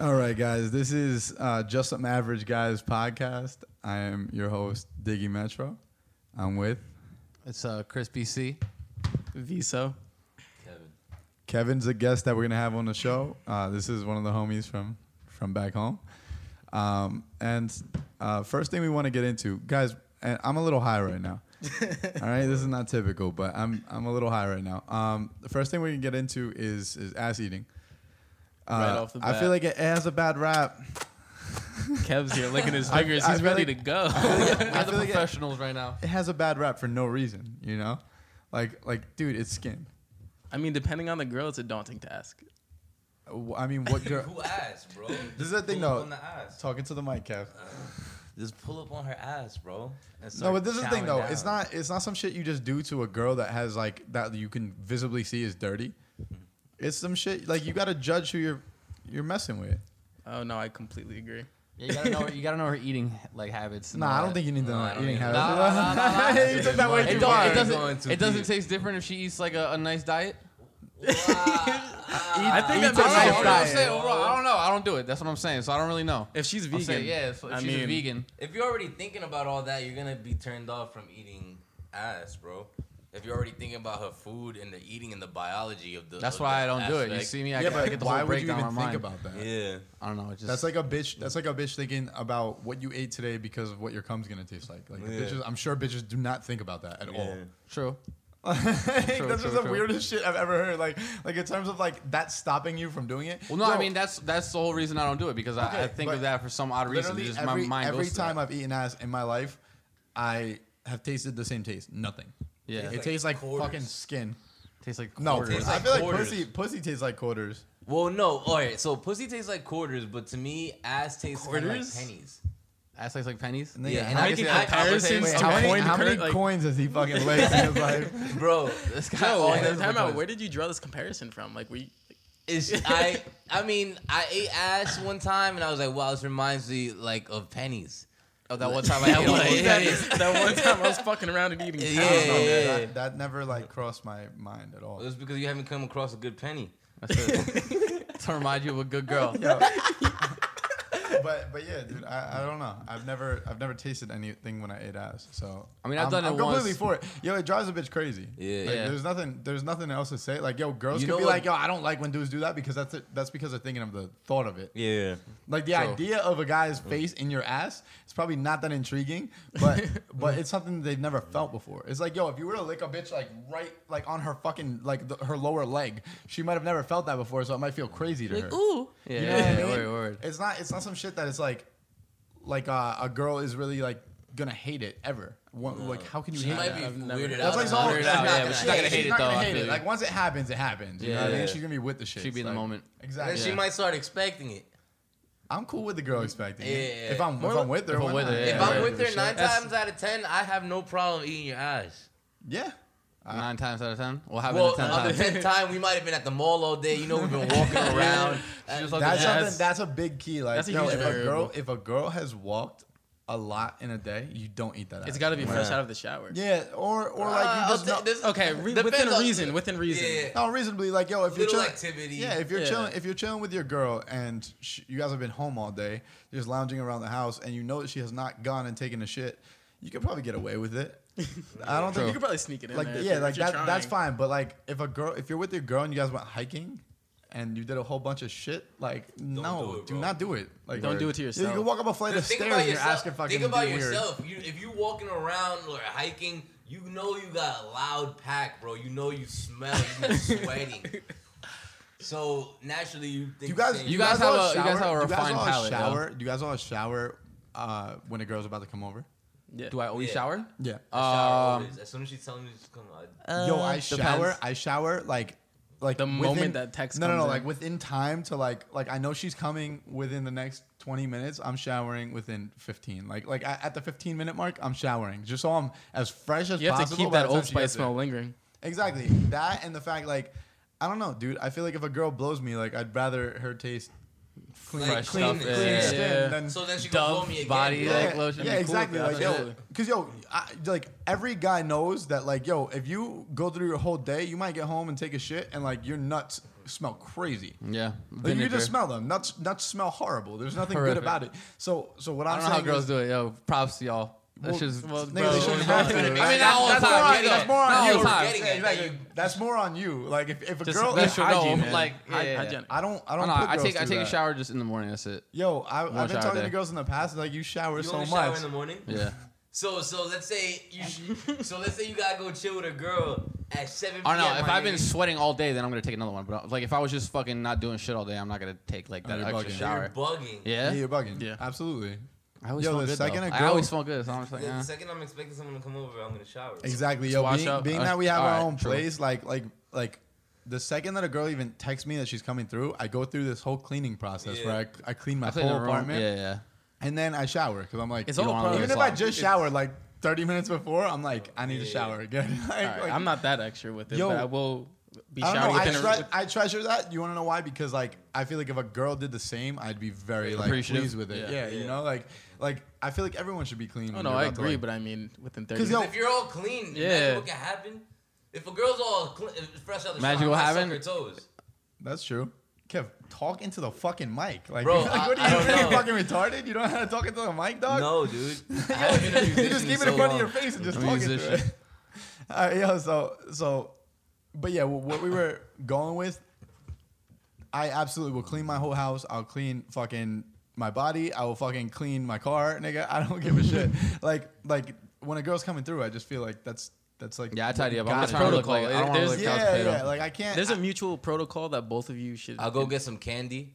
All right, guys. This is uh, Just Some Average Guys podcast. I am your host, Diggy Metro. I'm with It's uh, Chris BC. Viso. Kevin's a guest that we're gonna have on the show. Uh, this is one of the homies from from back home. Um, and uh, first thing we want to get into, guys. And I'm a little high right now. All right, this is not typical, but I'm I'm a little high right now. Um, the first thing we can get into is is ass eating. Uh, Right off the I feel bat. like it has a bad rap. Kev's here licking his I- fingers. I He's feel ready like- to go. We're the feel like it- professionals right now. It has a bad rap for no reason, you know. Like like, dude, it's skin. I mean, depending on the girl, it's a daunting task. Wh- I mean, what girl? Who ass, bro? This is the thing, pull though. Up on the ass. Talking to the mic, Kev. Just pull up on her ass, bro. and No, start but this is the thing chowing though. down. It's not it's not some shit you just do to a girl that has like that you can visibly see is dirty. It's some shit like you got to judge who you're you're messing with. Oh no, I completely agree. Yeah, you gotta know. You gotta know her eating like habits. and Nah, I all don't that. think you need to No, know I that. don't You didn't either. have Nah, nah, nah, nah. You took that way It, too don't, far. it Going doesn't. too It doesn't deep. taste different if she eats like a, a nice diet. I think eat that the makes nice I, don't know, I'm diet. sense. saying overall, I don't know. I don't do it. That's what I'm saying. So I don't really know. If she's I'm vegan, saying, yeah. If, if I she's a mean, vegan, If you're already thinking about all that, you're gonna be turned off from eating ass, bro. If you're already thinking about her food and the eating and the biology of the. that's of why I the don't do it. You aspect. see me? I, Yeah, I but get the why whole would you breakdown even in my think mind. about that? Yeah. I don't know. It just That's like a bitch. That's like a bitch thinking about what you ate today because of what your cum's gonna taste like. Like Yeah. bitches, I'm sure bitches do not think about that at all. true. Like, that's true, just the true. weirdest shit I've ever heard. Like, like in terms of like that stopping you from doing it. Well, no, Yo, I mean that's that's the whole reason I don't do it because I, I Okay, think but of that for some odd reason. Literally Just every, my mind every goes time to I've eaten ass in my life, I have tasted the same taste. Nothing. that. yeah, it it like tastes like quarters. fucking skin. tastes like No, quarters. tastes like I feel like quarters. pussy. Pussy tastes like quarters. Well, no. All right. So pussy tastes like quarters, but to me, ass tastes kinda like Quarters? pennies. Ass tastes like pennies. Nigga, Yeah, and I I can Making see that comparisons Wait, to how many, coin how many current, like, coins has he fucking licked in his life? Bro, This guy no, always wait, has time like out. a- Where did you draw this comparison from? Like, we It's I I mean I ate ass one time and I was like, wow, this reminds me like of pennies. Oh, that one time I That ate one- like, that yeah, is- that one time I was fucking around and eating. Yeah. cows. No, man, yeah, yeah. That, that never like crossed my mind at all. Well, it's because you haven't come across a good penny. That's it. to remind you of a good girl. Yo. but but yeah, dude, I, I don't know. I've never I've never tasted anything when I ate ass. So I mean, I've am done it I'm completely once. for it. Yo, it drives a bitch crazy. Yeah. Like, Yeah. There's nothing there's nothing else to say. Like yo, girls You can know be what- like yo, I don't like when dudes do that because that's it, that's because they're thinking of the thought of it. Yeah. Like the True. idea of a guy's face in your ass is probably not that intriguing, but but it's something they've never felt before. It's like, yo, if you were to lick a bitch like right like on her fucking like the, her lower leg, she might have never felt that before, so it might feel crazy to her. Ooh. Yeah, You know what I mean? word, word. It's not it's not some shit that it's like like uh, a girl is really like gonna hate it ever. What, Like how can you She hate might that? be I've weirded never- out. That's like and all. Weird wondered She's not out, yeah, gonna- but she's she not ain't gonna hate it, gonna though, I hate it. feel you. Like once it happens, it happens. You know what I Yeah. mean? She's gonna be with the shit. She'd be in the Like, moment. Then Exactly. she might start expecting it. I'm cool with the girl expecting it. Yeah. If I'm if I'm with her, If I'm why with not? her, if yeah, I'm right. with her Sure. nine That's- times out of ten, I have no problem eating your ass. yeah. Nine times out of ten. Well, how Well, about ten other times? ten time we might have been at the mall all day. You know, we've been walking around. She just loves That's the ass. something. That's a big key. Like, That's a yo, huge if a girl variable. if a girl has walked a lot in a day, you don't eat that. It's ass. got to be fresh Yeah. out of the shower. Yeah, or or like Ah, you just I'll know, ta- this- Okay, re- Depends within on- reason. Within reason. Yeah. No, reasonably, like yo, if you're Little chilling, activity. yeah, if you're Yeah. chilling, if you're chilling with your girl and sh- you guys have been home all day, just lounging around the house, and you know that she has not gone and taken a shit, you could probably get away with it. I don't True. You think could probably sneak it in like there. if yeah, you- like if you're that. That's trying. fine, but like if a girl, if you're with your girl and you guys went hiking. And you did a whole bunch of shit. Like, no, do, do it, bro. not do it. Like, Don't do it to Yeah, you yourself. can walk up a flight of Just think stairs. about and You're yourself. asking fucking. think about be weird. yourself. You, if you walking around or hiking, you know you got a loud pack, bro. You know you smell. You know sweating. So naturally, you think You the guys, same. you guys, guys have all a- you shower- guys have a you guys refined all palate, yo. Shower. You guys all shower uh, when a girl's about to come over. Yeah. Do I always Yeah. shower? Yeah. I shower Um, Uh, always. As soon as she tells me to come, I, Uh, Yo, I shower. depends. I shower like. Like The moment that text No, no, comes no. in. Like within time to like, like I know she's coming within the next twenty minutes. I'm showering within fifteen. Like, like I, at the fifteen minute mark, I'm showering just so I'm as fresh as You have to possible keep by that the time Old she Spice gets there. smell lingering. Exactly that, and the fact like, I don't know, dude. I feel like if a girl blows me, like I'd rather her taste like, Fresh clean, stuff, it. yeah. clean skin Yeah. than So then she can blow Dove me again. body bro. like lotion. yeah, Be cool exactly. with Like that. yo, because yo, I, like every guy knows that like yo, if you go through your whole day, you might get home and take a shit, and like your nuts smell crazy. Yeah. Like, you Mm-hmm. vinegar. just smell them. Nuts nuts smell horrible. There's nothing Horrific. good about it. So so what I I'm don't know how saying girls is, do it. Yo, props to y'all. That's Well, just. well, Nigga, they Bro, shouldn't bro, have to. dude. I Like, mean, that- not all that's the more time, on- you know. That's more Not on all you. the time. Yeah, exactly. That's more on you. Like if, if a Just girl, let is That's your no, hygiene, man. like Hy- yeah. hygienic. I don't I I don't. don't know. put I girls take I through take a that. shower just in the morning. That's it. Yo, I, I've been shower talking a to day. girls in the past like you shower You so only shower much. in the morning. Yeah. So so let's say you sh- so let's say you gotta go chill with a girl at seven. I don't know. PM, If my I've been nigga. sweating all day, then I'm gonna take another one. But like, if I was just fucking not doing shit all day, I'm not gonna take like that you're extra bugging. shower. you're bugging. yeah, Yeah. you're bugging. Yeah. absolutely. I always Yo, smell the good. second though. a I girl- always smell good. So I'm just The, like, the yeah. second I'm expecting someone to come over, I'm gonna shower. Exactly. Yo, wash being, up. being Uh, that we have our alright, own true. place, like like like the second that a girl even texts me that she's coming through, I go through this whole cleaning process Yeah. where I, I clean my I clean the whole room. apartment Yeah, yeah. and then I shower because I'm like, It's You all don't a wanna process. even it's if I long. just showered like 30 minutes before, I'm like, I need to Yeah. shower again. like, All right, like, I'm not that extra with it, Yo, but I will be I don't shouting know. I, within a tre- I treasure that. You want to know why? Because like I feel like if a girl did the same, I'd be very like Appreciative. pleased with it. Yeah. Yeah. you Yeah. know, like like I feel like everyone should be clean. Oh when no, you're I about to, agree, like- but I mean within 30 'Cause, minutes. yo, If you're all clean, yeah. Yeah. imagine what can happen. If a girl's all clean, fresh out the Imagine shower, what I suck happened? her toes. That's true. Kev, talk into the fucking mic. Like, Bro, like, I- what are I you don't doing? know. fucking retarded? You don't know how to talk into the mic, dog? No, dude. I haven't been a you just musician keep it so in front of long. your face and just I'm a talk into musician. it. All right, yo, so so but yeah, wh- what we were going with I absolutely will clean my whole house. I'll clean fucking my body. I will fucking clean my car, nigga. I don't give a shit. Like like when a girl's coming through, I just feel like that's that's like Yeah, I tidy up. I'm Got not it. trying to look like. Protocol. I don't want to There's- look like yeah, potato. yeah, like I can't. There's a mutual protocol that both of you should. I'll go get some candy.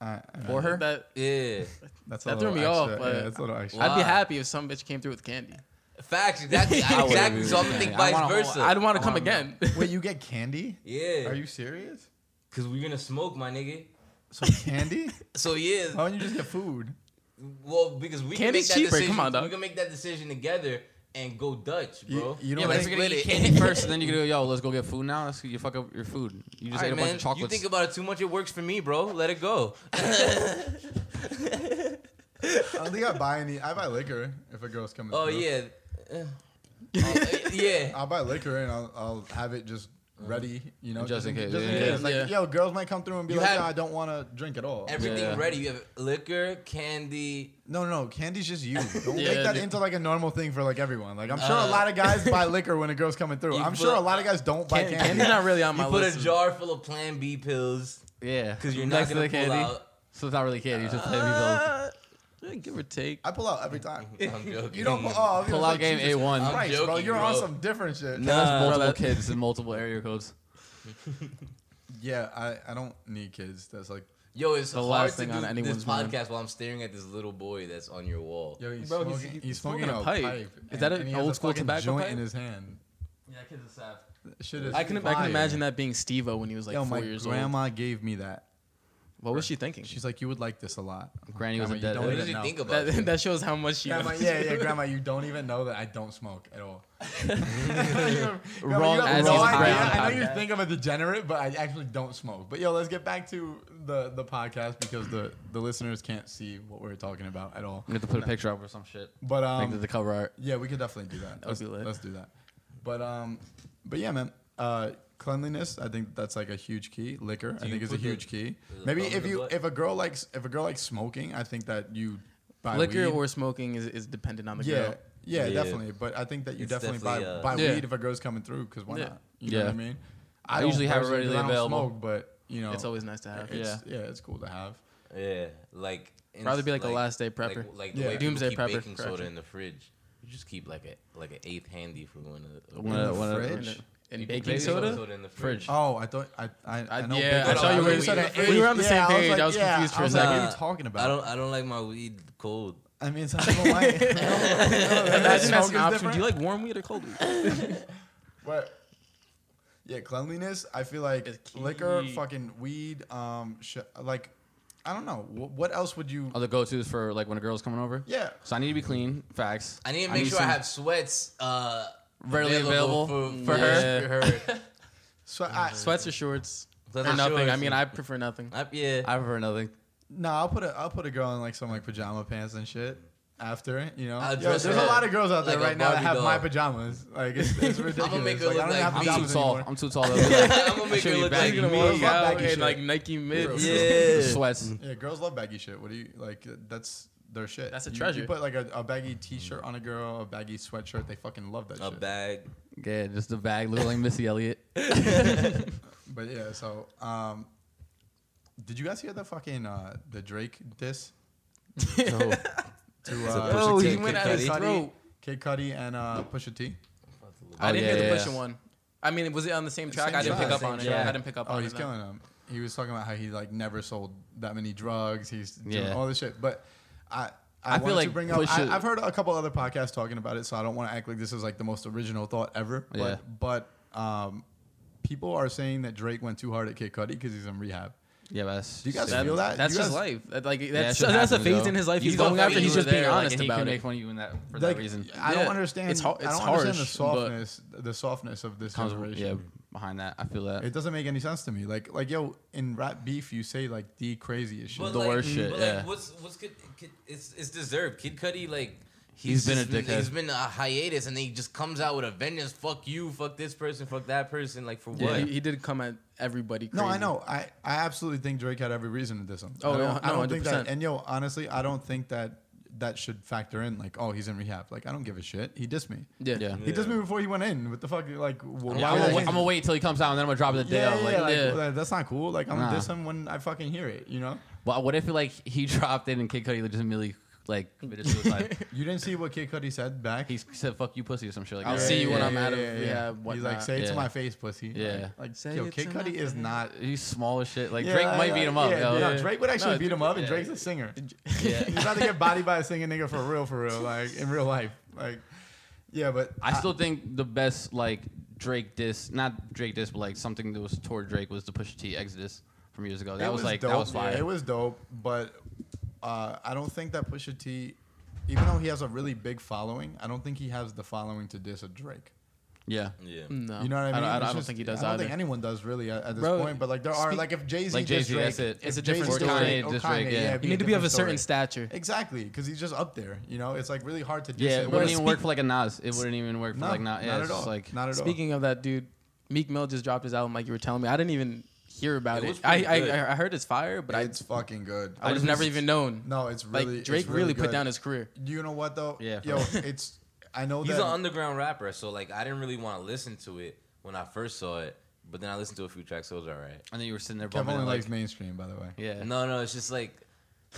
I- I- for her. That, Yeah. that's a That threw little me extra. off, but yeah, that's a little extra. I'd be Why? happy if some bitch came through with candy. Facts, exactly. I would've exactly. So I'm gonna been- think I vice wanna- versa. I'd want to come wanna- again. Wait, you get candy? yeah. Are you serious? Cause we're gonna smoke, my nigga. So candy? So yeah. Why don't you just get food? Well, because we Candy's can make cheaper, that decision. come on, dog. we can make that decision together and go Dutch, You- bro. you don't Yeah, but if think- you're gonna eat candy first, and then you're gonna go, yo, let's go get food now. That's, you fuck up your food. You just All ate right, a bunch man. of You chocolates. think about it too much. It works for me, bro. Let it go. I don't think I buy any. I buy liquor if a girl's coming. Oh through. yeah. Uh, oh, yeah. I'll buy liquor and I'll, I'll have it just ready, you know, Just in case, Just in yeah, case. yeah. Like, Yeah. yo, girls might come through and be You like, have- "No, I don't want to drink at all. Everything Yeah. ready. You have liquor, candy. no, no, no, candy's just you. Don't Yeah, make that dude. into like a normal thing for like everyone. Like, I'm sure a Uh, lot of guys buy liquor when a girl's coming through. You I'm put- sure a lot of guys don't buy Candy, candy. candy's not really on You my put list. a jar full of Plan B pills yeah, because you're Next not to gonna the pull candy. out. So it's not really candy. It's just flavor pills. Uh, give or take. I pull out every time. I'm joking. You don't pull, oh, Pull out game A A one. I'm Christ, bro, joking, you're on bro. some different shit. No. That's Nah, multiple bro, that- kids in multiple area codes. Yeah, I, I don't need kids. That's like, Yo, it's The hard last to thing do on anyone's this mind. podcast while I'm staring at this little boy that's on your wall. yo, he's Bro, he's- smoking, he's, he's smoking, smoking a a pipe. pipe. Is and- that an and he has old a school fucking tobacco joint pipe? in his hand? Yeah, kids are sad. That Shit is I can, I fire. can imagine that being Steve-O when he was like Yo, four my years old. grandma gave me that. What was she thinking? She's like, you would like this a lot. Granny was a Grandma, dead. you don't What Yeah, did you no. think about That, it? that shows how much she. Grandma, knows. yeah, yeah, grandma, you don't even know that I don't smoke at all. grandma, Wrong you have as no is idea. brown I know you podcast. think I'm a degenerate, but I actually don't smoke. But yo, let's get back to the, the podcast because the, the listeners can't see what we're talking about at all. I'm gonna have to put a picture up or some shit. But Like um, the cover art. yeah, we could definitely do that. That would Let's, be lit. let's do that. But um, but yeah, man. Uh, cleanliness. I think that's like a huge key. Liquor. I you think is a put the- huge key. the Maybe thumb in if the you butt? if a girl likes if a girl likes smoking, I think that you buy Liquor weed. or smoking is, is dependent on the yeah, girl. yeah, Yeah. definitely. But I think that you It's definitely, definitely, uh, buy buy Yeah. weed if a girl's coming through because why Yeah. not? You know what I Yeah. mean. I don't usually have it personally, readily 'cause I don't available. Smoke, but you know, It's always nice to have. it's, Yeah. yeah, it's cool to have. yeah, like ins- Rather be like a last day prepper. like, like the Yeah. way Doomsday people prepper, keep baking soda correction. in the fridge. You just keep like a like an eighth handy for when a, When In a- the when a- fridge? And, Bitch. and you put baking soda. in the Fridge. fridge. Oh, I thought I I, I- I know. yeah, big- I saw you were- you said an we eight. were on the Yeah, same was page. I was yeah. confused for I a was like, second. what are you talking about? I don't I don't like my weed cold. I mean, some people might. Imagine that's Smoke an is option. Do different. you like warm weed or cold weed? But yeah, cleanliness. I feel like It's key. liquor, fucking weed. Um, sh- like, I don't know. Wh- what else would you? Other go tos for like when a girl's coming over. Yeah. So I need to be clean. Facts. I need to make sure I have sweats uh Readily available for, for for her. her. For her. So I, Sweats or shorts? Sweats or or nothing. shorts. I mean, I prefer nothing. I, yeah. I prefer nothing. no, I'll put a I'll put a girl in like some like pajama pants and shit. after, you know. I'll Yo, dress there's her a up lot of girls out there like a right now that Barbie have my doll. pajamas. Like it's, it's ridiculous. make her like, I look don't like have me. I'm Dollars too pajamas tall. anymore. I'm too tall. I'm gonna make Should her be look baggy. like You're gonna me. walk Yeah. out Baggy in shit. like Nike mids. The Yeah. Sweats. Yeah, girls love baggy shit. What do you like? uh, That's their shit. That's a You- You, treasure. put like a, a baggy T-shirt on a girl, a baggy sweatshirt. They fucking love that A shit. bag. Yeah, just a bag looking like Missy Elliott. but yeah, so um, did you guys hear the fucking uh, the Drake diss to uh, Pusha Oh, Pusha T, T, he Kid went at his Cudi- throat. Kid Cudi and uh, Pusha T. I didn't Oh, yeah, hear the yeah. pushing one. I mean, was it on the same track? Same I didn't track. pick up Same on it. track. I didn't pick up Oh, on it. he's killing him. He was talking about how he like never sold that many drugs. He's doing Yeah. all this shit. But I, I, I feel feel like like to bring up. I, Pusha- I've heard a couple other podcasts talking about it, so I don't want to act like this is like the most original thought ever. Yeah. But, but um, people are saying that Drake went too hard at Kid Cudi because he's in rehab. Yeah, but that's. Do you guys stupid. feel that? That's You his guys- life. That- Like Yeah, that's it should that's a happen, phase though. in his life. He's You don't going after. think He's you just were being there, like, honest and he about can it. make fun of you in that for Like, that reason. I don't Yeah. understand. It's har- I it's don't understand the harsh, but- softness, the softness of this Comes- generation. yeah, behind that, I feel that. It doesn't make any sense to me. Like, like yo, in rap beef, you say like the craziest shit. But The like, mm, worst shit, But yeah. like, what's what's good? Kid, it's it's deserved. Kid Cudi, like He's been just a dickhead. He's been a hiatus, and then he just comes out with a vengeance. Fuck you. Fuck this person. Fuck that person. Like for Yeah, what? he, he did come at everybody. Crazy. No, I know. I, I absolutely think Drake had every reason to diss him. Oh, I don't, yeah. I No, don't think that. 100%. And yo, honestly, I don't think that that should factor in. Like, oh, he's in rehab. Like, I don't give a shit. He dissed me. Yeah, Yeah. He dissed me before he went in. What the fuck? Like, wh- why Yeah, I'm, would I gonna, hate wait- I'm him? gonna wait till he comes out and then I'm gonna drop it the Yeah, day. yeah, of, like, like, yeah. well, that's not cool. Like, I'm gonna Nah. diss him when I fucking hear it. You know. But what if like he dropped it and Kid Cudi legitimately like committed suicide? You didn't see what Kid Cudi said back. he said "fuck you, pussy" or some shit like I'll that. see you when Yeah, I'm yeah, out of yeah, yeah. rehab, He's like, whatnot. say it to Yeah. my face, pussy. Yeah. Like, like Say yo, it Kid to my Cudi is face. not. He's small as shit. Like Yeah, Drake might yeah, beat him yeah, up. Yeah, yo. no, Drake would actually No, beat him up, and yeah. Drake's a singer. Yeah. He's about to get bodied by a singing nigga for real, for real, like in real life. Like, yeah, but I still think the best like Drake diss, not Drake diss, but like something that was toward Drake was the Pusha T Exodus from years ago. it That was, like dope. that was fire. It was dope, but uh, I don't think that Pusha T, even though he has a really big following, I don't think he has the following to diss a Drake. yeah. yeah. No, You know what I mean? don't- I It's don't, just- think he does I don't either. think anyone does really at, at this Bro, point. But like there are speak- like if Jay Z, Like Jay-Z, that's it. It's a Jay-Z different dissed story. Drake, Kanye dissed Kanye, Drake, yeah. it'd you need to be of a certain different stature. story. Exactly, because he's just up there. You know, it's like really hard to diss. Yeah, him. it But wouldn't it's- even work for like a Nas. It wouldn't even work for no, like not. Yeah, not it's at all. just like not at all. Speaking of that, dude, Meek Mill just dropped his album, like you were telling me. I didn't even hear about It it. was I, pretty good. I I heard it's fire, but I it's fucking good. I would have never even known. No, it's like really it's Drake really, put good. down his career. You know what though? Yeah, for yo, real. it's. I know He's that an underground rapper, so like I didn't really want to listen to it when I first saw it, but then I listened to a few tracks. So it was all right. And then you were sitting there Kevin bumping only it, like likes mainstream, by the way. yeah. No, no, it's just like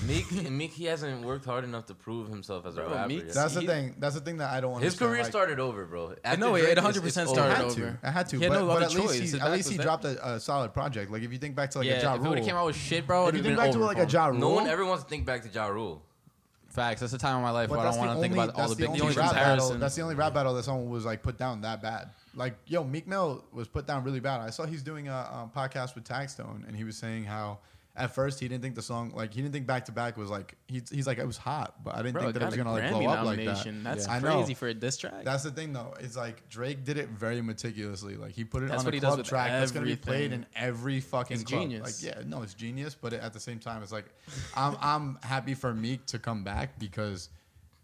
Meek. Meek, he hasn't worked hard enough to prove himself as a Bro, rapper. Meek's- yet. That's the He- thing. That's the thing that I don't. His understand, career like- started over, bro. After no, it Drake, it's- 100% it's I over. started had to. over. I had to. He had but no but other at least choice. His he, at back least was he there. dropped a, a solid project. Like if you think back to like yeah, a Ja if it Rule. would've came out with shit, bro, if you it'd have think been back over. to like a for Ja Rule, No one ever wants to think back to Ja Rule. him. Facts. That's the time in my life but where I that's don't want the to think only- about all the that's big only things. rap battle. comparison. That's the only rap battle that someone was like put down that bad. Like yo, Meek Mill was put down really bad. I saw he's doing a, um podcast with Tagstone, and he was saying how. At first, he didn't think the song like he didn't think back to back was like he's, he's like it was hot, but I didn't Bro, think that it got was a gonna like blow Grammy up like that. nomination. That's I know. crazy for a diss track. That's the thing, though. It's like Drake did it very meticulously. Like he put it That's on what a he does club with track that's going to be played everything. in every fucking It's club. genius. Like, yeah, no, it's genius. But at the same time, it's like I'm I'm happy for Meek to come back because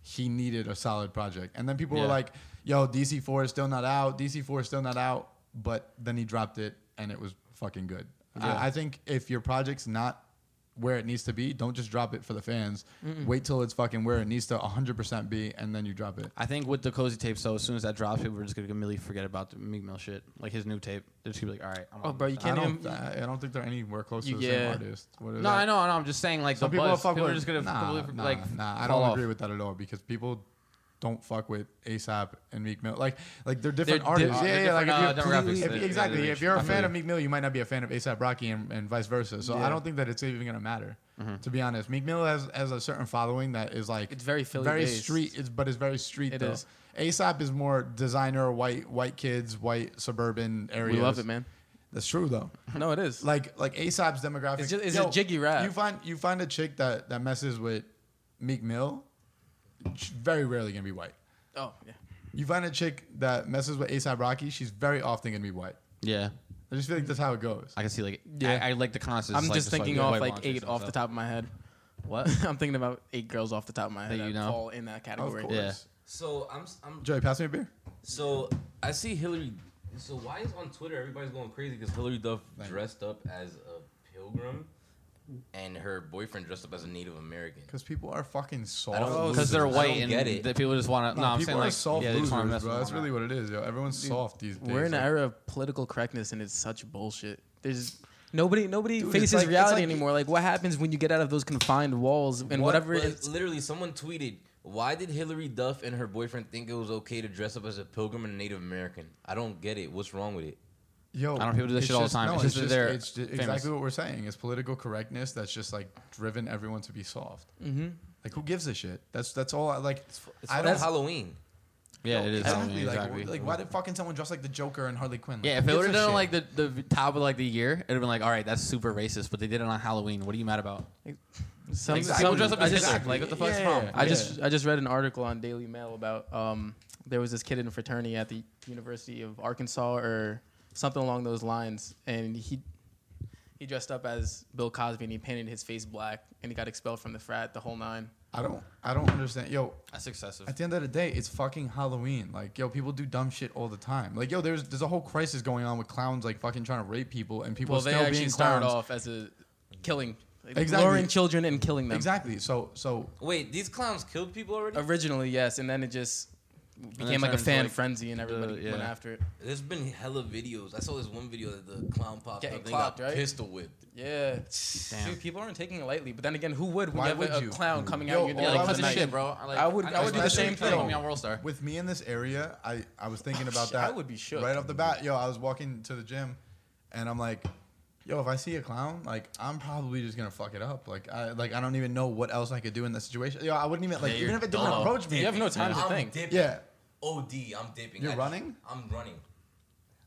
he needed a solid project. And then people were Yeah. like, "Yo, DC Four is still not out. DC Four is still not out." But then he dropped it, and it was fucking good. I, I think if your project's not where it needs to be, don't just drop it for the fans. Wait till it's fucking where it needs to 100% be, and then you drop it. I think with the cozy tape, so as soon as that drops, people are just gonna immediately forget about the Meek Mill shit, like his new tape. They're just gonna be like, all right. I'm Oh, on bro, this now." you I can't don't, even. I I don't think they're any more close to the You- same yeah. artist. What is No, that? I know, I know. I'm just saying, like Some the people buzz. fuck People with are just gonna nah, completely nah, like. nah. I fall don't off. agree with that at all because people don't fuck with ASAP and Meek Mill. Like, like they're They're different di- artists. uh, yeah, they're yeah. Like, different, if uh, you're, demographics if- that- exactly. that they if you're a reach. I fan feel of Meek Mill, you might not be a fan of ASAP Rocky and, and vice versa. So I Yeah. don't think that it's even gonna matter. To be honest, Meek Mill has, has a certain following that is like It's very Philly very based. street. It's but it's very street It though. is. ASAP is more designer, white white kids, white suburban areas. We love it, man. That's true though No, it is. like like ASAP's demographic. It's ju- it's a jiggy rap. You find you find a chick that that messes with Meek Mill, she's very rarely gonna be white. oh, yeah. You find a chick that messes with ASAP Rocky, she's very often gonna be white. Yeah, I just feel like that's how it goes. I can see like. Yeah. I, I like the concepts. I'm like, just thinking like, off white like launchers eight and off stuff. the top of my head. What? I'm thinking about eight girls off the top of my head That that you know? fall in that Of category. course. Yeah. So I'm s- I'm Joey, pass me a beer. So I see Hillary. So why is on Twitter everybody's going crazy because Hillary Duff Thank you. dressed up as a pilgrim, and her boyfriend dressed up as a Native American. Because people are fucking soft. I Oh, don't- losers. Because they're I don't white and get it. the people just want to. No, No, I'm people saying are like soft yeah, they losers, just want to mess bro. with That's them. really what it is, yo. Everyone's soft these days. We're in an like- era of political correctness, and it's such bullshit. There's nobody, nobody Dude, it's faces like- it's reality like- anymore. Like, what happens when you get out of those confined walls and What- whatever? but It's, literally, someone tweeted, "Why did Hillary Duff and her boyfriend think it was okay to dress up as a pilgrim and a Native American? I don't get it. What's wrong with it? Yo, I don't know, people do this it's shit all the time. It's just that they're it's ju- famous. exactly what we're saying. It's political correctness that's just like driven everyone to be soft. Mm-hmm. Like who gives a shit? That's that's all. I, like It's I I don't. Halloween. Yeah, it is. exactly. Halloween, like, exactly. Like why did fucking someone dress like the Joker and Harley Quinn? Like, yeah, who if it gives would a have done shit? like the, the v- top of like the year, it'd have been like, all right, that's super racist, but they did it on Halloween. What are you mad about? some, Exactly. some- People dress up as I just- Hitler. Like, what the fuck's Yeah. wrong? I just I just read an article on Daily Mail about um there was this kid in a fraternity at the University of Arkansas or something along those lines, and he he dressed up as Bill Cosby and he painted his face black, and he got expelled from the frat, the whole nine. I don't I don't understand. Yo, That's excessive. at the end of the day, it's fucking Halloween. Like yo, people do dumb shit all the time. Like yo, there's there's a whole crisis going on with clowns like fucking trying to rape people and people Well, they still actually being started clowns. off as a killing, like Exactly. luring children and killing them. Exactly. So so Wait, these clowns killed people already. Originally, yes, and then it just became it like a turns, fan like, frenzy, and everybody the- yeah. went after it. There's been hella videos. I saw this one video that the clown popped Getting up. They got clocked, right? pistol whipped. Yeah, Damn. Dude, people aren't taking it lightly. But then again, who would? When Why you have would a, you? a clown coming Yo, out, you're all there I like was tonight. thinking- shit, bro. I, like, I would- know I would do the especially same if you call thing. Me on World Star. with me in this area, I, I was thinking Oh, about shit, that. I would be shook. Right off the bat, yo, I was walking to the gym, and I'm like, yo, if I see a clown, like I'm probably just gonna fuck it up. Like I like I don't even know what else I could do in that situation. Yo, I wouldn't even like Yeah, even you're if it didn't dumb. approach me. You have no time to I'm think. dipping. Yeah, OD, I'm dipping. You're I- running? I'm running.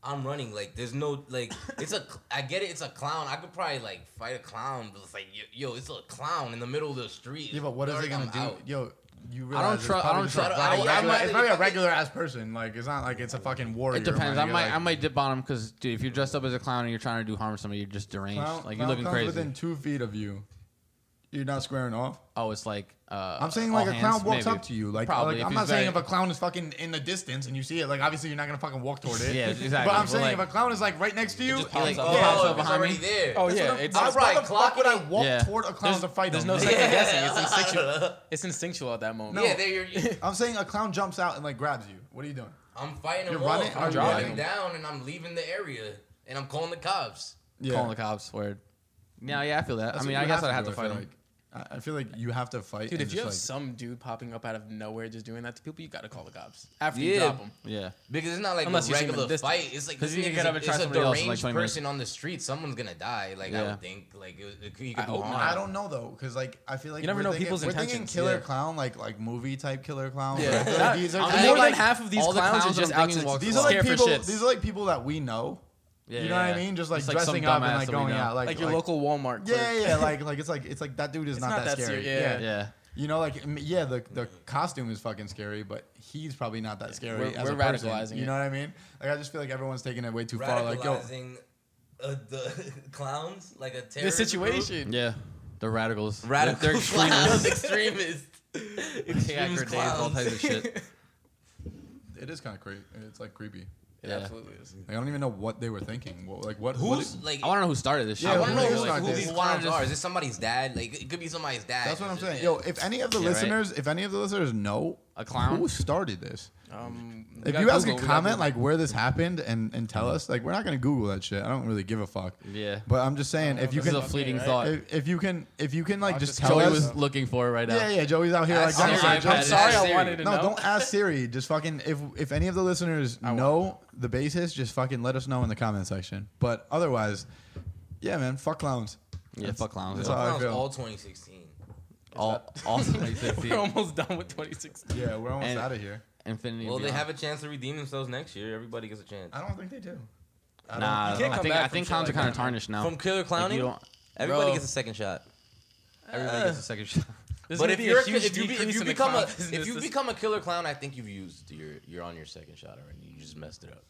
I'm running. Like there's no like it's a cl- I get it. It's a clown. I could probably like fight a clown, but it's like yo, yo it's a clown in the middle of the street. yeah, but what is Alright, it gonna I'm do? out. Yo, you I realize don't it's tru- I probably don't just tru- a I regular- don't- I- regular- I- It's probably a regular ass person. Like it's not like it's a fucking warrior. It depends. where I you're might like- I might dip on him because dude, if you're dressed up as a clown and you're trying to do harm to somebody, you're just deranged. Clown- like you're clown looking comes crazy. within two feet of you. You're not squaring off. oh, it's like uh, I'm saying all like a hands, clown walks maybe. up to you. Like, Probably, like, if I'm he's not saying if very- a clown is fucking in the distance and you see it, like obviously you're not gonna fucking walk toward it. Yeah, exactly. But I'm But, saying like, if a clown is like right next to you, just I'm pops like, up, yeah, pops Oh, up. if it's behind already me. there. Oh That's yeah, what I'm- it's, I'm I'm why probably the fuck would I clocking it. walk Yeah. toward a clown to fight there's them? no Like, second guessing. It's instinctual. it's instinctual at that moment. No. Yeah, there you're. I'm saying a clown jumps out and like grabs you. What are you doing? I'm fighting You're them off. running? I'm Are you driving running? down and I'm leaving the area and I'm calling the cops. calling the cops. Word. Yeah, yeah, I feel that. That's I what mean, you I guess I'd have do, I to fight feel him. Like, I- I feel like you have to fight. Dude, and if you have just, like, some dude popping up out of nowhere just doing that to people, you gotta call the cops after you Yeah. drop them. Yeah. Because it's not like Unless a you see them in regular the distance. fight. It's like 'Cause this you can nigga's get up a- and try it's a somebody else in, like, deranged 20 minutes. person on the street. Someone's gonna die. Like I Yeah. would think. Like it, it, he could I do hope harm. Oh, I don't know though, because like I feel like You never we're know thinking, people's we're thinking intentions, killer yeah. clown, like like movie type killer clown. but I Yeah. feel like these I'm are just just more like, than half of these all the clowns, clowns are just I'm out thinking to walk these the are like scare people. for shits. These are like people that we know. you know what I mean? Just like some dressing up and dumbass like that we going know. out, like like your local Walmart. Yeah, clerk. yeah, like like it's like it's like that dude is It's not, that not that scary. serious, yeah. yeah. Yeah. you know, like m- yeah, the the costume is fucking scary, but he's probably not that scary. We're- as a we're person, radicalizing You it. know what I mean? Like I just feel like everyone's taking it way too far. Like yo, radicalizing uh, the clowns like a The terrorist situation. Yeah. The radicals. Radical They're clowns, extremists. extremists. Chaos Extremist grenades, all clowns. types of shit. it is kind of creepy. It's like creepy. It Yeah. absolutely is. Like I don't even know what they were thinking. What like what? what Who's it- like? I want to know who started this shit. Yeah, I wanna who- know who's not who, who this? these Who wanted clowns this? are. Is this somebody's dad? Like it could be somebody's dad. that's what I'm It's just- saying. Yo, if any of the Yeah, right. listeners, if any of the listeners know A clown? who started this, Um, we if got you guys can Google, we got comment Google. like where this happened and and tell us, like we're not gonna Google that shit. I don't really give a fuck. Yeah. But I'm just saying, Oh, if you This is can, a fleeting right? thought. if, if you can, if you can, like Watch just this tell Joey us. was looking for it right now. yeah, yeah, Joey's out here like. Ask I'm Siri, sorry, iPad. Joey- I'm sorry, Ask I Siri. wanted to No, know. don't ask Siri. Just fucking if if any of the listeners know the basis, just fucking let us know in the comment section. But otherwise, yeah, man, fuck clowns. Yeah, fuck clowns. That's yeah. how I Clowns feel. all 2016. All, all 2016. We're almost done with 2016. yeah, we're almost And- out of here. Infinity. Well, they Beyond. have a chance to redeem themselves next year. Everybody gets a chance. I don't think they do. I Nah, don't- I, can't come think back I from think shit clowns like are kind that, of tarnished now. From killer Like, you clowning, don't- everybody Bro. gets a second shot. everybody gets a second shot. This but is gonna if be you're a a, huge if you, be- decrease if you in the become a clown if business you this- become a killer clown, I think you've used your you're on your second shot already. You just messed it up.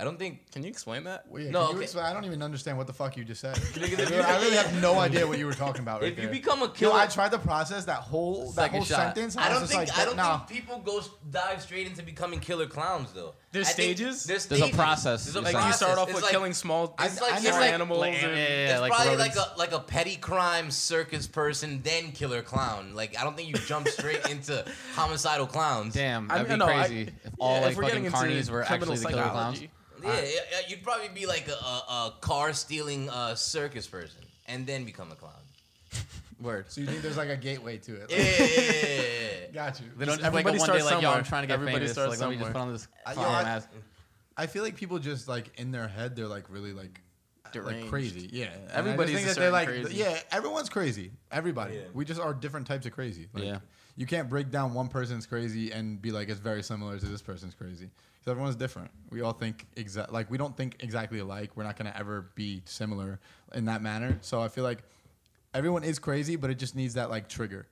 I don't think. Can you explain that? Well, yeah, No, can you okay. explain- I don't even understand what the fuck you just said. I Look at the- really, I really have no idea what you were talking about right if you there. become a Yo, killer, I tried to process that whole that Second whole shot. sentence. and I don't was think just like, I don't nah. think people go s- dive straight into becoming killer clowns though. There's I think stages? There's, There's a stages. process. There's a It's Like you start process. off It's with like- killing small it's it's like- like, it's like- animals. Like, and- yeah, It's like probably rodents. like a like a petty crime circus person, then killer clown. Like I don't think you jump straight into homicidal clowns. Damn, I mm, that'd mean, be no, I- crazy if all yeah, like we're getting fucking into carnies were criminal actually the killer clowns. psychology. Yeah, yeah, yeah, you'd probably be like a, a, a car stealing uh, circus person, and then become a clown. Word. So you think there's like a gateway to it? Yeah, yeah, yeah, yeah, yeah, yeah. Got you. They don't Just just wake up everybody one day starts like, yo, I'm somewhere. trying to get Everybody famous. starts Like, let me just somewhere. put on this I- yo, clown I- mask. I feel like people just like in their head they're like really like like Deranged. crazy. Yeah, And I just Everybody's think a that they're, certain like crazy. yeah. Everyone's crazy. Everybody. Yeah. We just are different types of crazy. Like, Yeah. You can't break down one person's crazy and be like it's very similar to this person's crazy because everyone's different. We all think exact like we don't think exactly alike. We're not gonna ever be similar in that manner. So I feel like everyone is crazy, but it just needs that like trigger.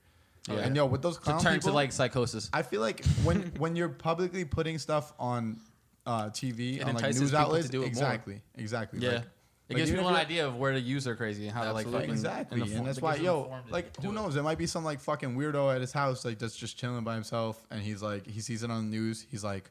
Yeah. And yo, with those To clown turn to people- like psychosis. I feel like when when you're publicly putting stuff on uh, TV It on like entices news people to outlets, do it more. exactly, exactly. Yeah. Like, It like, gives even people if an you're- idea of where to use their crazy and how to like Absolutely. fucking exactly, in the and form- that's it why gives them a yo, form to like do who it. knows? It might be some like fucking weirdo at his house, like that's just chilling by himself, and he's like he sees it on the news, he's like,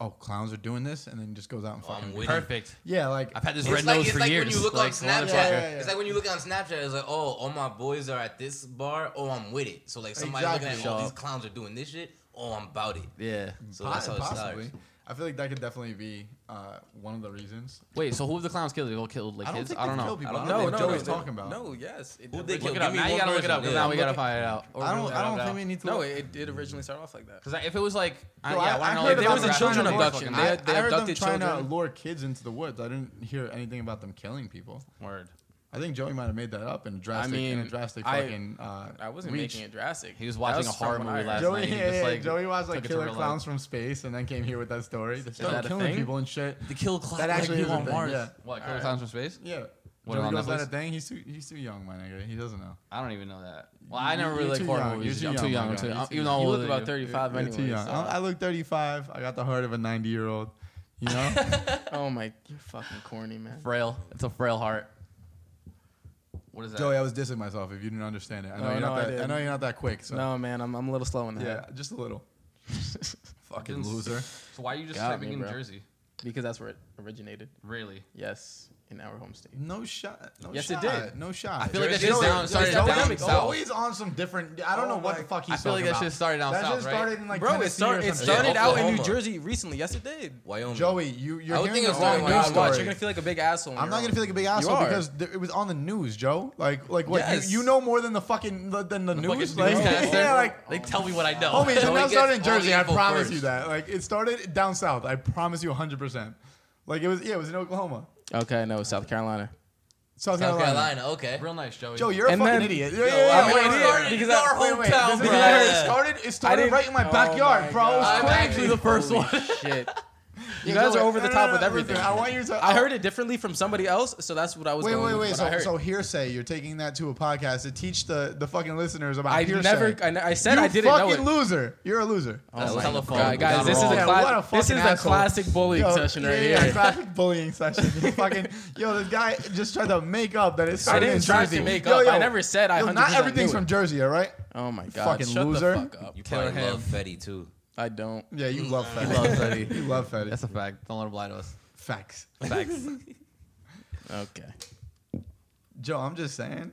oh, clowns are doing this, and then just goes out and Oh, I'm fucking with you. Perfect. yeah, like I've had this It's red like, nose it's for like years. when you look on Like, Snapchat. motherfucker. Yeah, yeah, yeah. It's like when you look on Snapchat. It's like, oh, all my boys are at this bar. Oh, I'm with it. So like somebody looking at Exactly. all these Shut clowns are doing this shit. Oh, I'm about it. Yeah. So that's how it possibly. starts. I feel like that could definitely be uh, one of the reasons. Wait, so who of the clowns killed? They all killed like I don't kids? think I don't they kill know. people. I don't I don't know think what Joey's Joey- talking about. No, yes. It Who did they originally- Look it kill? up. Give me Now you one gotta look it person. up because Yeah, now I'm we gotta looking- find it out. Or I we're don't. gonna I don't find think out. we need to. No, look- it did originally start off like that. Because if it was like, I, Yo, yeah, I, I- I wanna know heard if they about were the raptured children or not. abduction. Fucking They- I, had- they I heard them abducted trying to children. lure kids into the woods. I didn't hear anything about them killing people. Word. I think Joey might have made that up in drastic. I in mean, a drastic I- fucking. uh, I wasn't reach. making it drastic. He was That watching a from horror what I movie heard. last Joey, night. He yeah, just, yeah, like, Joey watched took like it to killer real life. clowns from space, and then came here with that story. They that started a killing thing? people and shit. The kill clown. That actually is people a on thing, Mars. yeah. What? Killer Alright. clowns from space? Yeah. What, Joey on goes that Netflix? a thing. He's too. He's too young, my nigga. He doesn't know. I don't even know that. Well, You- I never you're really like too horror young. movies. You're I'm too too young, young. my I'm guy. too young. You're Even too though You I'm look older than about you. 35 You're anyway. too young. so- I, I look 35. I got the heart of a 90 year old. You know. oh my, you're fucking corny, man. Frail. It's a frail heart. What is that? Joey, I was dissing myself if you didn't understand it. I know No, you're no, I not that. I, didn't. know you're not that quick. So No, man, I'm, I'm a little slow in the yeah, head just a little. Fucking Didn't s- loser. So why are you just Got typing me, in bro. Jersey? because that's where it originated. Really? Yes, in our home state. No shot. No Yes, it shot. did. No shot. I feel like that Jersey- shit down, Jersey- started Jersey- down Jersey- south. always on some different. I don't know what the fuck he's I feel like talking that shit about. started down That south, shit right? started in like Bro, Tennessee it, start, or it something. started out in New Oklahoma. Jersey recently. Yes, it did. Wyoming. Joey, you you're I would hearing think the it's wrong going news wild. story. Watch, you're gonna feel like a big asshole. when I'm not you're gonna feel like a big asshole are. because th- it was on the news, Joe. Like, like what? Yes. You, you know more than the fucking the, than the, Fucking news. Like, newscaster. yeah, like they tell me what I know. homie, it did Joey not gets start in all Jersey. the I info promise first. you that. Like, it started down south. I promise you 100. percent Like it was, yeah, it was in Oklahoma, on. Okay, no, South Carolina. South South Carolina. Carolina. Okay. Real nice, Joey. Joe, you're a And fucking then- idiot. Yeah, Yo, yeah, yeah, I'm wait, an wait, idiot wait. because in our Wait, wait, hometown, this is bro. where it Yeah. started. It started didn't- right in my oh backyard, my bro. It was God. quick. I'm actually the first Holy one. Shit. You Yeah, guys Joey, are over the no, top no, with no, everything. listen, I want you to. I heard it differently from somebody else, so that's what I was. Wait, going wait, with, wait. what I So, heard. so hearsay. You're taking that to a podcast to teach the the fucking listeners about I hearsay. never. I, ne- I said you I didn't know it. Oh, fucking loser. You're a loser. That's my telephone. God, guys, Got this is wrong. a, Yeah, cla- what a this is fucking a asshole. classic bullying session right yeah, yeah, here. classic bullying session. You fucking yo, this guy just tried to make up that it's. I didn't try to make up. I never said I Yo, 100% not everything's knew it. from Jersey, all right? Oh my god! Fucking shut loser. The fuck up. You Kill probably him. love Fetty too. I don't. Yeah, you love Fetty. You love Fetty. you love Fetty. That's a fact. Don't let him lie to us. facts. Facts. Okay. Joe, I'm just saying.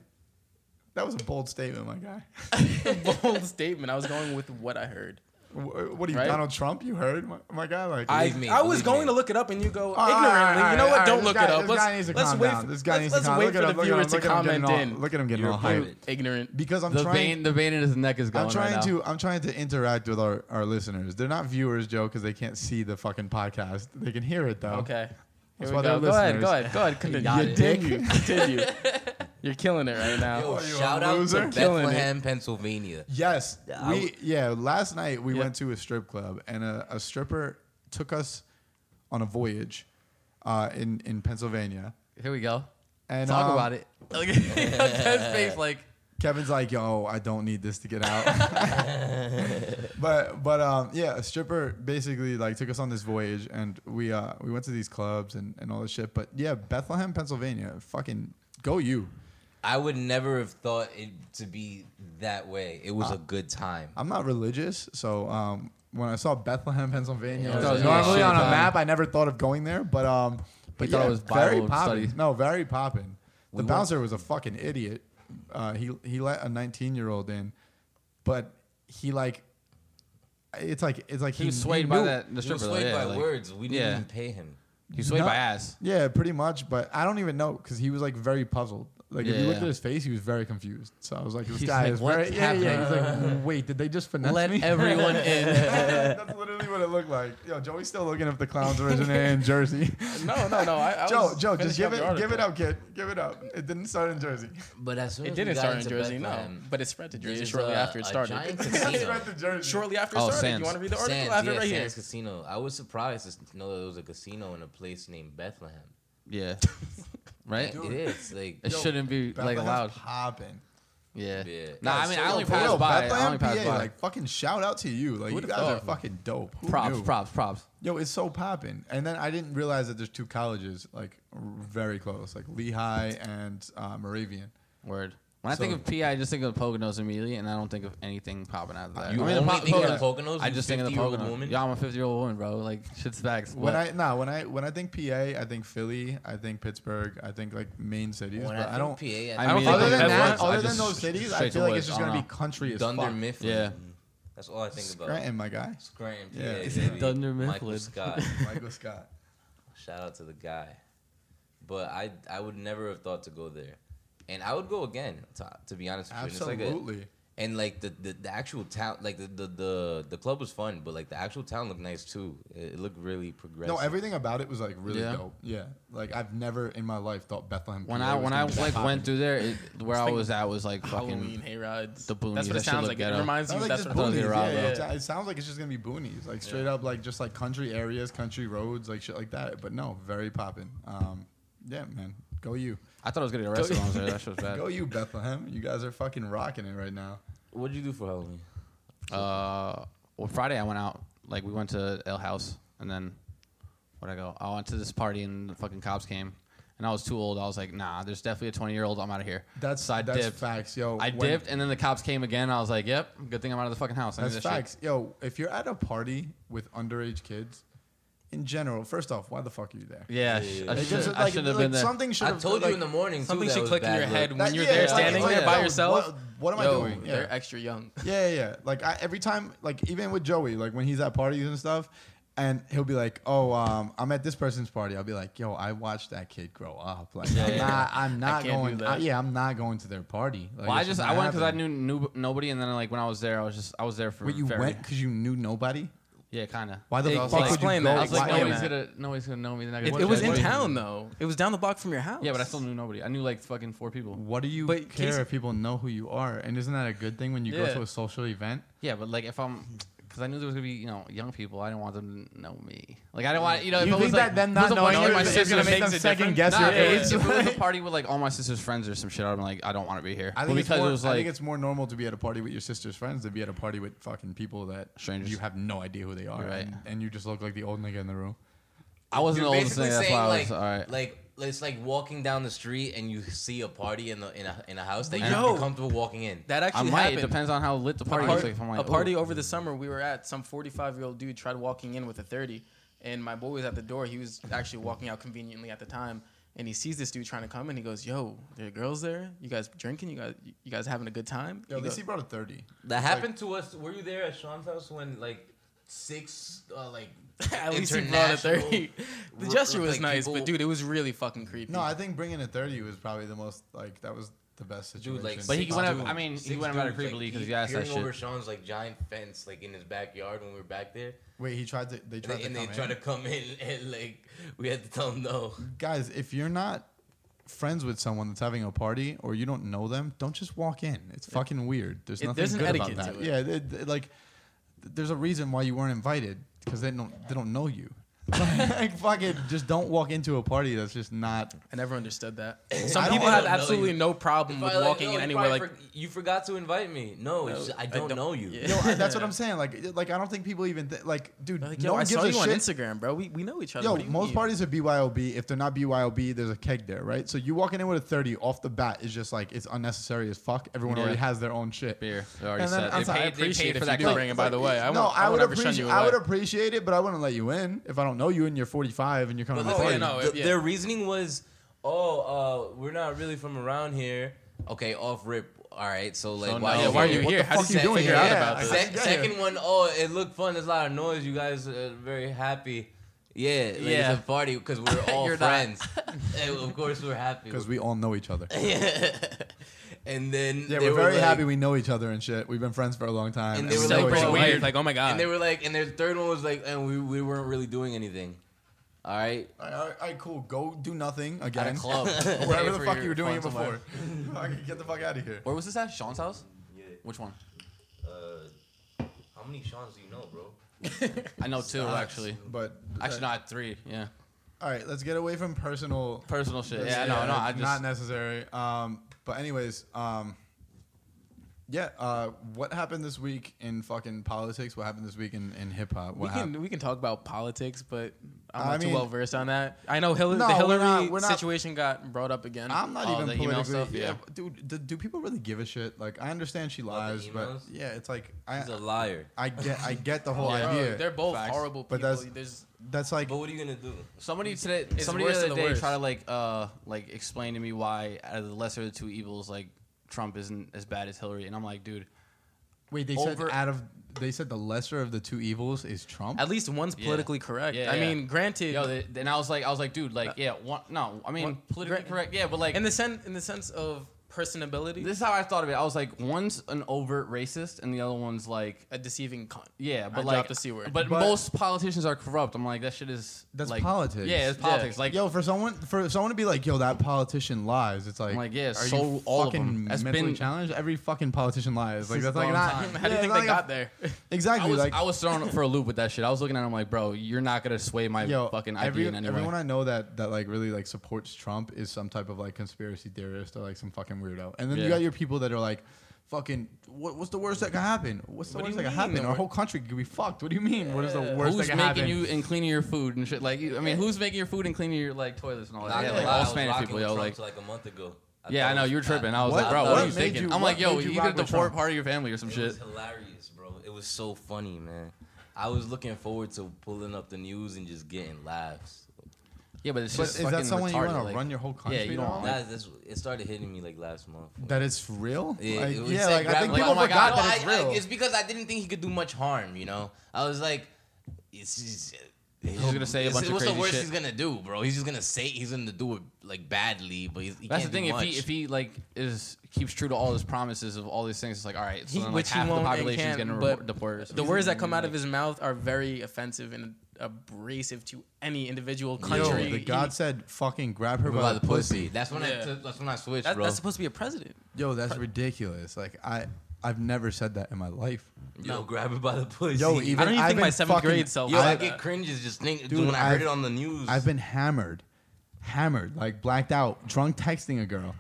That was a bold statement, my guy. Bold statement. I was going with what I heard. Wh- What are you, Right? Donald Trump? You heard, my, my guy? Like, I, Believe me, I was believe going me. to look it up, and you go All right, ignorantly. all right, you know all what? right, Don't this look guy- it up. This Let's, guy needs to let's calm wait. down. For, This guy let's, needs let's to calm wait look for at the him, look at viewer him, to look at him getting comment all- in. Look at him getting all hyped. ignorant. Because I'm The trying. vein, the vein in his neck is going I'm trying right now. to I'm trying to interact with our, our listeners. They're not viewers, Joe, because they can't see the fucking podcast. They can hear it though. Okay. That's Here we why they're go. Go ahead. listeners. Go ahead. Go ahead. Continue. got it. Continue. Continue. You're killing it right now. Yo, What are you, a shout out loser? to Killing it. Bethlehem, Pennsylvania. Yes. Yeah, I we yeah. Last night we Yeah. went to a strip club and a, a stripper took us on a voyage uh, in in Pennsylvania. Here we go. And Talk um, about it. Look at his face, like Kevin's like, yo, I don't need this to get out. but but um, yeah, a stripper basically like took us on this voyage, and we uh we went to these clubs and and all this shit. But yeah, Bethlehem, Pennsylvania, fucking go you. I would never have thought it to be that way. It was a good time. Uh, I'm not religious, so um, when I saw Bethlehem, Pennsylvania, Yeah, I it was was normally a on a shit map, I never thought of going there, but um, but thought yeah, it was very Bible poppin'. study. No, very poppin'. The We bouncer was a fucking idiot. Uh, he he let a 19 year old in, but he like, it's like it's like He was swayed by knew- that. The He was stripper, though, swayed yeah, by like- words. We didn't yeah. even pay him. He was swayed No. by ass. Yeah, pretty much. But I don't even know because he was like very puzzled. Like if you Yeah. looked at his face, he was very confused. So I was like, this He's guy like, is "What's very yeah yeah. He's like, wait, did they just finesse Let me? everyone in. That's literally what it looked like. Yo, Joey's still looking up the clowns originated in Jersey. No, no, no. I, I Joe, was Joe, just give finishing the it, give it article. up, kid, give it up. It didn't start in Jersey. But as soon as It we didn't got start in into Jersey, no. Bethlehem, But it spread to Jersey there's shortly a- after a it started. giant It casino. started to Jersey. Shortly after it Oh, started. Sands. You want to read the article? Sands, I have it yeah, right here. Sands Casino. I was surprised to s- know that there was a casino in a place named Bethlehem. Yeah. right? It is like It shouldn't be like Bethlehem's allowed. Popping. Yeah. Yeah. Nah, I Yeah, mean, so I only dope. passed Yo, by. I Bethlehem, only passed PA, by. like fucking shout out to you. Like you Who'd've guys are thought? fucking dope. Who props, knew? props, props. Yo, it's so popping. And then I didn't realize that there's two colleges like r- very close, like Lehigh and uh, Moravian. Word. When I think So- of PI, I just think of the Poconos immediately, and I don't think of anything popping out of that. You I mean, only po- think of the Poconos, I you just think of the 50-year-old Poconos. woman? Yeah, I'm a 50 year old woman, bro. Like, shit's facts. When but- I no, when I when I think PA, I think Philly, I think Pittsburgh, I think like main cities, when but I, I, don't. think PA, I I, mean, think like, other than that that, works. I other just than those sh- cities, I straight feel to uh, Uh-huh. like woods. it's just I don't gonna be know. country as Dunder fuck. Mifflin. Yeah. That's all I think about. Scranton, my guy. Scranton. Yeah. PA, Is it baby. Dunder Michael Mifflin? Scott. Michael Scott. Shout out to the guy. But I I would never have thought to go there. And I would go again, to, to be honest with you. And it's like a- Absolutely. and like the, the, the actual town, like the, the, the, the club was fun, but like the actual town looked nice too. It, it looked really progressive. No, everything about it was like really Yeah. dope. Yeah, like I've never in my life thought Bethlehem. when PA I was when I gonna be like that went through there, it, where I thinking was at was like Halloween fucking. hay rides. the Boonies, That's what that it shit sounds look like. ghetto. It reminds I you. like That's just boonies. what it thought they Yeah, were out, yeah. bro. It sa- It sounds like it's just gonna be boonies, like straight up, like just like country areas, country roads, like shit like that. But no, very popping. Um, yeah, man, go you, I thought I was gonna get arrested when I was there. That shit was bad. go you, Bethlehem. You guys are fucking rocking it right now. What did you do for Halloween? Uh, well, Friday I went out. Like we went to L House, and then where would I go? I went to this party, and the fucking cops came, and I was too old. I was like, nah, there's definitely a 20 year old. I'm out of here. That's so I that's dipped. facts, yo. I when- dipped, and then the cops came again. I was like, yep, good thing I'm out of the fucking house. I knew That's this shit. facts, yo. If you're at a party with underage kids, in general, first off, why the fuck are you there? Yeah, I Yeah, yeah, yeah. It should just- have like- like, been there. Something should I have told you in the morning. Too, Something that should was click in bad your luck. head That- when you're yeah, there, it's like- standing it's like, there by yo, yourself. What, what am Yo, I doing? Yeah. They're extra young. Yeah, yeah, yeah. Like I, every time, like even with Joey, like when he's at parties and stuff, and he'll be like, "Oh, um, I'm at this person's party." I'll be like, "Yo, I watched that kid grow up. Like, I'm, yeah, not, I'm not can't do going. that. I- yeah, I'm not going to their party." Like, Well, I it's just not I went because I happening. knew, knew nobody, and then like when I was there, I was just I was there for. Wait, you very- went because you knew nobody. Yeah, kind of. Why the Hey, fuck like, would you explain go? that. I was like, Why- Explain nobody's that. gonna nobody's gonna know me. They're not It, gonna it was judge in me. town though. It was down the block from your house. Yeah, but I still knew nobody. I knew like fucking four people. What do you But care he's- if people know who you are? And isn't that a good thing when you go Yeah. to a social event? Yeah, but like if I'm, because I knew there was gonna be you know young people, I didn't want them to know me. Like I didn't want you know. if it was, like, if it was a party with my is gonna sisters- make them second guess Nah, if it was- if it was a party with like all my sister's friends or some shit, I'm like I don't want to be here. I but think, it's because more, it was I like think it's more normal to be at a party with your sister's friends than be at a party with fucking people that Strangers. you have no idea who they are, You're right. and, and you just look like the old nigga in the room. I wasn't You're the oldest basically thing. That's saying, why I like, was all right. Like it's like walking down the street and you see a party in the in a in a house that Yo. you don't feel comfortable walking in. That I actually might. It happened. depends on how lit the A party is. party, Like, if I'm like a party oh. ooh. over the summer we were at. Some 45 year old dude tried walking in with a 30, and my boy was at the door. He was actually walking out conveniently at the time, and he sees this dude trying to come, and he goes, "Yo, there are girls there. You guys drinking? You guys, you guys having a good time?" Yo, He at least go- he brought a thirty. That happened to us. Were you there at Sean's house when like six uh, like at least he brought a 30. The r- gesture was like, nice, people- but dude, it was really fucking creepy. No, I think bringing a thirty was probably the most like that was the best situation. Dude, like, But he six went up- dudes- I mean, he six went about it dudes, like, creepily 'cause pe- you asked that peering shit. over Sean's like giant fence, like in his backyard when we were back there, wait, he tried to. They tried and to they come tried in? to come in and like we had to tell him no. Guys, if you're not friends with someone that's having a party or you don't know them, don't just walk in. It's fucking weird. There's It- nothing there's an good about etiquette that. to it. Yeah, it- it- like there's a reason why you weren't invited because they don't they don't know you. like, fuck it. Just don't walk into a party that's just not. I never understood that. Some I people don't have know absolutely you. no problem with Probably like, walking "Yo, in you anywhere. probably Like, for- you forgot to invite me. No, it's just, I, don't know you. Yeah. Yo, I- that's what I'm saying. Like, like I don't think people even th- like, dude. like, no yo, one I gives saw a you on shit. Instagram, bro. We, we know each other. Yo, What do you most mean? parties are BYOB. If they're not BYOB, there's a keg there, right? So you walking in with a 30 off the bat is just like it's unnecessary as fuck. Everyone Yeah. already has their own shit. Beer. They're already And then set. I'm They sorry, I paid- they appreciate paid if for you that do clip. bring it, by the way. I no, won't- I I won't would ever shun appreciate. you I would away. appreciate it, but I wouldn't let you in if I don't know you and you're 45 and you're coming But to the listen, Oh, party. yeah, no, th- yeah. their reasoning was, oh, uh, we're not really from around here. Okay, off rip. All right, so like, So why, now- you yeah, why are here? you What here? the How fuck did you you doing figure here? out about Yeah, this? I Sec- just got here. second one, oh, it looked fun. There's a lot of noise. You guys are very happy. Yeah, like Yeah. it's a party because we're all You're not. friends. And of course, we're happy. Because we all know each other. and then Yeah, they we're very like- happy we know each other and shit. We've been friends for a long time. And they we were know So each pretty other. like, weird. Like, oh my god. And they were like, and their third one was like, and we, we weren't really doing anything. All right, All right, all right, all right, cool. Go do nothing again. at a club. Wherever Pay the for fuck your you were doing fun it somewhere. before. Fucking Get the fuck out of here. Where was this at? Sean's house? Yeah. Which one? Uh, how many Sean's do you know, bro? I know two actually. But Actually, no, I had three. Yeah. all right, let's get away from personal. Personal shit. Yeah, no, no. I it's just not necessary. Um, but anyways, um, yeah. Uh, what happened this week in fucking politics? What happened this week in, in hip hop? We What happened? can we can talk about politics, but I'm I not mean- too well versed on that. I know Hillary, No, the we're Hillary not- we're not- situation got brought up again. I'm not Oh, even the politically. email stuff? Yeah. dude. Do, do people really give a shit? Like, I understand she About the lies, but emails? yeah, it's like I, he's a liar. I get, I get the whole Bro, idea. They're both Facts. horrible people. But that's- There's That's like But what are you gonna do? somebody today. Somebody worse the other than the day worst. tried to like uh like explain to me why out of the lesser of the two evils, like Trump isn't as bad as Hillary, and I'm like, dude, wait. They over- said out of they said the lesser of the two evils is Trump. at least one's Yeah. politically correct. Yeah, I yeah. mean, granted, yo, they, and I was like, I was like, dude, like, yeah, one, no, I mean, One- politically gra- correct, yeah, but like, in the sense in the sense of personability, this is how I thought of it. I was like, one's an overt racist, and the other one's like, a deceiving con. yeah, but I like, dropped the C word. But, But- most politicians are corrupt. I'm like, that shit is That's like, politics. Yeah, it's Yeah. politics. Like, yo, for someone for someone to be like, yo, that politician lies. It's like, I'm like, yeah, are so you all of fucking them. That's mentally been- challenged? Every fucking politician lies. Like that's Since the like dawn of not. time. How do you yeah, think like they a- got there? Exactly. I was, like I was thrown for a loop with that shit. I was looking at him like, bro, you're not gonna sway my yo, fucking idea every, in any everyone way. I know that that like really like supports Trump is some type of like conspiracy theorist or like some fucking weirdo. And then Yeah. you got your people that are like. Fucking, what, what's the worst that can happen? What's the What do worst you that can mean happen? the Our wor- whole country could be fucked. What do you mean? What is the worst that Who's can happen? making you and cleaning your food and shit? Like, you- I mean, who's making your food and cleaning your like toilets and all that? Not Yeah, gonna like, lie, I all was Spanish rocking people, with yo, Trump like, till, like a month ago. I yeah, thought I it know was you were bad. tripping. I was What- like, bro, what what are you made thinking? you- I'm like, what yo, made you you rock could with deport Trump? part of your family or some It shit. was hilarious, bro. It was so funny, man. I was looking forward to pulling up the news and just getting laughs. Yeah, but it's But just is that fucking someone you retarded, want to like- run your whole country? Yeah, you don't down? want That's, that's, it started hitting me like last month. That it's real? Yeah, like, it was yeah, said like I grab- think like, people oh my forgot God, that it's I- I- real. it's because I didn't think he could do much harm. You know, I was like, it's just. He's gonna say a bunch of What's crazy the worst shit. he's gonna do, bro? He's just gonna say he's gonna do it like badly, but he's, he That's the can't thing. do If much. he if he like is keeps true to all his promises of all these things, it's like all right, so He- then, like, which he half the won't and population is can't, getting but report- deported. or The something. words that come out of his mouth are very offensive and abrasive to any individual country. Yo, the God said, "Fucking grab her What by, about the pussy, that's when Yeah. I took- that's when I switched, That- bro. that's supposed to be a president. Yo, that's ridiculous. Like I, I've never said that in my life. Yo, grab it by the pussy. Yo, even I don't even I've think my been seventh fucking- grade self Yo, I- I, get cringes just think Dude, when I heard I've- it on the news. I've been hammered, hammered, like blacked out, drunk texting a girl,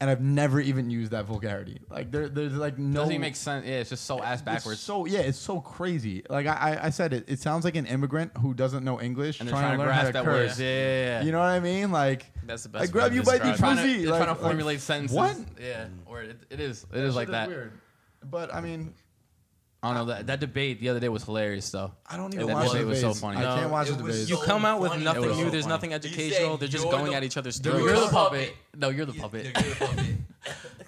and I've never even used that vulgarity. Like there, there's like no. doesn't even make sense. Yeah, it's just so ass it's backwards. so yeah, it's so crazy. Like I, I, I said it. It sounds like an immigrant who doesn't know English and they're trying, to learn how grasp to that curse. word. Yeah, yeah, yeah. You know what I mean? Like That's the best. I way grab to you by the describe it. trying to, pussy. they're like, trying to like, formulate sentences. What? Yeah, or it, it is. It is like Shit that. Weird. But I mean, I don't know. That, that debate the other day was hilarious, though. I don't It even was- watch it the was debates. so funny. I No, can't watch it the was debates. You so come out with funny. It nothing was new. so There's funny. nothing educational. They're just "You're going the- at each other's You're, throats. the puppet. No, you're the puppet. You're the puppet.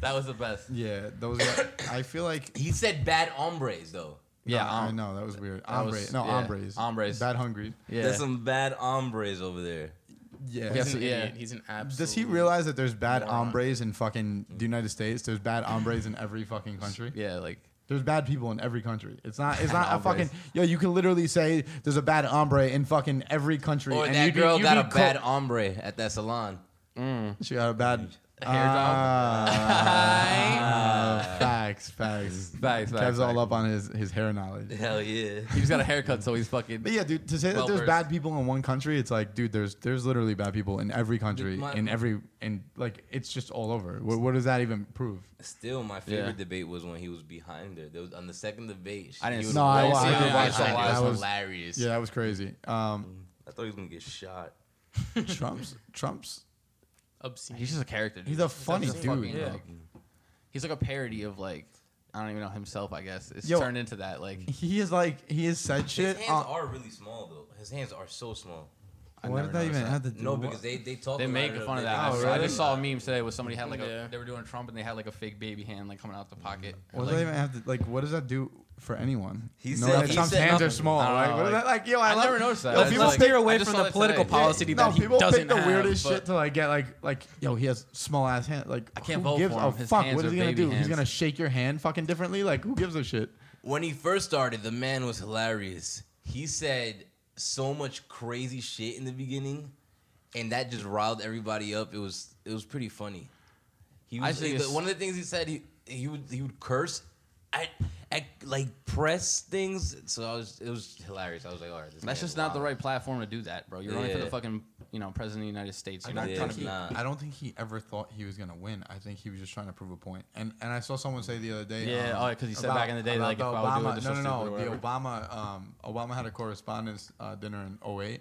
that was the best. Yeah, those. Are, I feel like. he said bad hombres though. Yeah, No, I um, know that was weird. that was- Ombre, no yeah, hombres, hombres. bad hungry. yeah. There's some bad hombres over there. Yeah. Yes. He's an Yeah. idiot. He's an absolute. Does he realize that there's bad Moron. hombres in fucking the United States? There's bad hombres in every fucking country. yeah, like There's bad people in every country. It's not. It's not a Hombres. fucking. Yo, you can literally say there's a bad hombre in fucking every country. Or and that you'd be- girl you'd got be a co- bad hombre at that salon. She got a bad hair drop. Ah, facts, facts. Facts, facts, Kev's all facts. up on his, his hair knowledge. Hell yeah. He just got a haircut, so he's fucking. But yeah, dude, to say that there's Well-versed. bad people in one country, it's like, dude, there's there's literally bad people in every country, my- in every, and like, it's just all over. What, what does that even prove? Still, my favorite Yeah. debate was when he was behind her. There was on the second debate. I didn't he see was No, I- well I behind did her. watch thought that. It was That was- hilarious. Yeah, that was crazy. Um, I thought he was gonna get shot. Trump's, Trump's, Obscene. He's just a character. Dude. He's a funny just dude, fucking, yeah. like- he's like a parody of like I don't even know himself. I guess it's Yo. turned into that. Like he is like, he has said His shit. hands uh, on- are really small though. His hands are so small. I what never did that noticed even that. have to do? No, with- because they they talk. They about make it, fun of they- that. I, Oh, saw- I really? just saw a meme today where somebody had like Yeah. a, they were doing Trump and they had like a fake baby hand like coming out the pocket. What does Like, that even have to like? What does that do for anyone? He No, said- that he Trump's said hands are nothing. small. I don't Like, know, what is like- that? Like, yo, I, I love, never noticed that. Yo, That's people like- stay I away just from saw the that political today. policy that no. he People doesn't pick the have, weirdest but- shit to like get like like yo. He has small ass hands. Like I can't who vote gives for a him. His fuck? hands What are is he gonna baby do? He's hands. gonna shake your hand fucking differently. Like who gives a shit? When he first started, the man was hilarious. He said so much crazy shit in the beginning, and that just riled everybody up. It was it was pretty funny. He I was think the- it's- one of the things he said he he would he would curse at at like press things. So I was it was hilarious. I was like, all right, this That's man's just not the wild. right platform to do that, bro. You're running for Yeah. the fucking you know president of the United States. You're not Yeah, trying it's to be. not. I don't think he ever thought he was gonna win. I think he was just trying to prove a point. And and I saw someone say the other day. Yeah, um, oh, 'cause he said about- back in the day, about like, the if I would do Obama, it, this no, was no, no. stupid or The Obama, um, Obama had a correspondence uh, dinner in 08.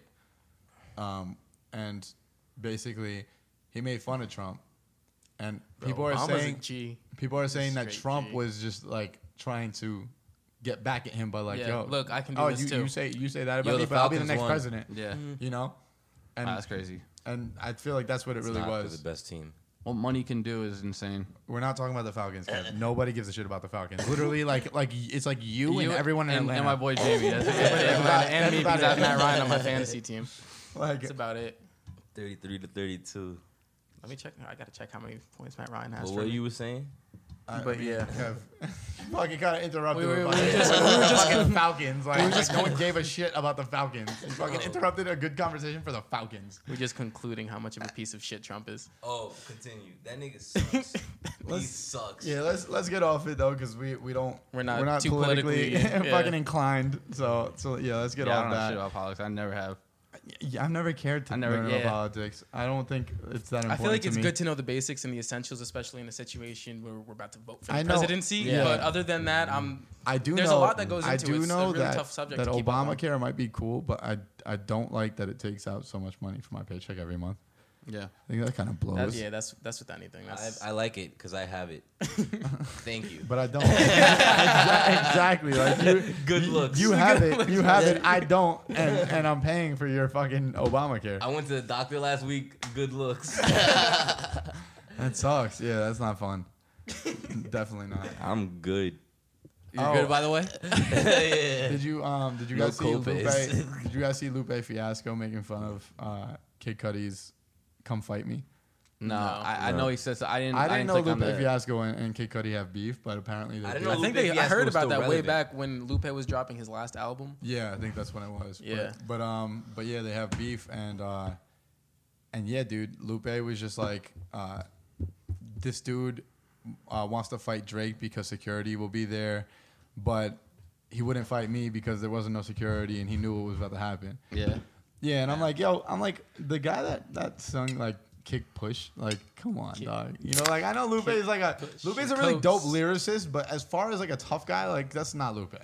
um, and basically he made fun of Trump. And people are Obama's a saying G. people are saying that Straight Trump G. was just like trying to get back at him by like, Yeah, yo, look, I can do oh, this you, too. you say you say that about Yo, me, the but I'll be the Falcons next won. president. Yeah, You know, and Nah, that's crazy. and I feel like that's what it really Nah, they're was. the best team. What money can do is insane. We're not talking about the Falcons. Kev. Nobody gives a shit about the Falcons. Literally, like like it's like you, and everyone in and, Atlanta. and my boy Jamie. That's That's about it. And me about because I have it. Matt Ryan on my fantasy team. like That's about it. Thirty-three to thirty-two. Let me check. I gotta check how many points Matt Ryan has. Well, for what me. you were saying? I- I but mean, yeah. Kev, fucking kind of interrupted. We- we- with we fucking- just- fucking Falcons. Like, like, no one gave a shit about the Falcons. You fucking interrupted a good conversation for the Falcons. We're just concluding how much of a piece of shit Trump is. Oh, continue. That nigga sucks. he Let's- sucks. Yeah, let's let's get off it though, because we we don't We're not we're not too politically, politically- fucking yeah. inclined. So so yeah, let's get yeah, I off don't know shit that. about politics. I never have. Yeah, I've never cared to I never- learn yeah. about politics. I don't think it's that important. I feel like to it's me. good to know the basics and the essentials, especially in a situation where we're about to vote for I the know. presidency. Yeah. But other than that, I'm I do There's a know, lot that goes I into it. do It's a know really that, tough subject that to keep up on. Obamacare might be cool, but I I don't like that it takes out so much money from my paycheck every month. Yeah. I think that kind of blows. that's, yeah. That's that's with anything. That's, I, I like it because I have it. Thank you. But I don't. Exa- exactly. Like you, Good you- looks. You have it. You have it. I don't, and, and I'm paying for your fucking Obamacare. I went to the doctor last week. Good looks. That sucks. Yeah, that's not fun. Definitely not. I'm good. You're Oh. good, by the way. Did you um? Did you No guys see Lupe? copays. Did you guys see Lupe Fiasco making fun of uh, Kid Cudi's "Come Fight Me"? No, No. I, I know he says. I didn't. I didn't, know click on Lupe the- Fiasco and, and Kid Cudi have beef, but apparently they I didn't do. know I Lupe think they, I Fiasco heard is about still that way relevant. back when Lupe was dropping his last album. Yeah, I think that's when it was. Yeah. But, but um, but yeah, they have beef and uh, and yeah, dude, Lupe was just like, uh, this dude uh, wants to fight Drake because security will be there, but he wouldn't fight me because there wasn't no security and he knew what was about to happen. Yeah. Yeah, and I'm like, yo, I'm like the guy that that sung like kick push, like come on, dog. You know, like I know Lupe is like a Lupe's a really Coats. dope lyricist, but as far as like a tough guy, like that's not Lupe.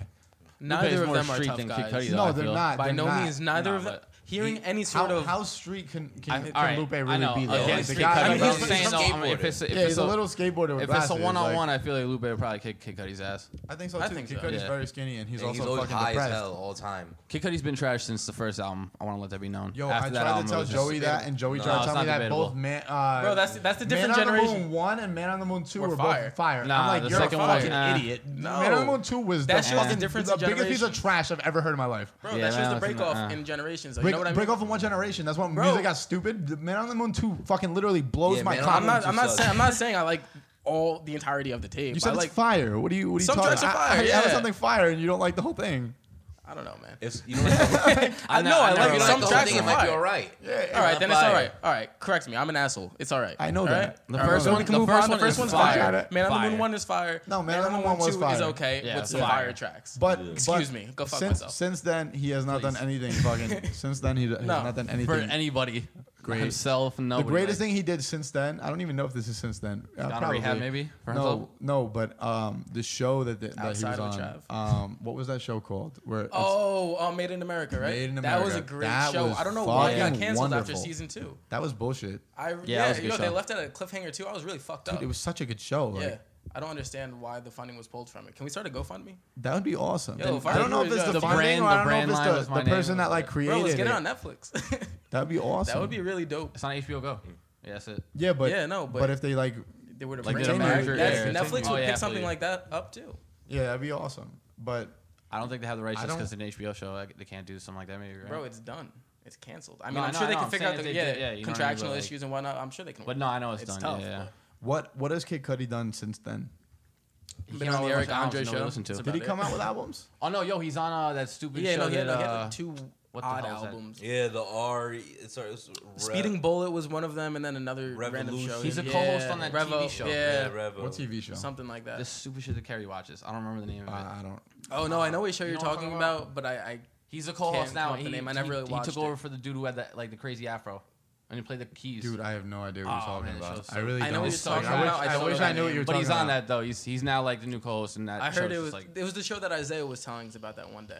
Neither is of more them are street tough than Kid guys. Cudi, though. No, I they're feel- not. By they're no not. means, neither Nah, of them. but Hearing How, any sort of how street can can, I, can all right, Lupe I really know. be? Though? Against Like, the street guy cred, that but I'm does- he's saying, a though, I mean, if skateboarder. it's a, if yeah, it's he's a little skateboarder with if it's glasses. a one on one, like, I feel like Lupe would probably kick Kid Cudi's ass. I think so I too. think Kid so. Cudi's Yeah. very skinny, and he's And also he's always fucking high depressed. as hell all the time. Kid Cudi's been trash since the first album. I want to let that be known. Yo, After I that tried album, to it tell was just- Joey that, and Joey No, tried to it's tell not me that debatable. both man, uh, Bro, that's- that's a different Man on the Moon generation. One and Man on the Moon Two Were were, fire. both fire. Nah, I'm like, the you're a second one, fucking eh. idiot. No. Man on the Moon Two was That the, show's the fucking- difference the in biggest piece of generation. trash I've ever heard in my life. bro, Yeah, that's just man, the listen, break off uh, in generations. though. You Break, know what I mean? break off in one generation. That's when Bro. music got stupid. The Man on the Moon Two fucking literally blows Yeah, my Man on the I'm cover. Moon not. Two I'm not sucks. saying. I'm not saying I like all the entirety of the tape. You said I it's like fire. What are you? What are you Some talking? tracks are about? fire, I, I, I have yeah. something fire, and you don't like the whole thing. I don't know, man. If you know, what I know I I like mean? some the whole tracks thing, it are might be fire. all right. All right, then it's fire. all right. All right, correct me. I'm an asshole. It's all right. I know All that. right? The I know first that. one, We can move the on. first The one first is one's fire. fire. Man on the Fire. Moon one is fire. No, Man on the Moon was 2 Is fire. okay Yeah, with some fire. fire tracks. But Excuse but me, go fuck since, myself. Since then, he has not done anything. Fucking since then, he, d- he No, has not done for anything. anybody. Great. Himself, the nobody. greatest like, thing he did since then, I don't even know if this is since then. Uh, Got a probably. rehab maybe for himself. No, no, but um, the show that that, that he Outside was with on. Um, what was that show called? Where it's- Oh, uh, Made in America, right? Made in That was a America. great That show. was I don't know why it got fucking canceled after wonderful. season two. that was bullshit. I yeah, that was a good yo, they show. left it at a cliffhanger too. I was really fucked up. Dude, it was such a good show. Like, yeah, I don't understand why the funding was pulled from it. Can we start a GoFundMe? That would be awesome. Yo, if I I don't know were if it's the- the, the funding brand- or the I don't know brand line if it's was the, my the name. person that like created Bro, let's get it it. on Netflix. That'd be awesome. that would be really dope. It's on HBO Go. Yeah, that's it. Yeah, but Yeah, no, but- but if they like, They were to Like bring the it manager- That's- yeah, yeah. Netflix Oh, would yeah, pick absolutely. something like that up too. yeah, that'd be awesome. But I don't think they have the rights I just don't- because it's an HBO show. Like, they can't do something like that. Maybe right? Bro, it's done. It's canceled. I mean, No, I'm I know, sure I they know. can I'm figure out saying the if they yeah, did- yeah, you know what I mean, contractual but, like- issues and whatnot. I'm sure they can. But no, I know it's, It's done. tough, yeah, yeah. what what has Kid Cudi done since then? He came Been on out the with a Eric bunch of albums Andre nobody show. listened to. It's Did he About come it. out with albums? Oh no, yo, he's on uh, that stupid Yeah, show. no, he had, that, like, he had uh, like two what the odd hell is that? albums. Yeah, the R. Sorry, it was Re- Speeding Bullet was one of them, and then another random Revolution. show. He's a Yeah, co-host on that Revo, TV show. Yeah, Yeah, Revo. What TV show? something like that. This stupid shit that Carrie watches. I don't remember the name of it. Uh, I don't. oh no, I know which show You you're know what I'm talking talking about, but I, I He's a co-host Can't come now. up and He, with the name. I he- never really he watched took over it. for the dude who had that like the crazy afro, and he played the keys. Dude, I have no idea what you're Oh, talking man, that about. show's I so- really I know don't. what you're talking I wish- about. I I don't wish know I that knew what you name. were but talking he's on about. that though. He's he's now like the new co-host, and that I heard show's it just, was like it was the show that Isaiah was telling us about that one day.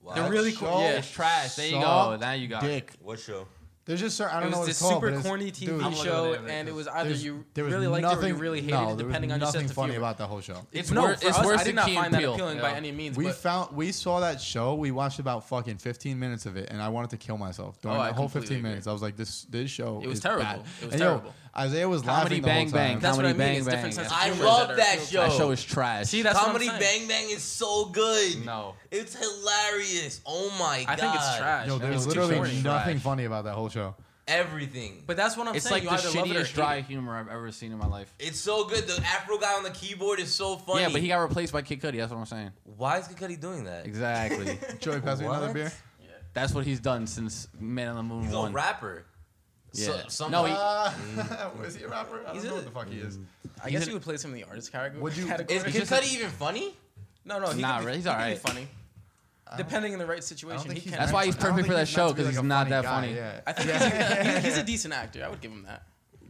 Wow. They're really cool. show Yeah, it's trash. There you go. sucked Now you got it. Dick. What show? There's just certain. I don't It know what was this it's called, super but it's- corny dude, TV looking show, at it right and it now. was either there's- you there was really liked it or you nothing- really hated no, it, there was depending on your nothing sense of funny humor. about that whole show. It's no, wor- for it's us, worse I than did not Key and find that Peele, appealing you by know? any means. We but found we saw that show. We watched about fucking 15 minutes of it, and I wanted to kill myself during Oh, the I whole completely 15 agree. minutes. I was like, this this show. It was is terrible. bad. It was And yo, terrible. Isaiah was laughing Comedy the Bang whole time. Bang. that's what I Comedy mean. Bang it's Bang. different sense of I humor love are that appealed to. show. That show is trash. See, that's Comedy what I'm Bang saying. Bang is so good. No. It's hilarious. Oh my I god. think it's trash. Yo, That there's was too literally corny. nothing Trash. funny about that whole show. Everything. But But that's what I'm it's saying. like the you either love it or shittiest hate dry it. humor I've ever seen in my life. it's so good. The Afro guy on the keyboard is so funny. Yeah, but he got replaced by Kid Cudi. That's what I'm saying. Why is Kid Cudi doing that? Exactly. Joey, pass me another What? beer. that's what he's done since Man on the Moon He's one. a rapper. So- Yeah. some- No, he- Uh, is he a rapper? I He's don't know a- what the fuck he is. I guess you would play some in the artist category. Would you- Is category. Kid Cudi even funny? No, no, he Nah, could be- really, he's he could be alright. Funny, depending in the right situation, think he he's can. That's why he's I don't perfect think for that he's meant show to be because like he's a not that guy, funny. Yeah. I think he's, he's, he's a decent actor. I would give him that.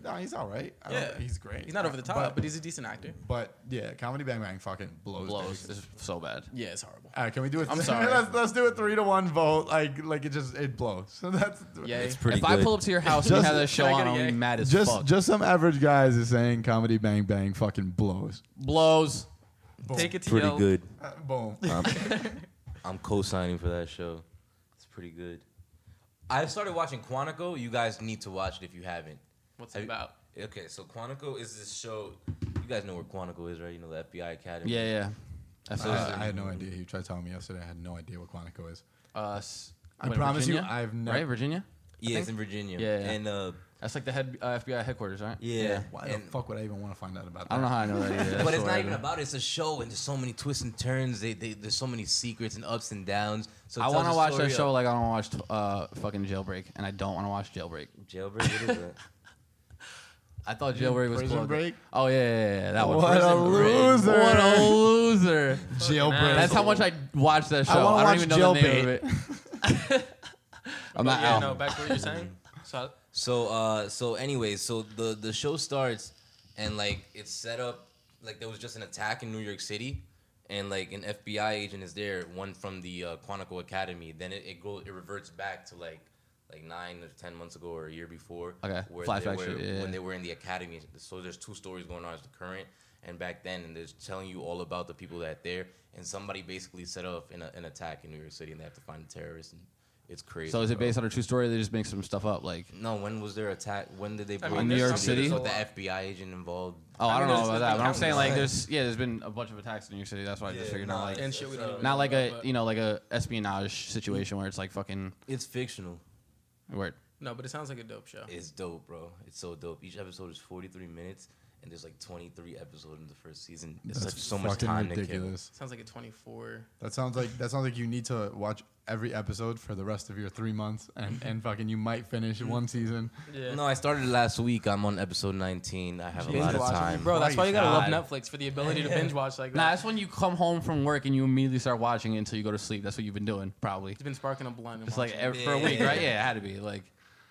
No, he's all right. I Yeah, don't, he's great. He's not over the top, but, he's a decent actor. But yeah, Comedy Bang Bang fucking blows. Blows. dicks. It's so bad. Yeah, it's horrible. All right, can we do it? I'm sorry. let's, let's do a three to one vote. Like like it just it blows. So that's Yeah, If I pull up to your house and Just- you have that show Can I on, get a I'll yay? be mad as Just fuck. just some average guys is saying Comedy Bang Bang fucking blows. Blows. take it to Pretty Yale. good. Uh, boom. I'm co-signing for that show. It's pretty good. I started watching Quantico. You guys need to watch it if you haven't. What's Have it you- about? Okay, so Quantico is this show. You guys know where Quantico is, right? You know the FBI Academy. Yeah, yeah. That's Uh, uh, I had no idea. He tried telling me yesterday. I had no idea what Quantico is. us. I wait, promise you, Virginia? I've never. Right, Virginia. Yeah, it's in Virginia. Yeah, yeah. And uh, That's like the head uh, FBI headquarters, right? yeah. Why and, the fuck would I even want to find out about that? I don't know how I know that. Either. That's But it's so not weird. even about it. It's a show, and there's so many twists and turns. They, they there's so many secrets and ups and downs. So it I tells want to the watch story that show of- like I don't watch uh, fucking Jailbreak, and I don't want to watch Jailbreak. Jailbreak. What is that? I thought Jailbreak was Prison cool. Break? Oh yeah, yeah, yeah, that one. What Prison a Break. loser. What a loser! Jailbreak. That's how much I watched that show. I wanna I, watch don't even know the name of it. I'm But not yeah, out. no, back to what you're saying. So So uh so anyway, so the the show starts and like it's set up like there was just an attack in New York City and like an FBI agent is there, one from the uh, Quantico Academy. Then it, it goes it reverts back to like like nine or ten months ago or a year before. Okay, Where flashback they were, shit, yeah. when they were in the academy. So there's two stories going on, it's the current and back then and they're telling you all about the people that there and somebody basically set up an, an attack in New York City and they have to find the terrorist and it's crazy. So is it bro. based on a true story? Or they just make some stuff up, like. No, when was their attack? When did they blow mean, up New the York studio? City? With the FBI agent involved. Oh, I, I don't mean, know there's- about there's that, been but I'm saying like countless. there's yeah, there's been a bunch of attacks in New York City. That's why I just figured nah, not like and shit, we don't even not like know a about, you know like a espionage situation where it's like fucking It's fictional. word. but- No, but it sounds like a dope show. It's dope, bro. It's so dope. Each episode is 43 minutes, and there's like 23 episodes in the first season. It's That's such so much fucking time to kill. ridiculous. Sounds like a 24. That sounds like that sounds like you need to watch every episode for the rest of your three months, and and fucking you might finish one season. Yeah. No, I started last week. I'm on episode 19. I have a lot of time. Bro, that's Why why you gotta God. love Netflix for the ability to binge watch like that. Nah, that's when you come home from work and you immediately start watching it until you go to sleep. That's what you've been doing, probably. it's been sparking a blunt. and It's like watching. ev- for a Yeah. week, right? Yeah, it had to be like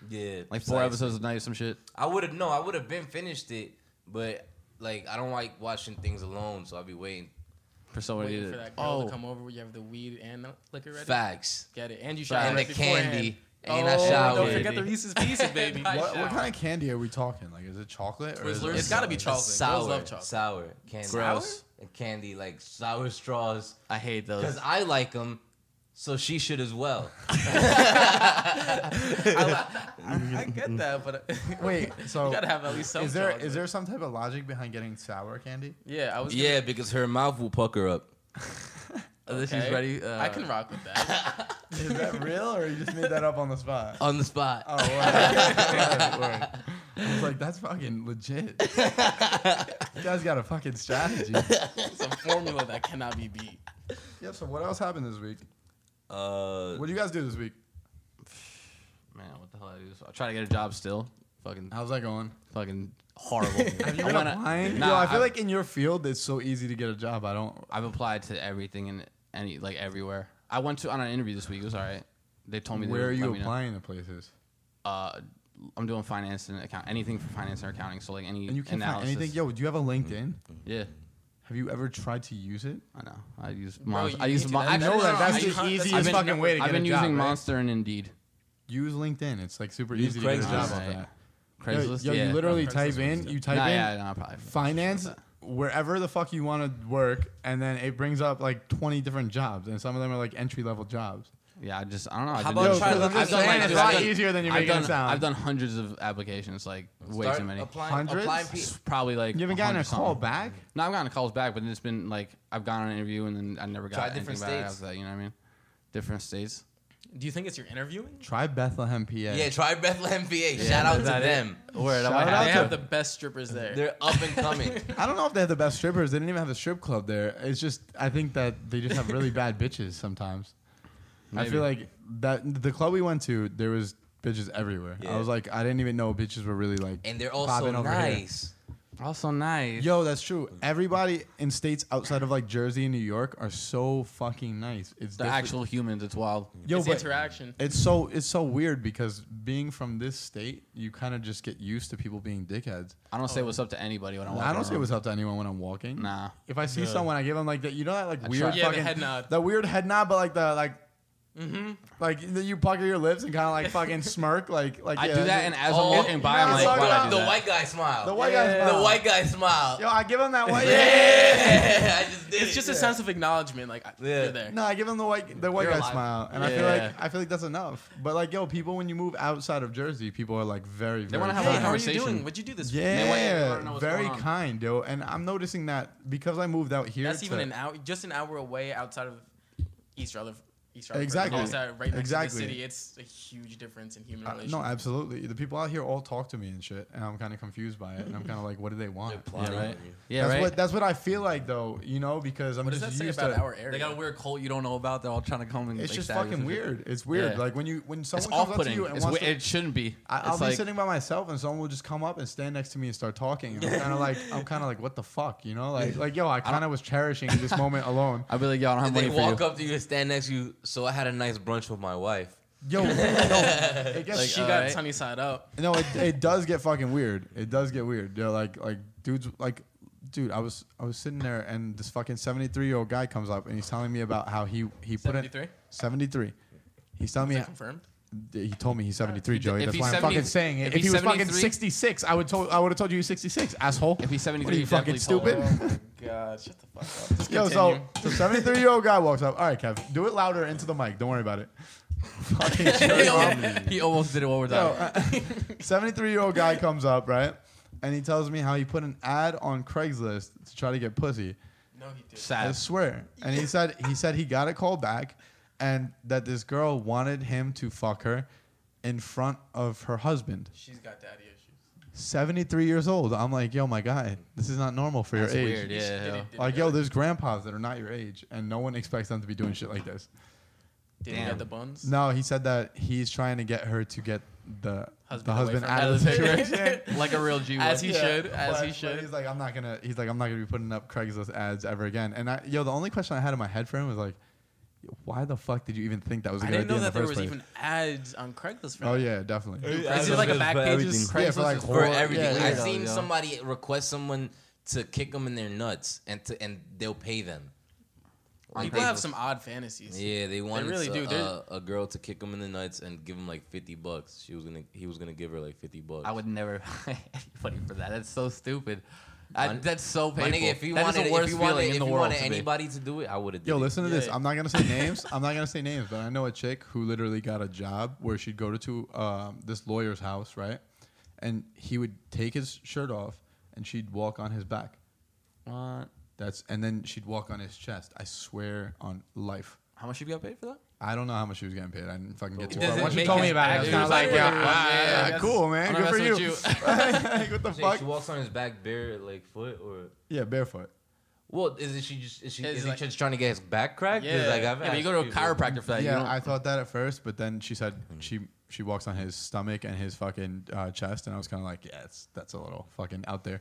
Yeah, like four precisely. episodes a night or some shit. I would have no, I would have been finished it, but like I don't like watching things alone, so I'll be waiting. For somebody to, waiting for that girl oh, to come over where you have the weed and the liquor ready. Facts Get it. And you shot and the right beforehand. candy, and I Oh, showered. don't forget baby. the Reese's Pieces, baby. What, what kind of candy are we talking? Like, is it chocolate? Or is it- Twizzlers? It's gotta be It's chocolate. Sour, Girls love chocolate. sour candy. Gross. And candy like sour straws I hate because those. I like them, so she should as well. I get that, but Wait, so you gotta have at least some. is there chocolate. is there some type of logic behind getting sour candy? Yeah, I was. gonna- yeah, because her mouth will pucker up. This okay. is ready. I can rock with that. Is that real, or you just made that up on the spot? on the spot. Oh, word. Word, word. I was like, that's fucking legit. you guys got a fucking strategy. It's a formula that cannot be beat. Yeah. So what else happened this week? Uh, What do you guys do this week? Man, what the hell I do? I try to get a job still. Fucking, How's that going? fucking horrible. Have you I been wanna- applying? Nah, Yo, I feel I've- like in your field, it's so easy to get a job. I don't. I've applied to everything and any like everywhere. I went to on an interview this week. It was all right. They told me they Where are would let you me know. applying to places? Uh, I'm doing finance and account. Anything for finance and accounting. So like any And you can't analysis. Mm-hmm. find anything. Yo, do you have a LinkedIn? Yeah, Have you ever tried to use it? I know. I use Bro, Monster. you I use need to- Mon- that- I know no, that. no, That's no, the that's the easiest easiest fucking way to get I've been a job, using right? Monster and Indeed. Use LinkedIn. It's like super Use easy to get a Craigslist. job off Alright. that. Yo, Craigslist. yo, yeah. you literally Craigslist type was in. good. You type Nah, in. yeah, nah, probably. finance wherever the fuck you want to work and then it brings up like 20 different jobs and some of them are like entry level jobs Yeah, I just I don't know. I've How been about doing- try to look I've at done, saying like, it's dude, a I've lot done- easier than you I've make it done, sound I've done hundreds of applications, like way start too many. Applying, Hundreds? applying pe- Probably like you haven't gotten a 100 call something. back No, I've gotten calls back, but it's been like I've gone on an interview and then I never got Try anything different back states. after that. You know what I mean? Different states. Do you think it's your interviewing? try bethlehem pa yeah, try Bethlehem PA. Shout out to that it? them. Word, Shout out They to- have the best strippers there. They're up and coming. i don't know if they have the best strippers they didn't even have a strip club there it's just i think that they just have really bad bitches sometimes i Maybe. feel like that the club we went to there was bitches everywhere i Yeah. was like i didn't even know bitches were really like and they're Bobbing also over here. nice. Also nice. Yo, that's true. Everybody in states outside of like Jersey and New York are so fucking nice. It's the different. actual humans. It's wild. yo, it's but interaction. it's so it's so weird because being from this state, you kind of just get used to people being dickheads. I don't say what's up to anybody when I walk. I don't around. say what's up to anyone when I'm walking. Nah. If I see someone, I give them like that. You know that like weird try- Yeah, the fucking head nod. That weird head nod, but like the like. Like that you pucker your lips and kind of like fucking smirk, like like I yeah, do that, you- and as Oh, I'm walking by, you I'm know like, what I'm why talking I do about? the that? white guy smile. the white guy. The white guy smile. Yo, I give him that white. Yeah, I just did It's it. just a sense of acknowledgement. Like I- Yeah. you're there. No, I give him the white the white You're guy alive. smile, and I feel Yeah. like I feel like that's enough. But like, yo, people, when you move outside of Jersey, people are like very. They want wanna to have Hey, a how are you conversation. doing? What'd you do this? Yeah, They want- they wanna know what's very going on. kind, yo. And I'm noticing that because I moved out here. That's even to- an hour, just an hour away outside of East Rutherford. East Rutherford. Exactly. Outside, right next Exactly. to the city. It's a huge difference in human Uh, relations. no, absolutely. The people out here all talk to me and shit, and I'm kind of confused by it. And I'm kind of like, what do they want? Yeah, right. Yeah, that's right. what that's what I feel like though, you know, because I'm what does just that say used about to. our area? they got a weird cult you don't know about. They're all trying to come and. it's like, just stab you fucking with some shit. weird. It's weird. Yeah. Like when you when someone It's comes up to off-putting. you and It's wants wi- to it shouldn't be. I, I'll it's be like, sitting by myself and someone will just come up and stand next to me and start talking. And I'm kind of like, I'm kind of like, what the fuck, you know? Like, like yo, I kind of was cherishing this moment alone. I'd be like, yo, I don't have And they money for walk you. up to you and stand next to you. So I had a nice brunch with my wife. Yo, yo it gets, she uh, got alright. sunny side up. no, it, it does get fucking weird. It does get weird. Yo, like, like dudes, like, dude, I was, I was sitting there and this fucking 73 year old guy comes up and he's telling me about how he, he put in 73? 73. He's telling Is me that confirmed? he told me he's 73, Joey. uh, if That's he's why I'm 70 fucking saying it. if If, he's he was fucking 73 66, I would told I would have told you he's 66, asshole. If he's 73, What are you he fucking definitely stupid? told Oh my god, shut the fuck up. Just Yo, so continue. the 73 year old guy walks up. All right, Kev, do it louder into the mic. Don't worry about it. Fucking Joey Romney. he almost did it one more time. 73 year old uh, guy comes up, right? And he tells me how he put an ad on Craigslist to try to get pussy. no, he did. I Sad. swear. And he said he said he got a call back and that this girl wanted him to fuck her in front of her husband. She's got daddy issues. 73 years old. I'm like, yo, my guy, this is not normal for That's your age. weird, yeah. yeah. Like, yo, there's grandpas that are not your age, and no one expects them to be doing shit like this. Did he Damn. get the buns? No, he said that he's trying to get her to get the Husband the away husband from out of the that situation. like a real G. As would. he Yeah. should, as But- he but should. He's like, I'm not gonna. He's like, I'm not gonna be putting up Craigslist ads ever again. And I, yo, the only question I had in my head for him was like, why the fuck did you even think that was a I good didn't idea know in that the there first was place? even ads on Craigslist for oh that. yeah, definitely. Is it like a back pages everything. Craigslist? Yeah, for like is horror- for yeah, everything. yeah, I've yeah. seen somebody request someone to kick them in their nuts and to and they'll pay them. Like, People they- have some odd fantasies. Yeah, they wanted really to- do. They're- uh, a girl to kick him in the nuts and give him like fifty bucks. She was gonna, he was gonna give her like fifty bucks. I would never pay anybody for that. That's so stupid. I, My- that's so My painful. nigga, if you That is wanted, the worst if you feeling wanted, in if the you world wanted to me. anybody to do it, I would have. Yo, listen to Yeah. this. I'm not gonna say names. I'm not gonna say names, but I know a chick who literally got a job where she'd go to, to um, this lawyer's house, right? And he would take his shirt off, and she'd walk on his back. What? That's and then she'd walk on his chest. I swear on life. How much you got paid for that? I don't know how much she was getting paid. I didn't fucking get to doesn't it. Once you make told it me about it, I was actually kinda like, like, yeah, yeah, ah, yeah, yeah, yeah, cool, man. I'm Good not for you. messing with Like, what the She, fuck? she walks on his back bare like foot or. Yeah, barefoot. Well, is it she just is she It's is like- he just trying to get his back cracked? 'Cause, Yeah. like, Yeah, I've but you asked go to a people. chiropractor for that. you Yeah, don't- I thought that at first, but then she said she she walks on his stomach and his fucking uh, chest, and I was kind of like, yeah, it's, that's a little fucking out there.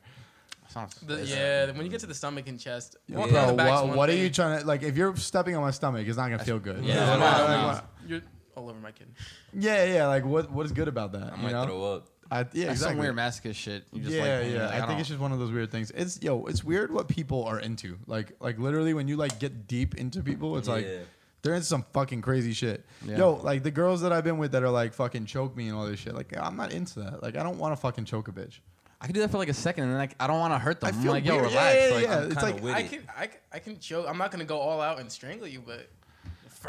sounds- The- yeah, when you get to the stomach and chest. Yo, one- Yeah. Bro, the back's what, one what are thing. you trying to like? If you're stepping on my stomach, it's not gonna feel good. Yeah. Like, No, like, no. what- You're all over my kid. yeah, yeah. Like, what what is good about that? I you might know? throw up. I, yeah, That's some exactly. weird masochist shit. You just yeah, like, yeah. like, I, think it's just one of those weird things. It's yo, it's weird what people are into. Like, like literally when you like get deep into people, it's like Yeah. they're into some fucking crazy shit. Yeah. Yo, like the girls that I've been with that are like fucking choke me and all this shit. Like, I'm not into that. Like, I don't want to fucking choke a bitch. I could do that for like a second, and then like I don't want to hurt them. I I'm feel like, yo, weird. relax. Yeah, yeah, like, yeah. I'm It's kinda like- with I it. can, I, can- I can choke. I'm not gonna go all out and strangle you, but.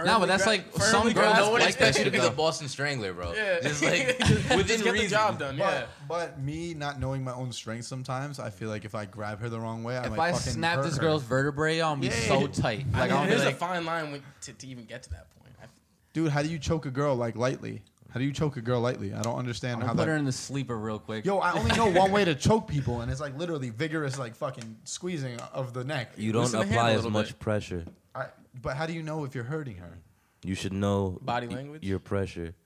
No, but that's firmly like gra- some firmly girls grasp No one it. like expects you to be though. the Boston Strangler, bro. Yeah. Just like Just within get the reason. job done. Yeah. But, but me not knowing my own strength sometimes, I feel like if I grab her the wrong way, I If might I fucking snap hurt this her. girl's vertebrae, I'm gonna be Yeah. so tight. I Like mean, I'm gonna there's be a like, fine line when, to, to even get to that point. I, dude, how do you choke a girl like lightly? How do you choke a girl lightly? I don't understand I'm how gonna that. put her in the sleeper real quick. Yo, I only know one way to choke people, and it's like literally vigorous, like fucking squeezing of the neck. You don't Loosen the hand apply a as little much bit. pressure. I, but how do you know if you're hurting her? You should know Body y- language? Your pressure.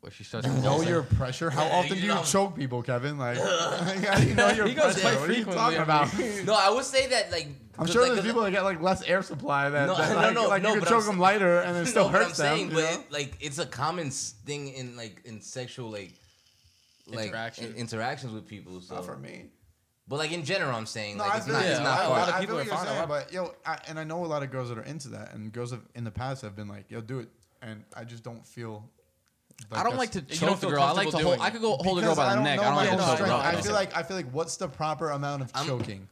Where she starts Know convulsing. your pressure. How Yeah, often do you you know. choke people, Kevin? Like, how do you know your He goes pressure? quite what are you frequently, talking I about? No, I would say that like I'm 'cause, sure like, there's 'cause- people that get like less air supply that, No, that no, like, no, like no, you can but I'm choke them saying- lighter and it still no, but I'm hurts them. saying, you but know? it, like it's a common s- thing in like in sexual like like Interaction. in- interactions with people. So, not for me. but like in general, I'm saying No, like I it's feel not you. it's yeah, not I, a hard. lot of I feel people are what fine you're saying, with but yo, I, and I know a lot of girls that are into that, and girls have, in the past have been like, "Yo, do it," and I just don't feel. I don't that's- like to don't choke the feel girl. I like to comfortable hold. doing I could go hold a girl Because by the don't neck. know I don't my like to own choke the strength. girl. I feel like I feel like what's the proper amount of I'm- choking?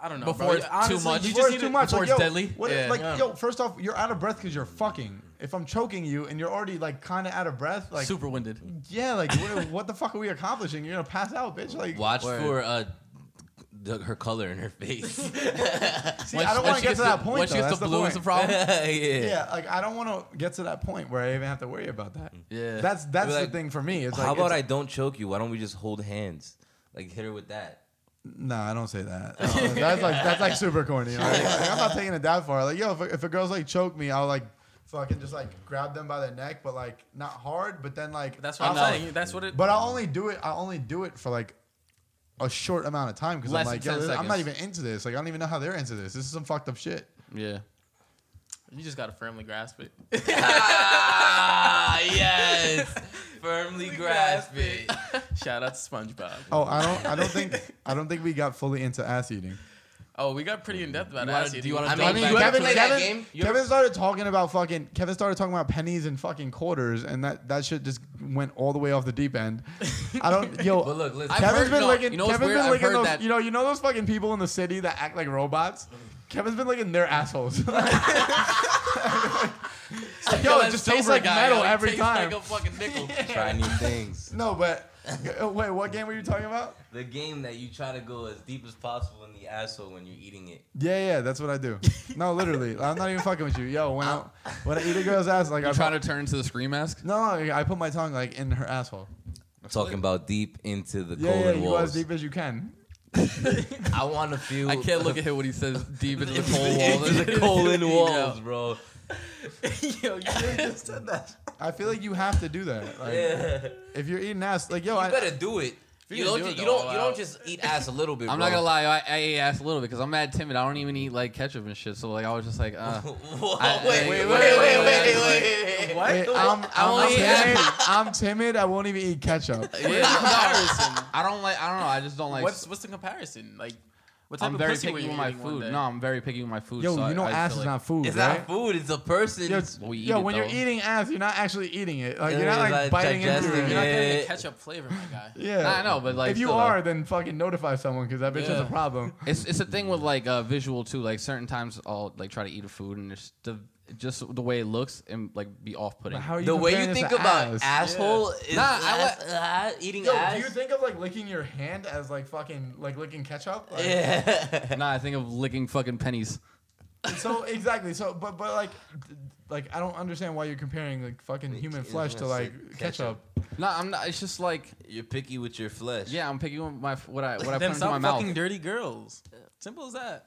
I don't know. Before bro. it's too much. You Before just it's need too to- much. before it's yo, deadly? what if, Yeah. like Yeah. yo, first off, you're out of breath because you're fucking. If I'm choking you and you're already like kind of out of breath, like super winded. yeah, like what, what the fuck are we accomplishing? You're gonna pass out, bitch. Like Watch Word. for uh the, her color in her face. see, Once- I don't want once she to get gets to that the- point. Once Though, she gets that's the the blue, point. it's a problem. yeah. Yeah, like I don't want to get to that point where I even have to worry about that. Yeah. that's that's Like, the thing for me. It's How like, about I it's- don't choke you? Why don't we just hold hands? Like hit her with that. Nah, I don't say that. No, Oh, that's like that's like super corny. Like, like, I'm not taking it that far. Like yo, if a, if a girl's like choke me, I'll like fucking just like grab them by the neck, but like not hard, but then like That's what I'll I'm like- saying. That's what it. But I only do it. I only do it for like a short amount of time because I'm Less than like, yo, 10 this- I'm not even seconds. into this. Like I don't even know how they're into this. This is some fucked up shit. Yeah. You just gotta firmly grasp it. ah, yes. Firmly grasp it. Shout out to SpongeBob. Oh, I don't. I don't think. I don't think we got fully into ass eating. Oh, we got pretty in depth about You wanna- ass do eating. you wanna I dive mean, back you into have it? to play that Kevin, game? You Kevin started talking about fucking. Kevin started talking about pennies and fucking quarters, and that that shit just went all the way off the deep end. I don't. Yo, But look, listen. I've Kevin's heard- been no, licking. you know what's Kevin's weird? been I've licking heard those. that- You know, you know those fucking people in the city that act like robots. Kevin's been licking their assholes. yo, it just tastes like metal every time. try new things. no, but wait, what game were you talking about? The game that you try to go as deep as possible in the asshole when you're eating it. Yeah, yeah, that's what I do. No, literally, I'm not even fucking with you. Yo, when I when I eat a girl's ass, like I You trying to turn into the scream mask? no, no, I put my tongue like in her asshole. talking about deep into the Yeah, yeah, colon you go as walls. deep as you can. I want to feel. I can't look at him when he says deep into the colon into walls. the colon walls, bro. Yo, you just said that. I feel like you have to do that. Like, Yeah. If you're eating ass, like yo, You I, better do it. You gonna don't. do ju- it, you though, don't. You I'll- don't just eat ass a little bit. I'm not gonna lie, I, I ate ass a little bit because I'm mad timid. I don't even eat like ketchup and shit. So like I was just like, uh, Whoa, I- wait, I- wait, wait, I- I- wait, wait, I- wait, wait. wait, eh, I'm, I'm, only eat ass. timid. I'm timid. I won't even eat ketchup. yeah, no, I don't like. I don't know. I just don't like. what's what's the comparison? Like, what type I'm of very pussy picky were you with my eating one food. day? No, I'm very picky with my food. Yo, so I- you know I ass feel is like- not food, It's right? not food. It's a person. Yo, Well, we eat yo it, when you're though. eating ass, you're not actually eating it. Like Yeah, you're not like, it's like biting into digesting it. You're You're not not- getting the Yeah. ketchup flavor, my guy. Yeah, I know, but, like, if you still, though. are, then fucking notify someone because that bitch has Yeah. a problem. It's it's a thing with like uh, visual too. Like certain times I'll like try to eat a food and just the just the way it looks and like be off putting. But how are you The way comparing you this think to about ass? asshole is Nah, I ass, uh, eating Yo, ass. do you think of like licking your hand as like fucking like licking ketchup? Like, yeah. Nah, I think of licking fucking pennies. So exactly. So but but like d- like I don't understand why you're comparing like fucking Wait, human I was flesh to gonna say like ketchup. ketchup. Nah, I'm not. It's just like You're picky with your flesh. yeah, I'm picking with my what I what I put then into my stop mouth. fucking dirty girls. Simple as that.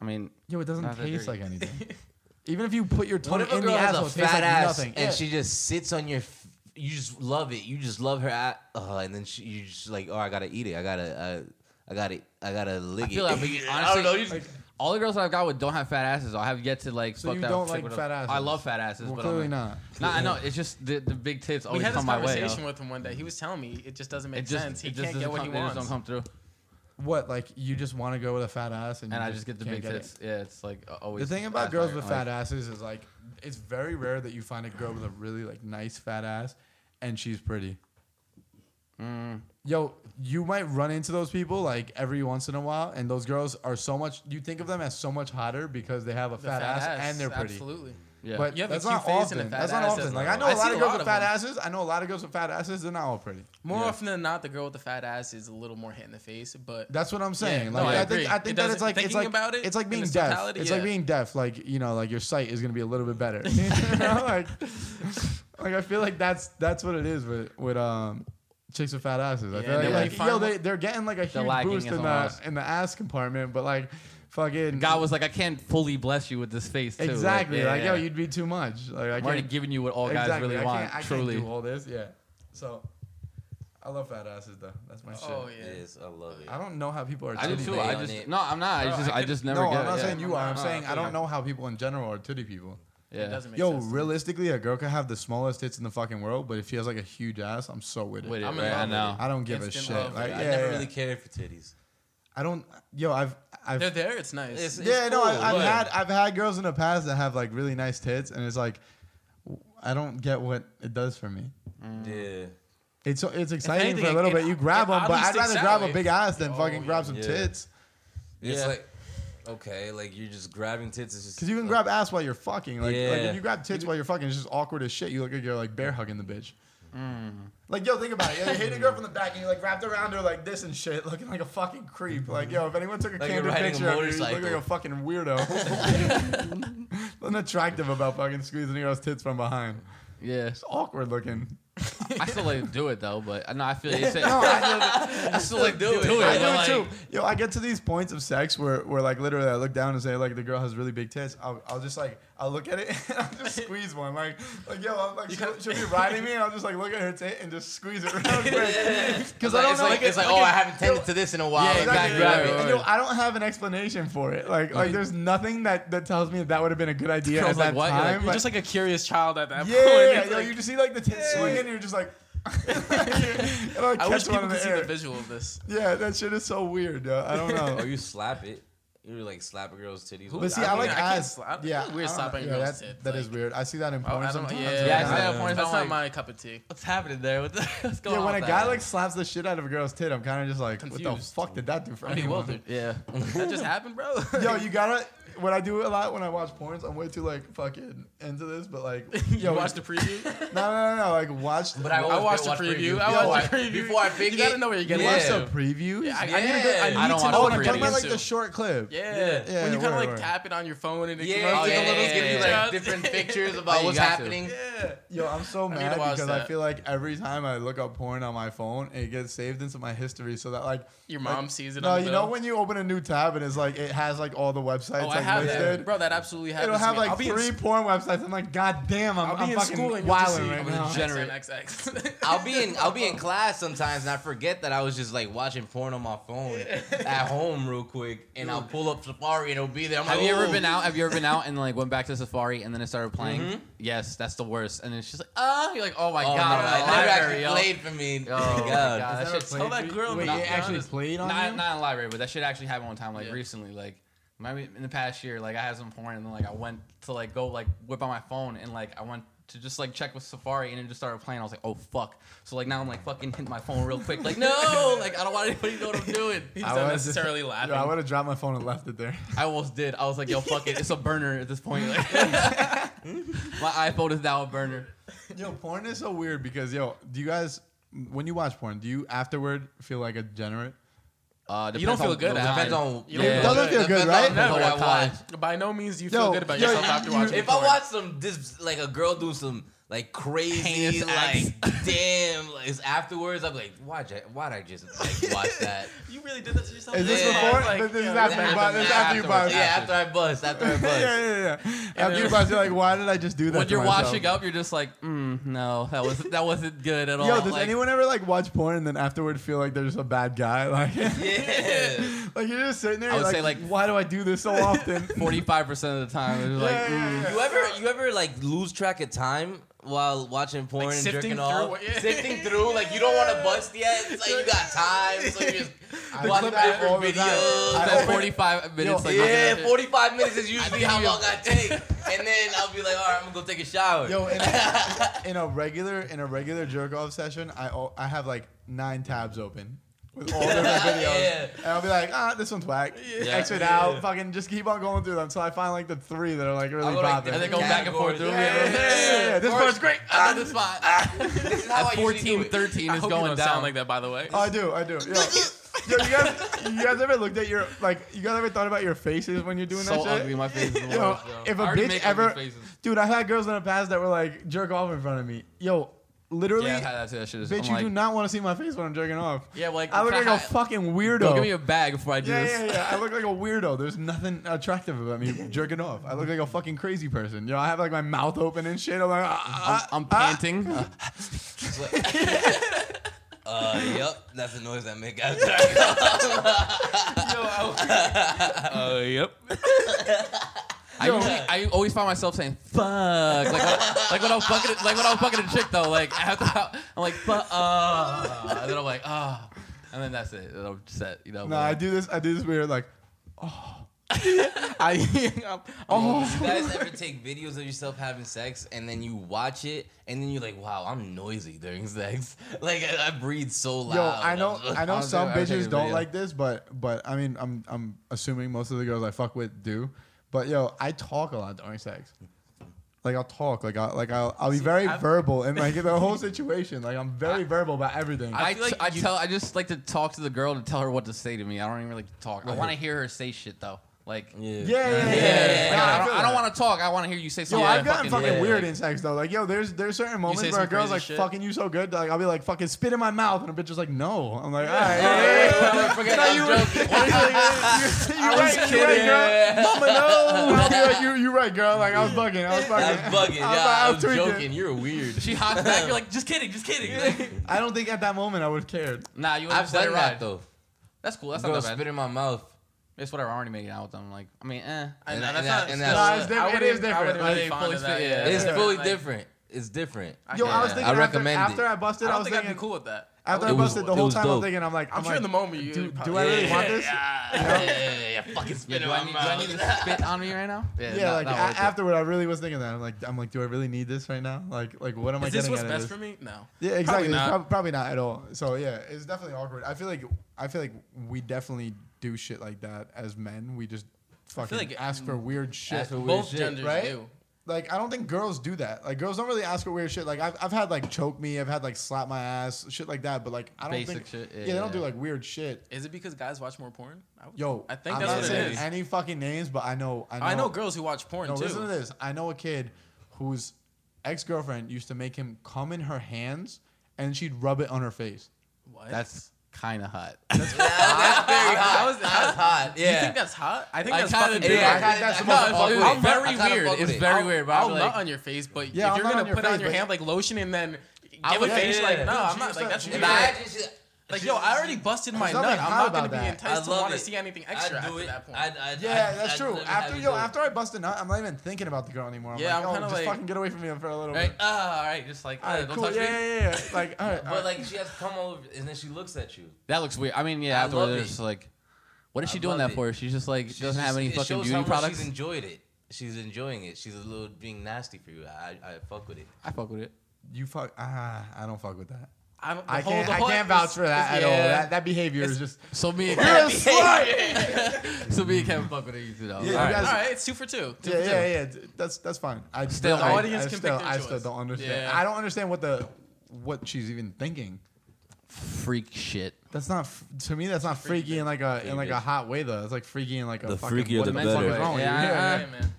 I mean, Yo, it doesn't Not that taste dirty. like anything. Even if you put your What tongue if a in girl the has asshole, a it tastes fat like ass nothing. and she just sits on your? F- you just love it. You just love her. At, uh, and then she, you just like, oh, I gotta eat it. I gotta. Uh, I gotta. I gotta lick I feel it. that, but you- I honestly, don't know. You just, like, all the girls that I've got with don't have fat asses. I have yet to like. So fuck you that don't chick like with a- fat asses? I love fat asses, well, but I'm clearly like, not. Nah, I know. It's just the, the big tits we always had this come my way. yo. conversation with him one day. He was telling me it just doesn't It make just, sense. He it just can't get doesn't what come, he they just wants. don't come through, What like you just want to go with a fat ass and, and you I just get the can't big it. tits. Yeah, it's like uh, The always. thing about ass girls out. with Like, fat asses is like it's very rare that you find a girl with a really like nice fat ass and she's pretty. mm, Yo, you might run into those people like every once in a while, and those girls are so much. You think of them as so much hotter because they have a The fat, ass, and they're pretty. Absolutely. yeah. But You have a that's cute not face and often. a fat that's not ass, often. that's Like not I know right. a I see lot a of girls lot with of fat them. asses. I know a lot of girls with fat asses. They're not all pretty. More Yeah. often than not, the girl with the fat ass is a little more hit in the face, but That's what I'm saying. no, like I I, think agree. I It think that it's doesn't- like it's thinking like about it it's like in being its deaf. totality, It's yeah. like being deaf. Like you know, like your sight is gonna be a little bit better. You know, like, like I feel like that's that's what it is with with um chicks with fat asses. I Yeah, feel and like, then when like you yo find they they're getting like a huge lacking boost is in somewhere the else. in the ass compartment, but like fucking God was like, I can't fully bless you with this face. Too. exactly yeah, like yo yeah. you'd be too much. Like I I'm already can't giving you what all guys exactly, really I want. Can't, I truly, can't do all this. Yeah, so I love fat asses though. That's my shit. oh it yeah. is. I love it. I don't know how people are. I do titty too. They big. I on just it. no, I'm not. I Bro, just I I could- just never no, get. I'm not it. saying yeah. you are. I'm No, saying I yeah. don't know how people in general are titty people. It Yeah. doesn't make Yo, sense. realistically, a girl could have the smallest tits in the fucking world, but if she has like a huge ass, I'm so with it. Wait, I'm in right, I love with know. I don't give a Instant shit. love, Like, I yeah, never yeah. really cared for titties. I don't. Yo, I've. I've They're there. It's nice. It's- yeah, no, cool, I, I've but- had I've had girls in the past that have like really nice tits, and it's like, w- I don't get what it does for me. Yeah. It's so- it's exciting anything, for a little it- bit. You it grab them, but oddly I'd sticks rather out grab a if- big ass than Oh, fucking grab some yeah. tits, It's Yeah. like, okay, like you're just grabbing tits. It's just because you can like, grab ass while you're fucking. Like, like Yeah. if you grab tits while you're fucking, it's just awkward as shit. You look like you're like bear hugging the bitch. Like yo, think about it. Yeah, you hit a girl from the back and you like wrapped around her like this and shit, looking like a fucking creep. Like yo, if anyone took a Like you're candid riding a picture of you, you look motorcycle. like a fucking weirdo. Nothing attractive about fucking squeezing a girl's tits from behind. Yeah, It's awkward looking. I still like to do it though, but I know I feel you say. No, I, I still like do it. I but, do like, it too. Yo, I get to these points of sex where, where like literally I look down and say like the girl has really big tits. I'll, I'll just like I'll look at it and I'll just squeeze one. Like like yo, I'm like she'll, she'll be riding me and I'll just like look at her tit and just squeeze it real quick. Because I don't it's know. like, it's like, oh, I haven't tended to this in a while. Yeah, Like, exactly. grab right, it. right. And, yo, I don't have an explanation for it. Like, like there's nothing that, that tells me that, that would have been a good idea at Girl's like, that what? You're like, time. You're just like a curious child at that yeah, point. yeah, It's yo, like, you just see like the tits swinging, and you're just like, and, like, I wish catch one people in could see air. the visual of this. Yeah, that shit is so weird, yo. I don't know. Or Oh, you slap it. You like slap a girl's titties. Who But with see, it. I, I like mean, I can't ass. slap- yeah, it's weird I don't slapping know. girls' that's, tits, that is like- weird. I see that in Oh, porn I don't, sometimes. yeah, It's Yeah, like, I see that uh, porn. That's I'm not like- my cup of tea. What's happening there? What the, what's going Yeah, on? when a with guy that? like slaps the shit out of a girl's tit, I'm kind of just like, what the Confused. fuck did that do for I'm anyone? bewildered. yeah, that just happened, bro. Yo, you gotta. What I do a lot when I watch porns, I'm way too like fucking into this, but like, you yo, watched the preview. no, no, no, no, like watch. But I, I always watched the watch preview. I Yo, watched the I- preview. before I pick you gotta it- know where you're You getting Yeah. watch into. the previews. I, I Yeah. need to go. I, I need don't to watch know oh, what like, talking previews. I'm getting about like into. the short clip. Yeah. Yeah, when you kind word, of like word. tap it on your phone and it Yeah, comes oh, up yeah, a little yeah, skinny yeah, like yeah. different uh, different picture. pictures Oh, Yeah, about you what's got to. happening. Yo, I'm so need to mad watch because I that. feel like every time I look up porn on my phone, it gets saved into my history so that like Your like- mom sees it No, on the you know bill? when you open a new tab and it's like it has like all the websites Oh, like I have listed. that, bro. That absolutely happens. It'll to have me. I'll like be in three sc- porn websites. I'm like, god damn, I'm, I'll be I'm in school fucking and you'll just wilding see right I'm a now. degenerate. XXX. I'll be in I'll be in class sometimes and I forget that I was just like watching porn on my phone at home real quick and I'll pull up Safari and it'll be there. I'm Have like, you ever "Oh." been out? Have you ever been out and like went back to Safari and then it started playing? Yes, that's the worst. And then she's like, "Oh, you're like, Mm-hmm. oh my Oh, god, no, my it never library, actually yo. played for me. Oh my God. god, that shit's Tell that girl Wait, not it to be actually honest. played on not you? not in the library, but that shit actually happened one time, like Yeah. recently, like maybe in the past year, like I had some porn and then like I went to like go like whip out my phone and like I went to just like check with Safari and it just started playing. I was like, oh fuck. So like now I'm like fucking hitting my phone real quick, like no, like I don't want anybody to know what I'm doing. He's I was- unnecessarily laughing. Yo, I would have dropped my phone and left it there. I almost did. I was like, yo, fuck it, it's a burner at this point. Like, my iPhone is now a burner. Yo, porn is so weird because yo, do you guys when you watch porn, do you afterward feel like a degenerate? Uh, You don't depends feel on good the after. Depends line. on You don't It doesn't feel good, right? Depends on Never. what I watch. By no means do you Yo, feel good about yo, yourself you- after you- watching If I porn. watch some this like a girl do some like crazy Heinous acts. like damn like it's afterwards I'm like why why'd I just like watch that you really did that to yourself. Is this Yeah. before? It's this is yo, after. this you buy- This is after you buy. yeah after I bust after I yeah, bust yeah, yeah. After you bust, you're like, why did I just do that? When to you're myself? washing up, you're just like, mm, no, that was that wasn't good at all. Yo, does Like, anyone ever like watch porn and then afterward feel like they're just a bad guy? Like, yeah like you're just sitting there. I would like, say, like, why do I do this so often? Forty-five percent of the time, it was like, Yeah, yeah, mm. yeah. you ever you ever like lose track of time while watching porn and sifting jerking through off what- yeah. sifting through like you don't want to bust yet it's like you got time so you just I watch clip that all different the time. videos I that open- forty-five minutes. like, yeah, 45 minutes is usually think how you- long I take. And then I'll be like, all right, I'm gonna go take a shower. Yo, in a, in a regular in a regular jerk off session, I al- I have like nine tabs open with all different videos, Yeah. and I'll be like, ah, this one's whack. Yeah. Exit out, fucking just keep on going through them until I find like the three that are like really I'll go, like, popping. and they go back and forth through. yeah, yeah, yeah, yeah, yeah. This part's great. Out of the spot. this is how At I usually do 14, it. 13 I is hope you going don't sound down. like that, by the way. Oh, I do, I do. Yo, yo, you guys, you guys ever looked at your like? You guys ever thought about your faces when you're doing so that shit? ugly. My face is the Yo, worst. if I a already bitch make ugly ever, faces. dude, I've had girls in the past that were like jerk off in front of me. Yo, literally, yeah, I've had that too. That shit is- bitch, I'm you like, do not want to see my face when I'm jerking off. Yeah, like I look like a hi- fucking weirdo. Go give me a bag before I do yeah, this. yeah, yeah. I look like a weirdo. There's nothing attractive about me jerking off. I look like a fucking crazy person. Yo, I have like my mouth open and shit. I'm like, ah, I'm, I'm ah, panting. Uh, yep, that's the noise I make after. Uh, yep. I, Yo. usually, I always find myself saying "fuck" like when, like when I'm fucking like when I'm fucking a chick though like after I- I'm like "fuck," uh, and then I'm like ah, and then that's it. And I'm set, you know. ah. No, I do this. I do this weird like. I, I'm, Oh. you guys ever take videos of yourself having sex and then you watch it and then you're like, wow, I'm noisy during sex. Like I, I breathe so loud. Yo, I know, I know I'll do- some I'll take a bitches don't video. like this, but but I mean, I'm I'm assuming most of the girls I fuck with do. But yo, I talk a lot during sex. Like I'll talk, like I like I'll, I'll be very I've- verbal and like the whole situation. Like I'm very verbal about everything. I, feel like I tell I just like to talk to the girl to tell her what to say to me. I don't even really talk. I Right. want to hear her say shit though. Like Yeah. yeah, yeah, yeah. yeah, Yeah, like, yeah, I I feel don't, I don't that. want to talk. I want to hear you say Yo, something. I've gotten fucking yeah, weird like- in sex though. Like, yo, there's there's certain moments say where a some girl's crazy like shit? fucking you so good, like I'll be like fucking spit in my mouth, and a bitch is like, no. I'm like, all right, yeah, yeah, yeah. Forget No, I'm you, you're, joking. you're right, you're right, kidding. girl. Mama, no. I'll be like, you, you're right, girl. Like, I was bugging. I was bugging. I was bugging. Yeah, I was, tweaking. joking. You're weird. She hops back. You're like, just kidding, just kidding. I don't think at that moment I would have cared. nah, you would've just I've let it done that ride. though. That's cool. That's Girl not that spit bad. in my mouth. It's whatever. I already made it out with them. Like, I mean, eh. I And know, that- that's and that- not- and that's- that- No, it's different- I it wouldn't- is different, I wouldn't like- really fond fully of that, fit, yeah. yeah. It's Yeah. fully Like, different. It's different. Yo, I was Yeah, thinking I after, recommend after it. I busted, I I, don't was think I'd be thinking cool with that. after It I was- busted the it whole was time I'm dope. thinking I'm like I'm I'm sure like, in the moment you. do, you do probably- I really Yeah. want this? Yeah, yeah, yeah, fucking Yeah, spit in do, my I need, do I mouth. need to spit on me right now? Yeah, not- like not a- worth it. afterward, I really was thinking that. I'm like, I'm like, do I really need this right now? Like, like what am I Is this getting what's out of best this? for me? No. Yeah, exactly. It's not. prob- Probably not. at all. So yeah, it's definitely awkward. I feel like I feel like we definitely do shit like that as men. We just fucking like, ask for weird shit. That's what we Both shit, genders right? do. like I don't think girls do that. Like girls don't really ask for weird shit. Like I've, I've had like choke me. I've had like slap my ass, shit like that. But like I don't think Basic shit, Yeah, yeah, they don't do yeah. like weird shit. Is it because guys watch more porn? I would- Yo, I think I'm that's not what it saying is. Any fucking names, but I know I know, I know girls who watch porn No, too. listen to this. I know a kid who's ex girlfriend used to make him come in her hands and she'd rub it on her face. What? That's kind of hot. that's very hot. That was- That was hot. Yeah. You think that's hot? I think I that's kinda fucking do. weird. Yeah, I kinda- think that's I the kinda most fuck awkward. with it. I'm I very kinda fuck weird. with It's it. very I'll- weird, but I'll I'm nut like, on your face, but Yeah, if I'll you're nut gonna on your put it on face, your but- hand like lotion and then I give a would- face yeah, like yeah, no, yeah. I'm She not was like like- that's she weird. was Imagine she- Like yo, I already busted my There's nut. nothing I'm hot not gonna about be that. I enticed to love want to it. see anything I'd extra do after it. that point. I'd- I'd- Yeah, I'd- that's I'd true. literally have After it yo, done. after I bust a nut, I'm not even thinking about the girl anymore. I'm Yeah, like, I'm oh, kinda just like- fucking get away from me for a little right? bit. Ah, all right, just like All uh, right, don't cool. touch Yeah, me. yeah, yeah, yeah. Like, all right. all But right. like she has to come over and then she looks at you. That looks weird. I mean, yeah, I afterwards, love it's it. just like, what is I she doing love that it. for? She just like She's doesn't just- have any it fucking shows beauty how much products. She's enjoyed it. She's enjoying it. She's a little being nasty for you. I, I fuck with it. I fuck with it. you fuck. Ah, I don't fuck with that. I'm, the I whole- can't. the I whole- can't vouch for that it's- at all. yeah. That that behavior is just. So me, and You're a Kev, slut. so me and Kevin fuck with it. You Yeah, know. All right. you All guys- right, it's two for two. Yeah, yeah, yeah. d- That's that's fine. I Still, I, the audience I can still, pick their I still choice. don't understand. Yeah. I don't understand what the what she's even thinking. Freak shit. That's not f- to me. That's not freaky in like a in like a bitch. hot way though. It's like freaky in like a The fucking, freakier what the fuck is better. wrong with you? Yeah, Yeah, Hey, man.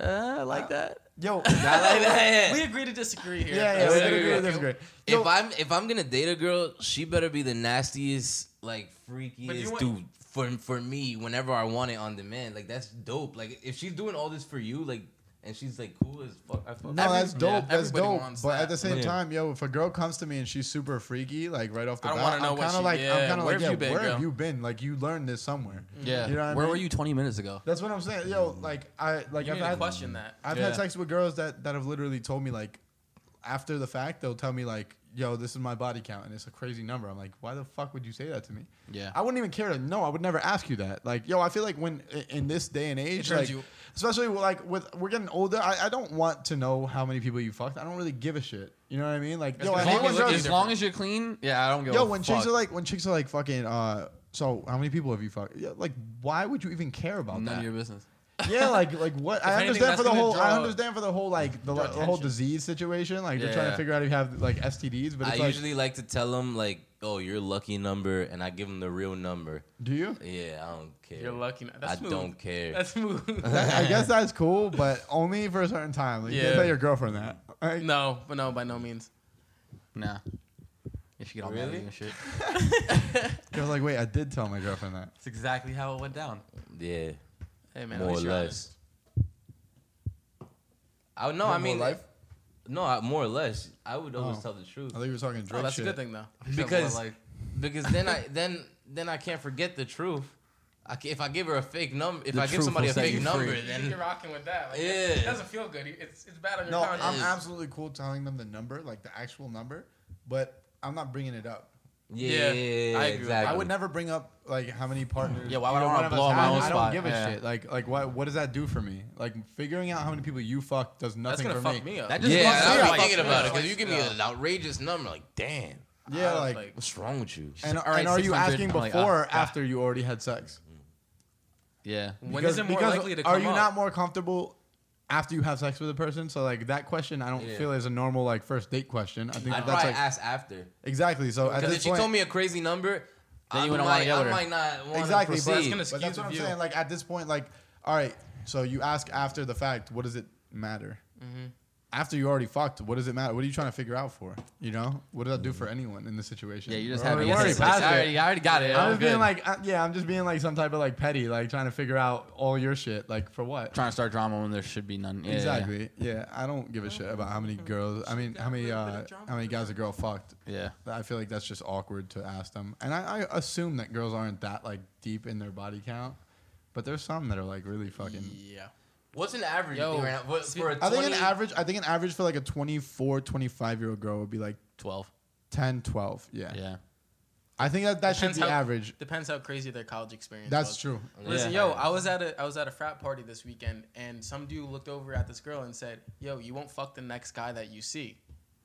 Uh, I like that. Yo, I like that. We agree to disagree here. yeah, yeah. That's we good. agree, Yeah. that's great. Yo, If I'm if I'm gonna date a girl, she better be the nastiest, like freakiest want- dude for for me. Whenever I want it on demand, like that's dope. Like if she's doing all this for you, like and she's like cool as fuck. I fuck. no, with it. that's dope. that's everybody dope. wants But that. at the same Yeah. time, yo, if a girl comes to me and she's super freaky, like right off the I don't bat, wanna know I'm what kind of she- like, yeah, I'm kind of like, where have yeah, you been, where have girl? you been? Like you learned this somewhere. Yeah. You know what I Where were mean? you 20 minutes ago? That's what I'm saying. Yo, like I like You I've need to had question that. I've Mm. Yeah. had sex with girls that, that have literally told me like after the fact they'll tell me like yo this is my body count and it's a crazy number I'm like why the fuck would you say that to me Yeah. I wouldn't even care no I would never ask you that like yo I feel like when i- in this day and age turns like you- especially with, like with we're getting older I, I don't want to know how many people you fucked I don't really give a shit you know what I mean like yo I gonna As hate long when as, look girls as long as you're clean, yeah, I don't give yo a when fuck. chicks are like when chicks are like fucking uh so how many people have you fucked yeah, like why would you even care about none that of your business. yeah, like like what I anything, understand for that's the gonna whole I draw- understand for the whole like the, draw the whole attention. disease situation. Like they're Yeah, trying yeah. to figure out if you have like STDs, but I it's like usually like to tell them like, oh, your lucky number, and I give them the real number. do you? Yeah, I don't care. You're lucky. man. I That's smooth. don't care. That's smooth. I guess that's cool, but only for a certain time. Like you Yeah. can tell your girlfriend that. Like, no, but no, by no means. Nah. You should get all mad at Really? you and shit. I was like, wait, I did tell my girlfriend that. That's exactly how it went down. yeah, Hey man, at more or least you're less. You I no, I want more mean, life? no, I, more or less. I would always Oh. tell the truth. I think you were talking honest. Oh, Drake that's shit. a good thing though. because like, because then I then then I can't forget the truth. I ca if I give her a fake number, if The I truth give somebody will a set you fake free. number, You're then rocking with that. Like, Yeah. It doesn't feel good. It's it's bad on your No, conscience. I'm is. absolutely cool telling them the number, like the actual number, but I'm not bringing it up. yeah, Yeah, yeah, yeah, I agree with that. exactly. I would never bring up like how many partners. Yeah, why would either I wanna one of us blow up my had. own I don't spot? give a Yeah. shit. Like, like what? What does that do for me? Like figuring out how many people you fuck does that's nothing gonna for fuck me, up. That just Yeah, fucks I me was up. thinking about it Fucks me because you up. give me an outrageous number, like damn, Yeah, I was like, like- what's wrong with you? and, All right, and are you 600, asking I'm like, before or ah, ah. after you already had sex? Yeah. When is it more likely to come Are you up? not more comfortable after you have sex with a person? So like that question, I don't Yeah. feel is a normal like first date question. I think I'd that's probably like ask after exactly. So at because if this she point, told me a crazy number, Then I you wouldn't wanna might, yell at her. I might not want exactly, to but, proceed. gonna but skew that's the what I'm view. saying. Like at this point, like all right, so you ask after the fact, what does it matter? After you already fucked, what does it matter? What are you trying to figure out for? You know, what does that do for anyone in this situation? Yeah, you just We're have already- to we're get already past it. I it. already, I already got it. I'm I'm just good. being like, uh, yeah, I'm just being like some type of like petty, like trying to figure out all your shit, like for what? trying to start drama when there should be none. Yeah, yeah, yeah. exactly. Yeah, I don't give a shit about how many girls. I mean, how many uh, how many guys a girl fucked. Yeah. I feel like that's just awkward to ask them, and I, I assume that girls aren't that like deep in their body count, but there's some that are like really fucking. Yeah. What's an average Yo, thing right now? What- speak- for a I think 20 an average. I think an average for like a 24, 25 year old girl would be like 12. 10, 12. Yeah. Yeah. I think that that Depends should be how- average. Depends how crazy their college experience. That's was. true. Listen, Yeah. yo, I was at a I was at a frat party this weekend, and some dude looked over at this girl and said, "Yo, you won't fuck the next guy that you see."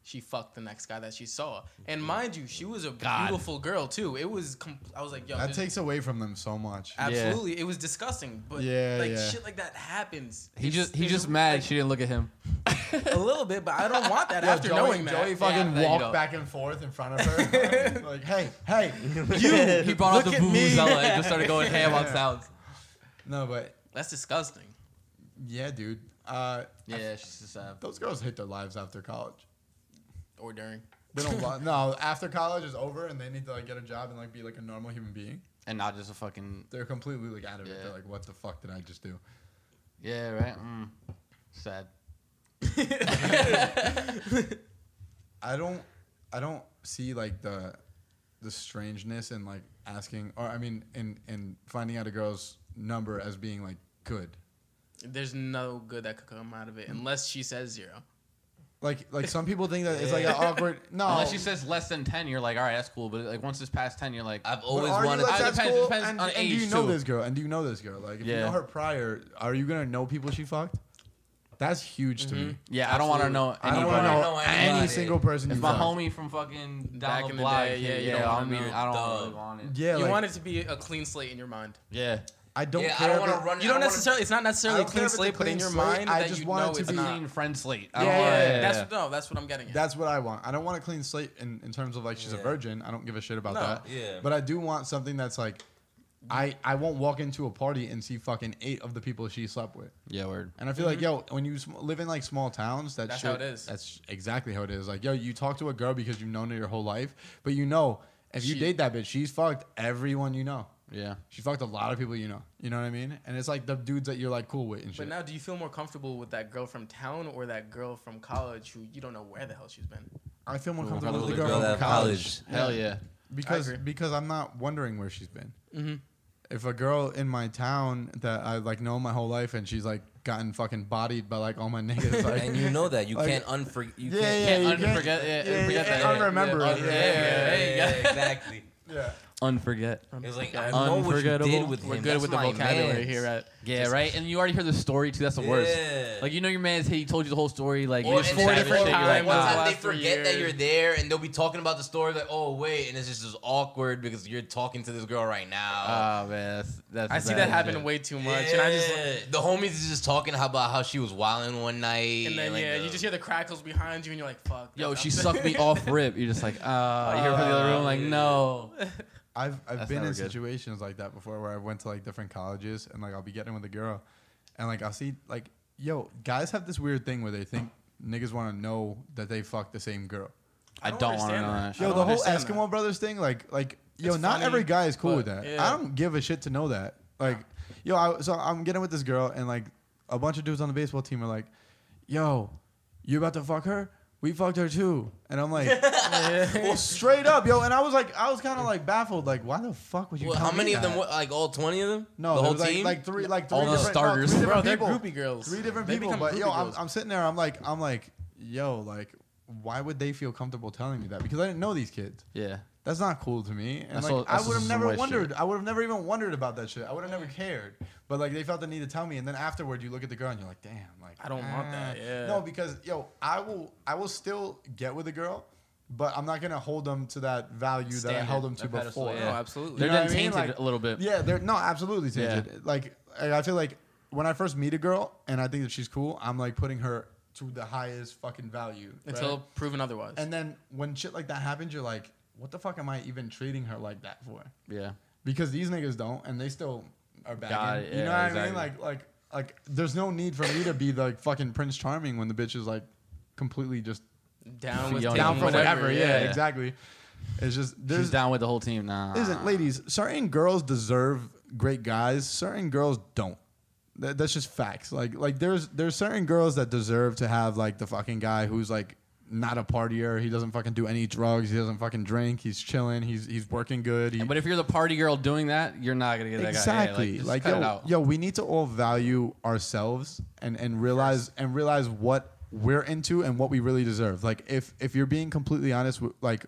She fucked the next guy that she saw, and mind you, she was a Mm-hmm. God. beautiful girl too. It was, com- I was like, yo, That this- takes away from them so much. absolutely, it was disgusting, but Yeah, like yeah. shit like that happens. He It's- just he it's just a- mad she didn't look at him. like, a little bit, but I don't want that Yeah, after Joey, knowing that. Joey fucking then you walked don't. back and forth in front of her, like, hey, hey. You he brought up the Look at me. booze. I like just started going ham on sounds. No, but That's disgusting. yeah, dude. Uh, Yeah, she's just uh, those girls hate their lives after college. or during. They don't. wa- no, after college is over and they need to like get a job and like be like a normal human being. and not just a fucking They're completely like out of it. Yeah. They're like, what the fuck did I just do? yeah, right? Mm. Sad. I don't I don't see like the the strangeness in like asking or I mean in in finding out a girl's number as being like good. There's no good that could come out of it unless she says zero. Like like some people think that it's like an awkward no Unless she says less than ten, you're like, all right, that's cool. But like once it's past ten, you're like, I've But always are you, wanted. like, I- that's depends- cool? depends and, on and do you age, know too. this girl? And do you know this girl? Like if you Yeah. know her prior, are you gonna know people she fucked? That's huge to me. yeah, I don't want to know. I don't Mm-hmm. anybody. want to wanna know know any anybody. single person If you my fucked. homie from fucking down Back the in the block, day, yeah, yeah, you yeah, don't I wanna mean, know. I don't Dumb. really want it. Yeah, you like, want it to be a clean slate in your mind. Yeah, I don't yeah, I care. don't if want it- to run. You don't I wanna- necessarily. It's not I necessarily a don't clean care if it's a slate, but in clean your slate, mind, I that just you want it know to it's be- not. clean friend slate. I Yeah, don't yeah, want yeah, it. That's no. That's what I'm getting at. That's what I want. I don't want a clean slate in, in terms of like she's a Yeah. virgin. I don't give a shit about No, that. yeah. But I do want something that's like I I won't walk into a party and see fucking eight of the people she slept with. yeah, word. And I feel like yo, when you sm- live in like small towns, that Mm-hmm. That's shit- how it is. That's exactly how it is. Like yo, you talk to a girl because you've known her your whole life, but you know if you She- date that bitch, she's fucked everyone you know. Yeah, She fucked a lot of people you know. You know what I mean? And it's like the dudes that you're like cool with and shit. But now, do you feel more comfortable with that girl from town or that girl from college who you don't know where the hell she's been? I feel more Cool. comfortable with the Probably girl girl from out of college. college. hell yeah. because agree. Mm-hmm. because I'm not wondering where she's been. If a girl in my town that I like know my whole life and she's like gotten fucking bodied by like all my niggas, like And you know that you Like- can't unfor. You yeah, yeah, can't, Can't you un- can't- forget- yeah, yeah, forget yeah, that. unremember it. Yeah, yeah, yeah, yeah, exactly. yeah. Unforget. It's like I Oh, know what you Unforgettable. did with him. We're good That's with the my vocabulary mans. here at Yeah, right. And you already heard the story too. That's the worst. Yeah. Like you know your man's hey, he told you the whole story. Like Or you just and four then different every shit. You're like, time, one wow. time they Last three forget that years. you're there, and they'll be talking about the story like, "Oh wait," and it's just, just awkward because you're talking to this girl right now. oh man, that's that's. I see bad that happen shit. way too much, and I just Yeah. the homies is just talking about how she was wilding one night, and then like, yeah, the- you just hear the crackles behind you, and you're like, uh, "Fuck." Yo, that's she not- sucked me off rip. You're just like, ah. you hear from the other room, like, no. I've I've That's been never in good. situations like that before where I went to like different colleges and like I'll be getting with a girl, and like I'll see like yo guys have this weird thing where they think niggas want to know that they fucked the same girl. I don't don't want to understand know that. that. Yo, don't the whole understand Eskimo Brothers thing, like, like, yo, It's not funny, every guy is cool with but- that. yeah. I don't give a shit to know that. Like, yo, I, so I'm getting with this girl, and like, a bunch of dudes on the baseball team are like, yo, you about to fuck her? We fucked her too. And I'm like, well, straight up, yo. And I was like, I was kind of like baffled, like, why the fuck would you? Well, tell how me many of that? them? were- Like all twenty of them? No, the there whole was, like, team. Like three, like three All the different, no, starters. three Bro, different they're people. groupie girls. Three different They people. become But yo, groupie I'm, girls. I'm sitting there. I'm like, I'm like, yo, like, why would they feel comfortable telling me that? Because I didn't know these kids. Yeah. That's not cool to me. And That's like, all- I that's would have some never white wondered. I would have never even wondered about that shit. I would have never cared. But like, they felt the need to tell me, and then afterward, you look at the girl and you're like, damn, like ah." I don't want that, yeah. No, because yo, I will, I will still get with a girl, but I'm not gonna hold them to that value that I Standard, held them to that pedestal, before. yeah. Oh, absolutely. They're know done what I mean? tainted Like- a little bit. Yeah, they're no, absolutely Yeah. tainted. Like I I feel like when I first meet a girl and I think that she's cool, I'm like putting her to the highest fucking value until right? proven otherwise. And then when shit like that happens, you're like, what the fuck am I even treating her like that for? Yeah. Because these niggas don't, and they still are Got bad. it, you know what yeah, I mean? exactly. Like like like there's no need for me to be like fucking Prince Charming when the bitch is like completely just down with Yo, taking down for whatever. Yeah, yeah. exactly. It's just She's there's down with the whole team. Nah. Listen, ladies, certain girls deserve great guys. Certain girls don't. That, that's just facts. Like, like there's there's certain girls that deserve to have like the fucking guy who's like not a partier. He doesn't fucking do any drugs. He doesn't fucking drink. He's chilling. He's he's working good. He, But if you're the party girl doing that, you're not gonna get that exactly. guy. Yeah, like like, just cut it yo, out. yo, we need to all value ourselves and and realize and realize what we're into and what we really deserve. Like if if you're being completely honest, with, like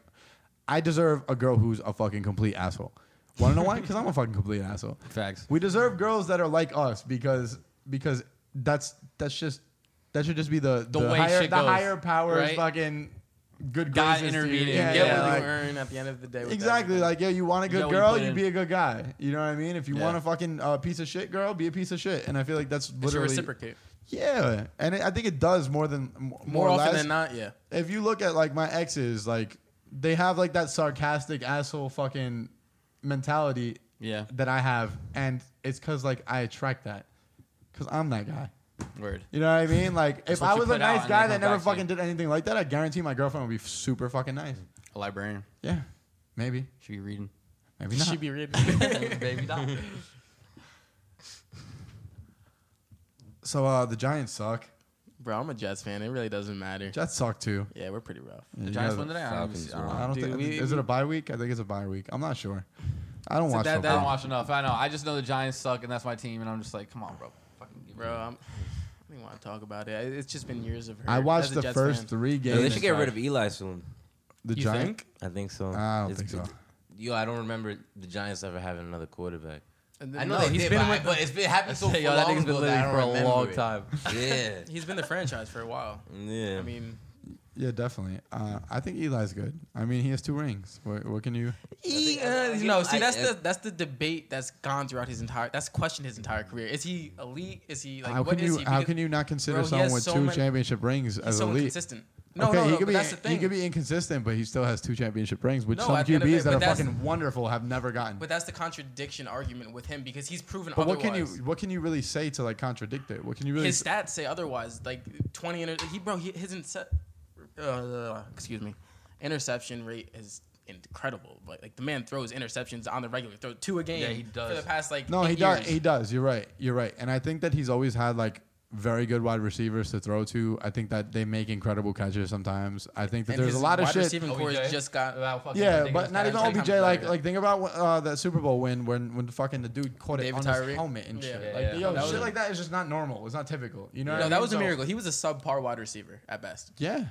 I deserve a girl who's a fucking complete asshole. Want to know why? Because I'm a fucking complete asshole. Facts. We deserve girls that are like us because because that's that's just that should just be the the, The way higher shit the goes, higher powers right? fucking good God graces to you. intervening. Yeah, Get yeah, what like- you earn at the end of the day. with Exactly. everything. Like, yeah, you want a get good what you girl, put you in. be a good guy. You know what I mean? If you Yeah. want a fucking uh, piece of shit girl, be a piece of shit. And I feel like that's it should literally reciprocate Yeah, and it, I think it does more than m- more, more or often less. than not. Yeah. If you look at like my exes, like they have like that sarcastic asshole fucking mentality Yeah. that I have, and it's because like I attract that because I'm that guy. Word. You know what I mean? Like, That's if what I you was a put out nice and guy they that come never back to you. fucking did anything like that, I guarantee my girlfriend would be super fucking nice. A librarian Yeah, maybe, should be reading. maybe not. She be reading. Baby doll. so uh, the Giants suck. Bro, I'm a Jets fan. It really doesn't matter. Jets suck too. Yeah, we're pretty rough. The You Giants guys- won today. I don't, even see, I don't, know. I don't Dude, think. we- is it a bye week? I think it's a bye week. I'm not sure. I don't So watch that- I football. don't watch enough. I know. I just know the Giants suck, and that's my team. And I'm just like, come on, bro. Fucking give me- Bro, I'm, I don't want to talk about it. I- It's just been years of hurt. I watched As a the Jets first fan. three Yo, games. they should get rid of Eli soon. the You Giants. think? I think so. I don't It's- think so. Yo, I don't remember the Giants ever having another quarterback. And I then- know no, that he's did, been but, I- with but it's been happening so Yo, long that nigga's been ago that I living don't for a remember long it. time. Yeah, he's been the franchise for a while. yeah. I mean, Yeah, definitely. Uh, I think Eli's good. I mean, he has two rings. What, what can you? he, think I- uh, I- you you know, know, see, I- that's I- the that's the debate that's gone throughout his entire. That's questioned his entire career. Is he elite? Is he like how what can you? is he? how Because can you not consider Bro, he someone has with so two many- championship rings he's as so elite? inconsistent? No, okay, no, he no. could but be that's the thing. he could be inconsistent, but he still has two championship rings, which No, some at the end of QBs it, that but are that's- fucking wonderful have never gotten. But that's the contradiction argument with him because he's proven But what otherwise. can you what can you really say to like contradict it? What can you really? his stats say otherwise. Like twenty inter- he bro he, his inse- uh, excuse me interception rate is incredible. But like the man throws interceptions on the regular, throw two a game. Yeah, he for does. the past like no, eight he does. years. He does. You're right. You're right. And I think that he's always had like very good wide receivers to throw to. I think that they make incredible catches sometimes. I think that And there's a his lot of wide shit. receiving core OBJ? has just got Wow, fucking Yeah, ridiculous but not even guys. OBJ. Like, Like, yeah. like think about uh, that Super Bowl win when when the fucking the dude caught it David on Tyree. his helmet and Yeah. shit. Yeah, like, yeah. yo, That was shit a- like that is just not normal. It's not typical. You know? what I no, that mean? was a So- miracle. He was a subpar wide receiver at best. Yeah.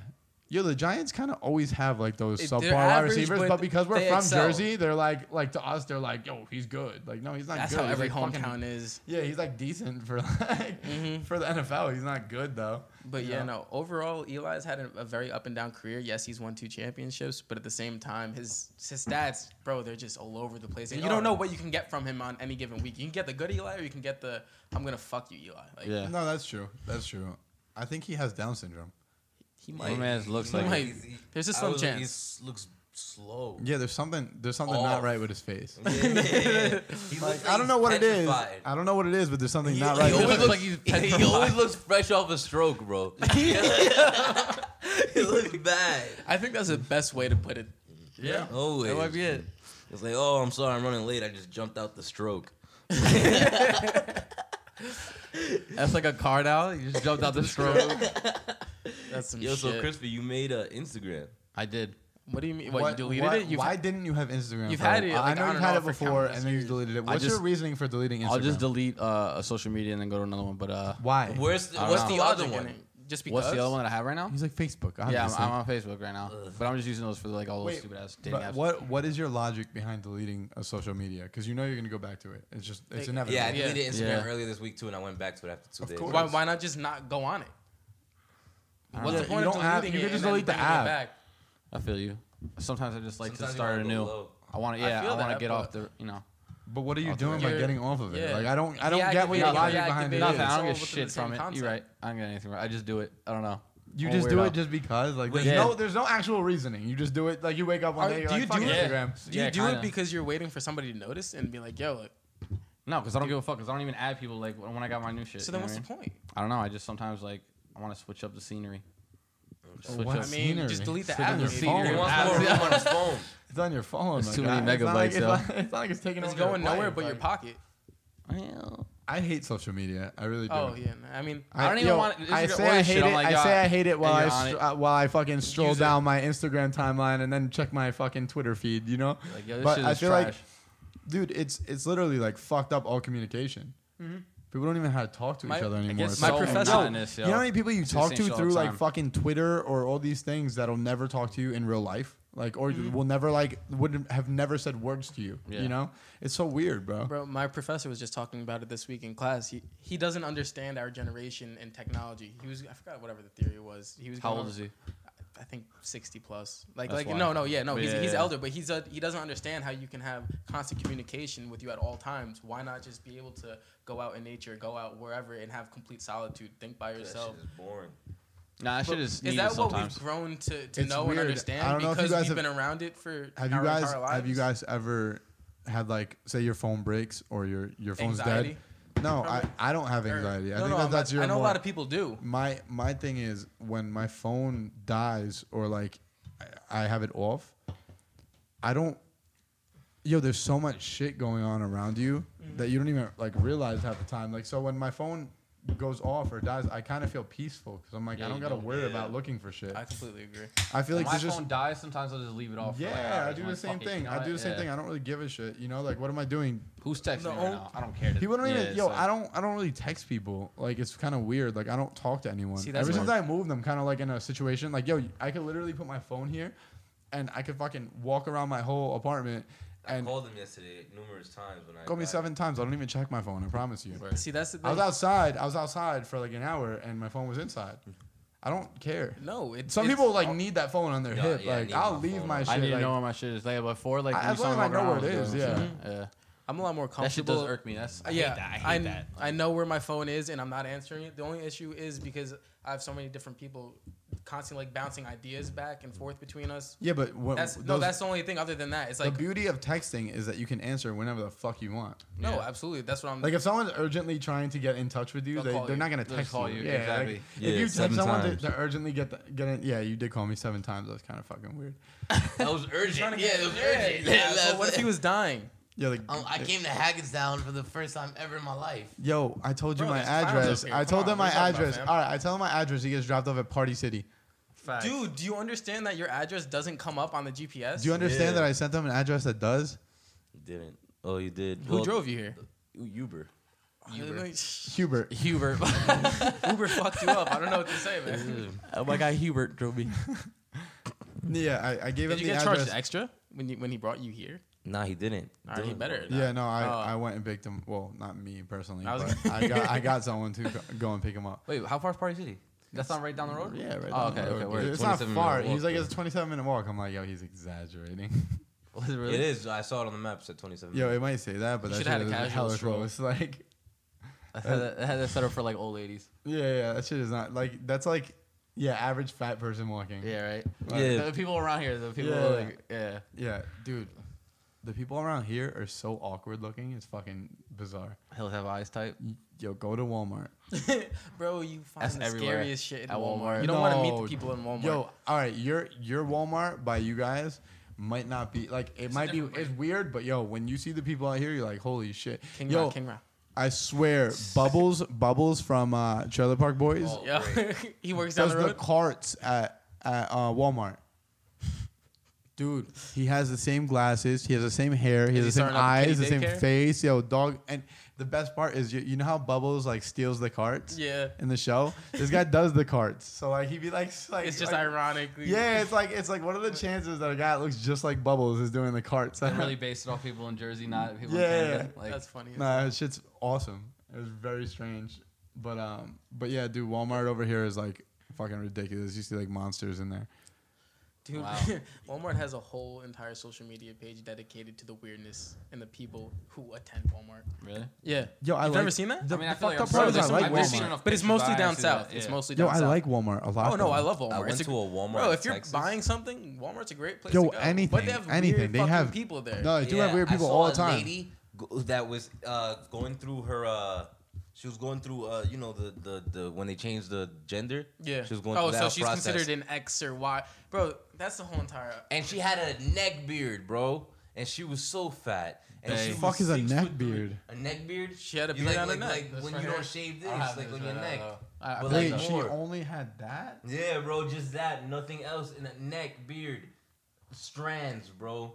Yo, the Giants kind of always have like those It- subpar they're wide average, receivers, but but because we're they from excel. Jersey, they're like like to us, they're like, yo, he's good. Like, no, he's not. That's good. how He's, every like, hometown fucking- is. Yeah, he's like decent for like for the NFL. He's not good though. But You yeah, know? no. Overall, Eli's had a, a very up and down career. Yes, he's won two championships, but at the same time, his his stats, bro, they're just all over the place. And They you don't are. know what you can get from him on any given week. You can get the good Eli, or you can get the I'm gonna fuck you Eli. Like, Yeah. No, that's true. That's true. I think he has Down syndrome. He My might. man looks He like might- it. He's- he- There's a I slim was- chance. he's- looks slow. Yeah, there's something there's something Off. not right with his face. Yeah, yeah, yeah. He Like, looks I don't know what it petrified. is. I don't know what it is, but there's something He, not right. he with always his looks, face. like he's he always looks fresh off a stroke, bro. he looks bad. I think that's the best way to put it. yeah. Always. That might be it. It's like, oh, I'm sorry, I'm running late. I just jumped out the stroke. That's like a card out. You just jumped out the stroke. That's some Yo, shit. so Crispy, you made uh, Instagram. I did. what do you mean? What, you deleted why, it? You've why didn't you have Instagram? You've for- had it, I like, know on you've and had off it for before, countless and then you years. deleted it. What's your just- reasoning for deleting Instagram? I'll just delete uh, a social media and then go to another one. But uh, Why? Where's the, I don't what's know. the other logic in one? it. Just because. what's the other one that I have right now? He's like Facebook. Obviously. Yeah, I'm, I'm on Facebook right now, but I'm just using those for like all those Wait, stupid ass dating But apps. what what is your logic behind deleting a social media? Because you know you're gonna go back to it. It's just it's Yeah. inevitable. Yeah, I Yeah. deleted Instagram Yeah. earlier this week too, and I went back to it after two Of days. course. Why, why not just not go on it? What's know. the point You don't of deleting have- it? you could and just then delete the bringing it app. back? I feel you. Sometimes I just like Sometimes to you start wanna go anew. low. I want to. Yeah, I, feel want that, to get off but- the. You know, But what are you I'll doing delete by it. getting off of it? Yeah. Like I don't I don't Yeah, get what your activate it, logic yeah, behind it is. activate it. nothing. I it's don't get all within shit the same from it. concept. You're right. I don't get anything from it. I just do it. I don't know. You I'm a just do weirdo. it just because. Like there's Yeah. no there's no actual reasoning. You just do it. Like you wake up one Are- day. You're do like, you Fuck do it? Instagram. Do you Yeah, do kinda. it because you're waiting for somebody to notice and be like, yo, look. No, because I don't give a fuck. Because I don't even add people like when I got my new shit. So you then know what's what the I mean? point? I don't know. I just sometimes like I want to switch up the scenery. Switch What up. I It's mean, scenery. just delete the It's like app. your maybe. phone. He You're wants more room on his phone. It's on your phone. It's my too many guy. It's not like- megabytes, It's yo. not, it's not like it's taking It's over your going nowhere life, but your like- pocket. Well, I hate social media. I really do. Oh, yeah. I mean, I don't even yo, want- this I is the say I worst hate shit. it. I'm like, I yo, say I hate it while and I you're on str- uh, while I fucking stroll Use it. down my Instagram timeline and then check my fucking Twitter feed. You know, like yo, this but shit is I feel trash. like, dude, it's it's literally like fucked up all communication. Mm-hmm. People don't even know how to talk to My- each other I anymore. guess It's my so professor- annoying. Madness, you yo. know how many people you It's talk to the same shit all through the like time. fucking Twitter or all these things that'll never talk to you in real life, like or Mm-hmm. will never like would have never said words to you. Yeah. You know, it's so weird, bro. Bro, my professor was just talking about it this week in class. He he doesn't understand our generation and technology. He was I forgot whatever the theory was. He was How going old on- is he? I think sixty plus. Like That's like why. no no yeah no But he's, yeah, he's yeah. elder, but he's a, he doesn't understand how you can have constant communication with you at all times. Why not just be able to go out in nature, go out wherever, and have complete solitude, think by That shit yourself. is boring. Nah, that shit But is. is needed that what sometimes. we've grown to, to It's know and weird. understand? I don't know if you because guys we've have- been around it for Have our you guys entire lives. have you guys ever had like say your phone breaks or your your phone's Anxiety? dead? No, I, Probably- I don't have anxiety. I No, think no, that, I'm that's not- your. I know a more- lot of people do. my my thing is when my phone dies or like I- I have it off, I don't. Yo, there's so much shit going on around you Mm-hmm. that you don't even like realize half the time. Like so, when my phone goes off or dies, I kind of feel peaceful because I'm like I don't gotta worry about looking for shit. I I, completely agree. feel like my there's just phone dies. Sometimes I'll just leave it off. for, like, yeah, I hours. do I'm the like, same fuck it, you thing. know I what? do the same Yeah. thing. I don't really give a shit. You know, like what am I doing? Who's texting No, me right now? I don't care. People don't Yeah, even. it's Yo, like- I don't. I don't really text people. Like it's kind of weird. Like I don't talk to anyone. See, that's Ever more- since I moved, I'm kind of like in a situation. Like yo, I could literally put my phone here, and I could fucking walk around my whole apartment. I And called him yesterday numerous times when I call me got- seven times. I don't even check my phone. I promise you. See, that's the I was thing. outside. I was outside for like an hour, and my phone was inside. I don't care. No, it's Some it's- people like need that phone on their Yeah, hip. yeah, I like need I'll my leave phone my on- shit. I need to like, know where my shit is. Like before, like I- when as long as someone I walk know around where it with is, those, yeah. yeah. I'm a lot more comfortable. That shit does irk me. That's I yeah, hate that. I hate kn- that. I know where my phone is, and I'm not answering it. The only issue is because I have so many different people constantly like bouncing ideas back and forth between us. Yeah, but what, That's no, Oh, those- that's the only thing. Other than that, it's the like beauty of texting is that you can answer whenever the fuck you want. no, Yeah. absolutely. That's what I'm. Like if someone's urgently trying to get in touch with you, They'll they, call they're you. not gonna They'll text call you, Yeah, exactly. like, Yeah, if you text seven someone to, times. to urgently get the, get in, yeah, you did call me seven times. That was kind of fucking weird. That was urgent. Yeah, it was urgent. Yeah, so what if he was dying? Yeah, like Oh, Um, I came to Haggettstown for the first time ever in my life. yo, I told you Bro, my there's clowns address. up here. I Come told on, them my what are you talking address. about, All right, I tell them my address. He gets dropped off at Party City. Dude, do you understand that your address doesn't come up on the GPS? Do you understand Yeah. that I sent them an address that does? Didn't. Oh, you did. Who drove you here? Uber. Uber. Hubert. Hubert. Uber fucked you up. I don't know what to say, man. Oh my god, Hubert drove me. Yeah, I, I gave Did him you the get address. charged extra when you when he brought you here? Nah, he didn't. All right, he Dylan better. brought yeah, no, I, Oh. I went and picked him. Well, not me personally, I I was but I got I got someone to go, go and pick him up. Wait, how far is Party City? That's not right down the road. Yeah, right. Oh, down the okay, road. okay. Word. It's not 27 far. minute walk, He's like it's a 27 minute walk. I'm like, yo, he's exaggerating. Was it it. really? It is. I saw it on the map. It said 27 Yo, it might say that, but You that should shit have is had a like casual hella stroll. gross. Like, I had that, I had that set up for like old ladies. yeah, yeah, that shit is not like that's like, yeah, average fat person walking. Yeah, right. Yeah. The people around here, the people Yeah. like, yeah. yeah, dude, the people around here are so awkward looking. It's fucking bizarre. He'll have eyes type. Yo, go to Walmart. Bro, you find That's the everywhere. scariest shit in At Walmart. Walmart. You don't want to meet No. the people in Walmart. Yo, all right, your your Walmart by you guys might not be like it might be it's weird, but yo, when you see the people out here, you're like, holy shit. King yo, Rock, King Rock. I swear, Bubbles, Bubbles from uh, Trailer Park Boys Yeah, he works Oh. down does the the, road. carts at at uh, Walmart. Dude, he has the same glasses. He has the same hair. He has he the same starting up a kitty eyes, the same daycare? face. Yo, dog. And the best part is, you, you know how Bubbles like steals the carts yeah, in the show. This guy does the carts, so like he be like, s- like it's just like- ironically. Yeah, it's like it's like what are the chances that a guy that looks just like Bubbles is doing the carts? They really based it off people in Jersey, not people Yeah, in Canada. yeah. Like, that's funny. Nah, that shit's awesome. It was very strange, but um, but yeah, dude, Walmart over here is like fucking ridiculous. You see like monsters in there. Dude, Wow. Walmart has a whole entire social media page dedicated to the weirdness and the people who attend Walmart. really? Yeah, Yo, I You've like, never seen that? The I mean, I feel fucked like up I'm part sure is there's I like some- I've seen Walmart. enough but it's pictures mostly by down to see that, south. It's yeah. mostly Yo, down I south. like Walmart a lot. Oh no, though. I love Walmart. I It's went a- to a Walmart. Bro, in if you're Texas. buying something, Walmart's a great place Yo, to go. But anything, they have anything. weird They fucking have- people there. No, they do have weird I people saw all the a time. Lady go- that was uh, going through her. Uh, she was going through, uh, you know, the, the the when they changed the gender. yeah. She was going oh, through that so she's process. considered an X or Y, bro. That's the whole entire. and she had a neck beard, bro. And she was so fat. And Hey. she The fuck is was a six neck foot three. beard? A neck beard? She had a You beard like, on her like, neck. Like That's when right you here. don't shave this, I don't have like this right on your now, neck. though. I- I But feel like- Wait, she more. only had that. Yeah, bro, just that. Nothing else. And a neck beard, strands, bro,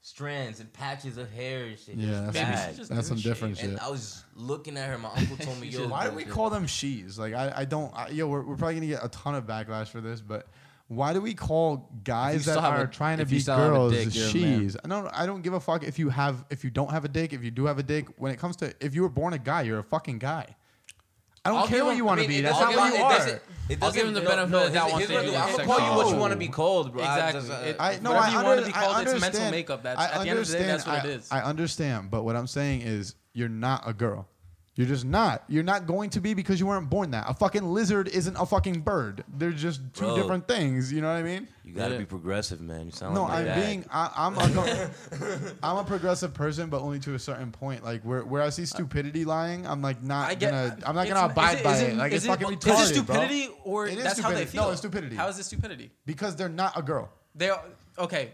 strands and patches of hair and shit. It Yeah, was that's some- bad. that's some different And shit. I was looking at her. My uncle told me, "Yo, Why do we call them she's? Like, I, I don't. I, yo, we're, we're probably gonna get a ton of backlash for this, but why do we call guys still that have are a- trying to if you be still have a girls dick, you're a man. she's? I don't. I don't give a fuck if you have if you don't have a dick. If you do have a dick, when it comes to if you were born a guy, you're a fucking guy. I don't I'll care give what him- you want I to mean, be. it- That's I'll not give what him- you it are. It I'll give him the no, benefit no, of the doubt here's- once here's they what do I'm the gonna call you what sexual- you want to be called, bro. I Exactly. just, uh, It- I no, Whatever I you under, wanna be called, I it's mental understand- makeup. That's- at the end of the day, that's what I- it is. I understand, but what I'm saying is, you're not a girl. You're just not. You're not going to be because you weren't born that. A fucking lizard isn't a fucking bird. They're just two Bro. different things. You know what I mean? You gotta Yeah. be progressive, man. You sound No, like my I'm dad. being. I, I'm. A, co- I'm a progressive person, but only to a certain point. Like where where I see stupidity lying, I'm like Uh, not I get- gonna. I'm not it's gonna not- abide is it- by is it, it- Like is it's it- is fucking it retarded, stupidity bro. or It is that's how they stupidity. No, feel? it's stupidity. How is it stupidity? because they're not a girl. They are okay.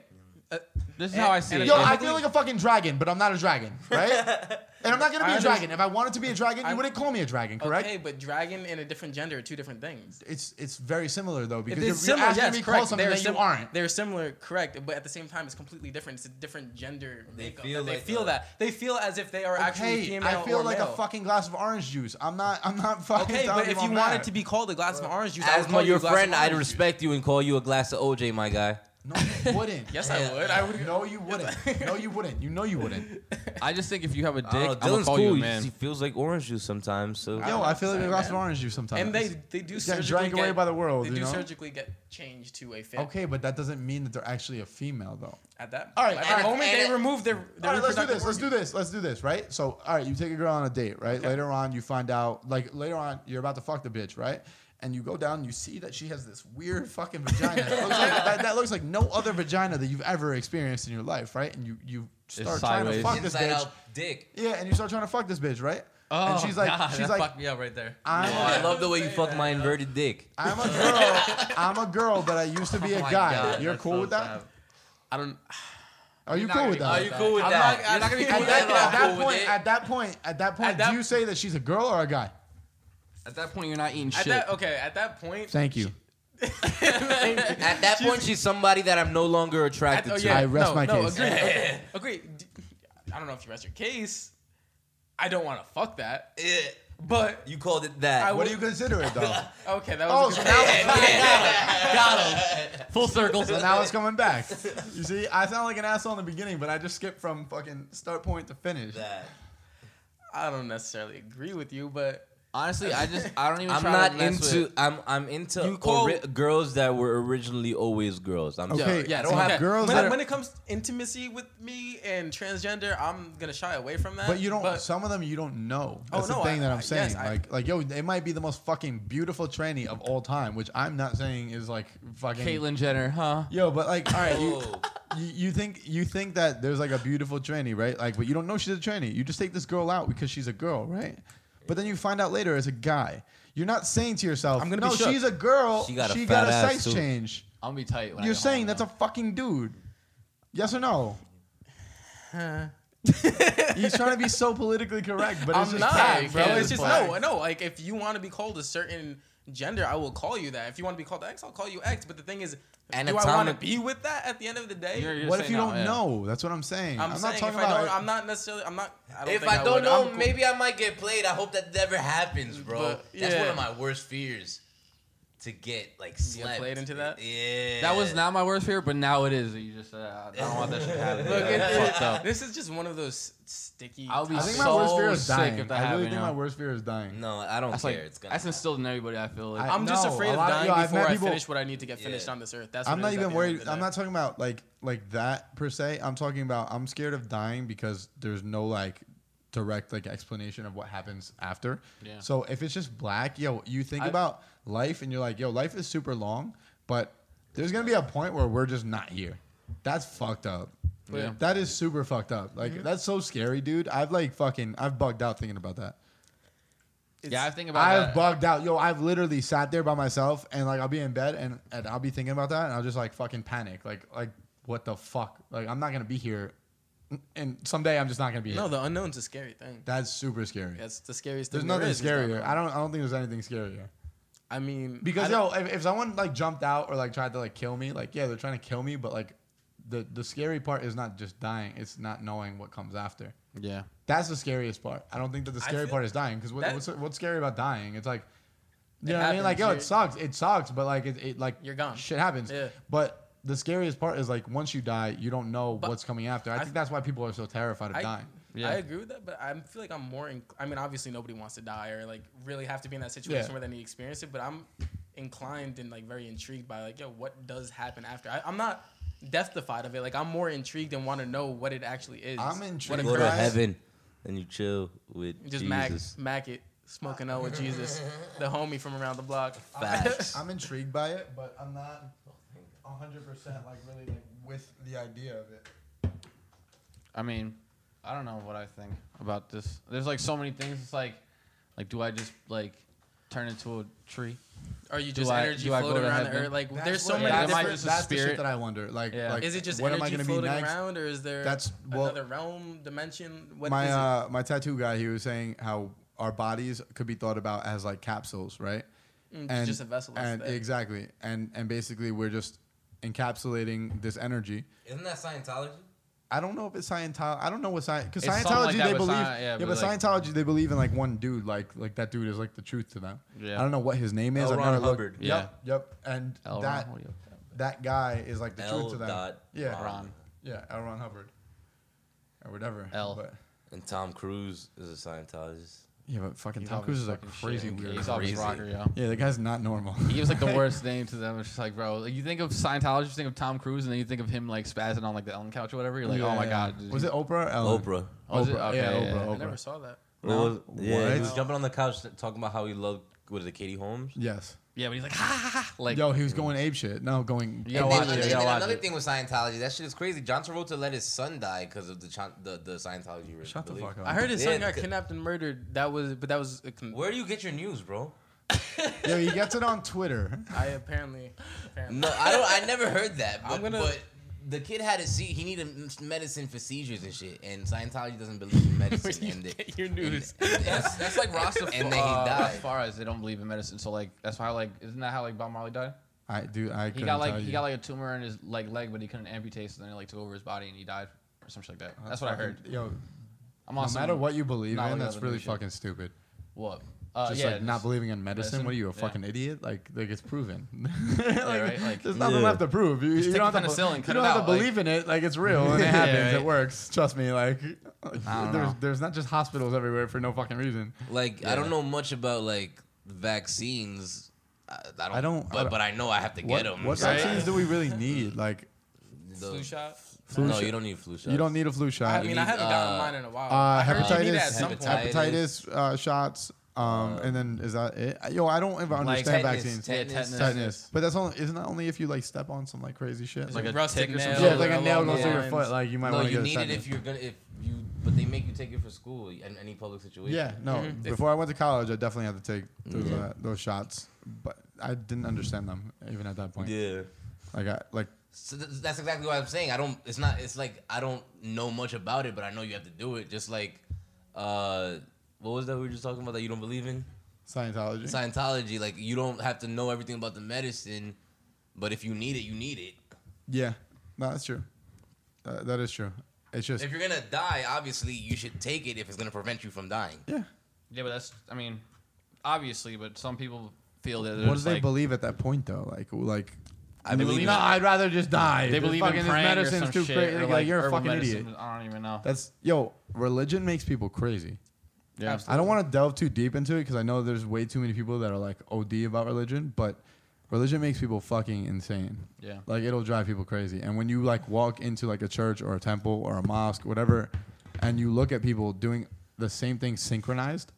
Uh, This is And- how I see and it. Yo, Yeah. I feel like a fucking dragon, but I'm not a dragon, right? and I'm not gonna be I a under- dragon. If I wanted to be a dragon, I- you wouldn't call me a dragon, correct? Okay, but dragon and a different gender are two different things. It's it's very similar though because If you're, you're they're similar, asking yes, me to call correct. something They're, that sim- you aren't. they're similar, correct. But at the same time, it's completely different. It's a different gender They makeup. feel that they like feel a- that they feel as if they are actually Okay, female I feel or like male. a fucking glass of orange juice. I'm not. I'm not fucking. okay, telling but if I'm you not. wanted to be called a glass of orange juice, I As would my call you your a glass of friend, I'd orange juice. respect you and call you a glass of OJ, my guy. no, you wouldn't. yes, I would. I would. No, you wouldn't. No, you wouldn't. You know you wouldn't. I just think if you have a dick, I I'm don't know, gonna Dylan's call cool. you a he man. just- He feels like orange juice sometimes. So Yo, I feel like a saying, glass of man. orange juice sometimes. And they they do Get surgically drank away get- by the world, They you do know? surgically get changed to a female. Okay, but that doesn't mean that they're actually a female though. At that. All right, At all the right, moment and they it- remove their. their All right, let's do this. reproductive Let's do this. Let's do this. Right. So, all right, you take a girl on a date. Right. Later on, you find out. Like later on, you're about to fuck the bitch. Right. And you go down, you see that she has this weird fucking vagina. It looks like- that, that looks like no other vagina that you've ever experienced in your life, right? And you you start trying to sideways. fuck this inside bitch. out dick. Yeah, and you start trying to fuck this bitch, right? and she's like, Oh, God, she's that like, fucked me up right there. I'm, Oh, I love the way you fuck my inverted dick. I'm a girl. I'm a girl, but I used to be a my guy. God, You're that's cool so with that? sad. I don't. Are you not cool gonna with be that? cool Are you cool with I'm that? not- You're not gonna be cool At with that, at that. I'm that cool with point, it. at that point, at that point, that- do you say that she's a girl or a guy? At that point, you're not eating At shit. that, okay, at that point, Thank you. At that point, she's somebody that I'm no longer at, attracted oh, to. yeah, I rest no, my no, case. Agree, agree, agree. D- I don't know if you rest your case. I don't want to fuck that, Eh, but You called it that. I What would- do you consider it though? okay, that oh, was. so a good now, Full circle. so now it's coming back. You see, I sound like an asshole in the beginning, but I just skipped from fucking start point to finish. That. I don't necessarily agree with you, but Honestly, I just I don't even. I'm try not to mess into. With. I'm I'm into You call- ori- girls that were originally always girls. I'm Okay, sorry. yeah, yeah, I don't have okay. girls When, that are- when it comes to intimacy with me and transgender, I'm gonna shy away from that. But you don't. some of them you don't know. Oh, That's no, the thing I- that I- I'm saying. yes, I- like, like yo, it might be the most fucking beautiful tranny of all time, which I'm not saying is like fucking. Caitlyn Jenner, huh? Yo, but like, all right, you, Oh. you you think you think that there's like a beautiful tranny, right? Like, but you don't know she's a tranny. You just take this girl out because she's a girl, right? But then you find out later it's a guy. You're not saying to yourself, I'm gonna "No, be shook." she's a girl. She She got got a, a fat ass, sex too. change." I'll be tight. When I You're get saying home, that's though. a fucking dude. Yes or no? He's trying to be so politically correct, but it's I'm just not, facts, bro. bro. It's just facts. no, no. Like if you want to be called a certain gender, I will call you that. If you want to be called X, I'll call you X. But the thing is, do I want to Anatomic- be with that at the end of the day? You're- you're What if saying you no, don't yeah. know? That's what I'm saying. I'm, I'm, saying not talking if I about. don't, I'm not necessarily. I'm not. I don't If think I don't would. know, I'm cool. maybe I might get played. I hope that never happens, bro. But, That's one yeah. of my worst fears. To get like slept. played into that? Yeah. That was not my worst fear, but now it is. You just, uh, I don't want that shit to happen. Look, it- That's it- fucked up. this is just one of those sticky. I'll be I topics. think my so worst fear is sick dying. if that I really happened, think you my know? worst fear is dying. No, I don't That's care. like it's gonna. that's instilled in everybody. I feel like. I- I'm just No, a afraid of lot of- dying yo, I've before met I people- finish what I need to get finished Yeah. on this earth. That's what I'm it not is at even the end of worried. the I'm day. not talking about like like that per se. I'm talking about I'm scared of dying because there's no like direct like explanation of what happens after. Yeah. So if it's just black, yo, you think I- about life and you're like, yo, life is super long, but there's gonna be a point where we're just not here. That's fucked up. Yeah. That is super fucked up. Like Mm-hmm. that's so scary, dude. I've like fucking I've bugged out thinking about that. yeah, I think about I've that. bugged out. Yo, I've literally sat there by myself and like I'll be in bed and, and I'll be thinking about that and I'll just like fucking panic. Like like what the fuck? Like I'm not gonna be here and someday I'm just not gonna be here. No, the unknown's a scary thing. That's super scary. That's the scariest there's thing. there nothing is, is the scarier. unknown. I don't I don't think there's anything scarier. I mean, Because I don't- yo, if, if someone like jumped out or like tried to like kill me, like yeah, they're trying to kill me, but like the the scary part is not just dying, it's not knowing what comes after. Yeah. That's the scariest part. I don't think that the scary feel- part is dying because what, that- what's what's scary about dying? It's like, you It know what I mean? Like, happens. yo, it You're- sucks. It sucks, but like, it, it like You're gone. Shit happens. Yeah. But the scariest part is like once you die, you don't know But what's coming after. I, I- think that's why people are so terrified of I- dying. Yeah. I agree with that, but I feel like I'm more. Inc- I mean, obviously nobody wants to die or like really have to be in that situation Yeah. where they need to experience it. But I'm inclined and like very intrigued by like, yo, what does happen after? I, I'm not deathified of it. Like I'm more intrigued and want to know what it actually is. I'm What intrigued Go to Guys. heaven. Then you chill with Just mac, Jesus. mac it, smoking out with Jesus, the homie from around the block. Facts. I'm intrigued by it, but I'm not 100 percent like really like with the idea of it. I mean, I don't know what I think about this. There's like so many things. It's like, like, do I just like turn into a tree? Are you just I- energy do I go floating to around the heaven? earth? Like, That's there's so what- many yeah, that's, am I different. just a that's the shit spirit? that I wonder. Like, Yeah. like is it just what am I energy gonna floating be next? around, or is there That's- well- another realm, dimension? What is my it? uh, my tattoo guy, he was saying how our bodies could be thought about as like capsules, right? Mm, it's just a vessel, that's And there. exactly, and and basically we're just encapsulating this energy. Isn't that Scientology? I don't know if it's Scientology. I don't know what science because It's something Scientology like that they with believe. sci- yeah, yeah, but but, like- Scientology they believe in like one dude. Like like that dude is like the truth to them. Yeah. I don't know what his name is. L. I've Ron never looked- Hubbard. Yep. Yep. And L. that Ron, what do you- that guy is like the L. truth to them. Dot yeah. Ron. Yeah. L. Ron Hubbard. Or whatever. L. But, And Tom Cruise is a Scientologist. yeah, but fucking He's Tom off Cruise his is a fucking crazy shit. weirdo. He's off his Crazy. rocker, yo. Yeah, the guy's not normal. He gives like the worst name to them. It's just like, bro, like, you think of Scientology, you think of Tom Cruise, and then you think of him like spazzing on like the Ellen couch or whatever. You're like, oh my god, dude. Was it Oprah? Or Ellen? Oprah. Oh, is it? Oprah. Yeah, Okay, yeah, Oprah. yeah. I Oprah. never saw that. What was- yeah, he What? was jumping on the couch talking about how he loved what is it, Katie Holmes? Yes. Yeah, but he's like, ha ha ha. Like, uh, Yo, he was going ape shit. No, going. You gotta and watch then, it, and you then gotta watch another it. thing with Scientology, that shit is crazy. John Travolta let his son die because of the, Chon- the the Scientology. re- Shut the belief. fuck up. I heard his son Yeah, got c- kidnapped and murdered. That was, but that was. A con- Where do you get your news, bro? Yo, he gets it on Twitter. I apparently. apparently. No, I don't. I never heard that. But, I'm gonna- but the kid had a se- he needed m- medicine for seizures and shit, and Scientology doesn't believe in medicine. and they- Your news. that's, that's like Rastafari. And then he uh, died. Rastafari's, they don't believe in medicine, so like that's why like isn't that how like Bob Marley died? I do. I He couldn't got like tell he you. got like a tumor in his like leg, but he couldn't amputate, so then it like took over his body and he died or something like that. That's what I heard. Yo, I'm no also matter what you believe not in, looking at that's the really news shit. fucking stupid. what uh, just yeah, like not just- believing in medicine. What are you, a medicine? fucking idiot? Like, like it's proven. Yeah, right? Like- there's nothing Yeah. left to prove. You, you take don't the have to, penicillin, be- you cut don't it have to out, believe in it. Like it's real and it Yeah, happens. right. It works. Trust me. Like, don't there's know. there's not just hospitals everywhere for no fucking reason. Like I don't know much about like vaccines. I, I don't. I don't- I But, don't- but I know I have to get What, them. what vaccines do we really need? Like, Flu shot. flu no, shot- you don't need flu shots. you don't need a flu I shot. mean, need, I haven't gotten uh, mine in a while. uh, I heard you hepatitis, need it at some point. hepatitis. hepatitis uh, shots. Um, and then is that it? Yo, I don't even understand tetanus, vaccines. tetanus. tetanus. Tetanus. But that's only isn't that only if you like step on some like crazy shit? It's Like, Like a rusted tick or some nail shit. yeah, like a along nail those goes through your lines. foot. Like you might No, want to you get need a it tetanus. if you're gonna if you. But they make you take it for school in any public situation. Yeah, no. Mhm. Before I went to college, I definitely had to take those, Yeah. uh, those shots, but I didn't understand them even at that point. Yeah. Like, I, like So th- that's exactly what I'm saying. I don't. It's not. It's like I don't know much about it, but I know you have to do it. Just like, uh, what was that we were just talking about that you don't believe in? Scientology. Scientology. Like you don't have to know everything about the medicine, but if you need it, you need it. yeah, no, that's true. Uh, that is true. It's just If you're gonna die, obviously you should take it if it's gonna prevent you from dying. yeah. Yeah, but that's I mean, obviously, but some people feel that What do there's they like believe at that point though? Like, like. I believe. no, I'd rather just die. they believe in fucking this praying or medicine's some too shit, crazy. or, Like, you're a herbal fucking medicine. idiot. I don't even know. That's yo. Religion makes people crazy. Yeah. I don't want to delve too deep into it because I know there's way too many people that are like OD about religion, but religion makes people fucking insane. Yeah. Like it'll drive people crazy. And when you like walk into like a church or a temple or a mosque, whatever, and you look at people doing the same thing synchronized,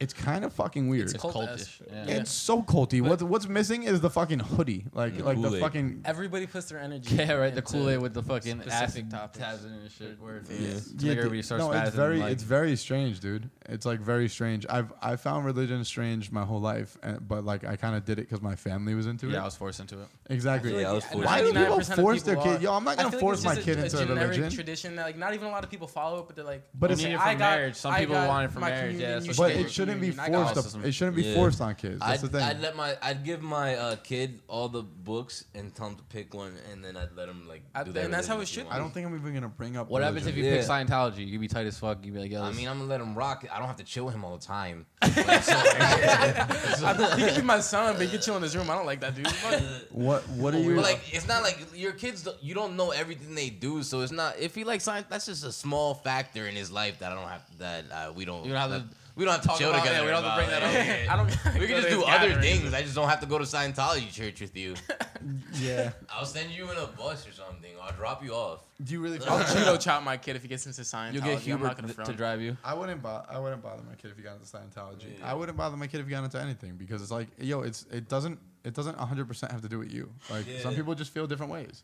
it's kind of fucking weird. It's It's, cult cultish. as- Yeah. yeah. so culty. What's what's missing is the fucking hoodie. Like like the Kool-Aid. fucking Everybody puts their energy. Yeah, right. The into- Kool Aid with the fucking specific acid topics. tabs in it and shit. Where it's to Yeah, make dude. everybody starts no, it's spazzing, very, like- it's very strange, dude. It's like very strange. I've I found religion strange my whole life, and, but like I kind of did it because my family was into yeah, I it. was forced into it. Exactly. Yeah, I was forced Why do people 99% of force their people kid? are. Yo, I'm not I feel gonna like force it's my just kid a, into a a generic religion. tradition that like not even a lot of people follow it, but they're like, But You it's, need it I for got- marriage. Some I people got want it for my marriage. Yeah, communion, that's you what but she should it shouldn't did. get be communion, I got forced. autism. Up, it shouldn't be Yeah. forced on kids. That's I'd, the thing. I'd let my I'd give my uh, kid all the books and tell him to pick one, and then I'd let him like. I- do that and that's how religion if it he should wants. I don't think I'm even gonna bring up. What happens if religion. you pick Yeah. Scientology? You'd be tight as fuck. You'd be like, yeah, I this- mean, I'm gonna let him rock. it. I don't have to chill with him all the time. he could be my son, but he could chill in his room. I don't like that dude. Fuck. What What are you? But like, it's not like your kids. don't- You don't know everything they do, so it's not. If he likes science, that's just a small factor in his life that I don't have. That uh, we don't. You don't have to that- Oh, we don't have to talk chill about- together. yeah, we don't have to about bring that it. up. I don't. We go can just to do his other gatherings. things. I just don't have to go to Scientology church with you. Yeah. I'll send you in a bus or something. I'll drop you off. Do you really? I'll judo chop my kid if he gets into Scientology. You'll get I'm Hubert not gonna th- front. to drive you. I wouldn't bother. I wouldn't bother my kid if he got into Scientology. Yeah. I wouldn't bother my kid if he got into anything because it's like, yo, it's it doesn't it doesn't 100 percent have to do with you. Like Yeah. some people just feel different ways.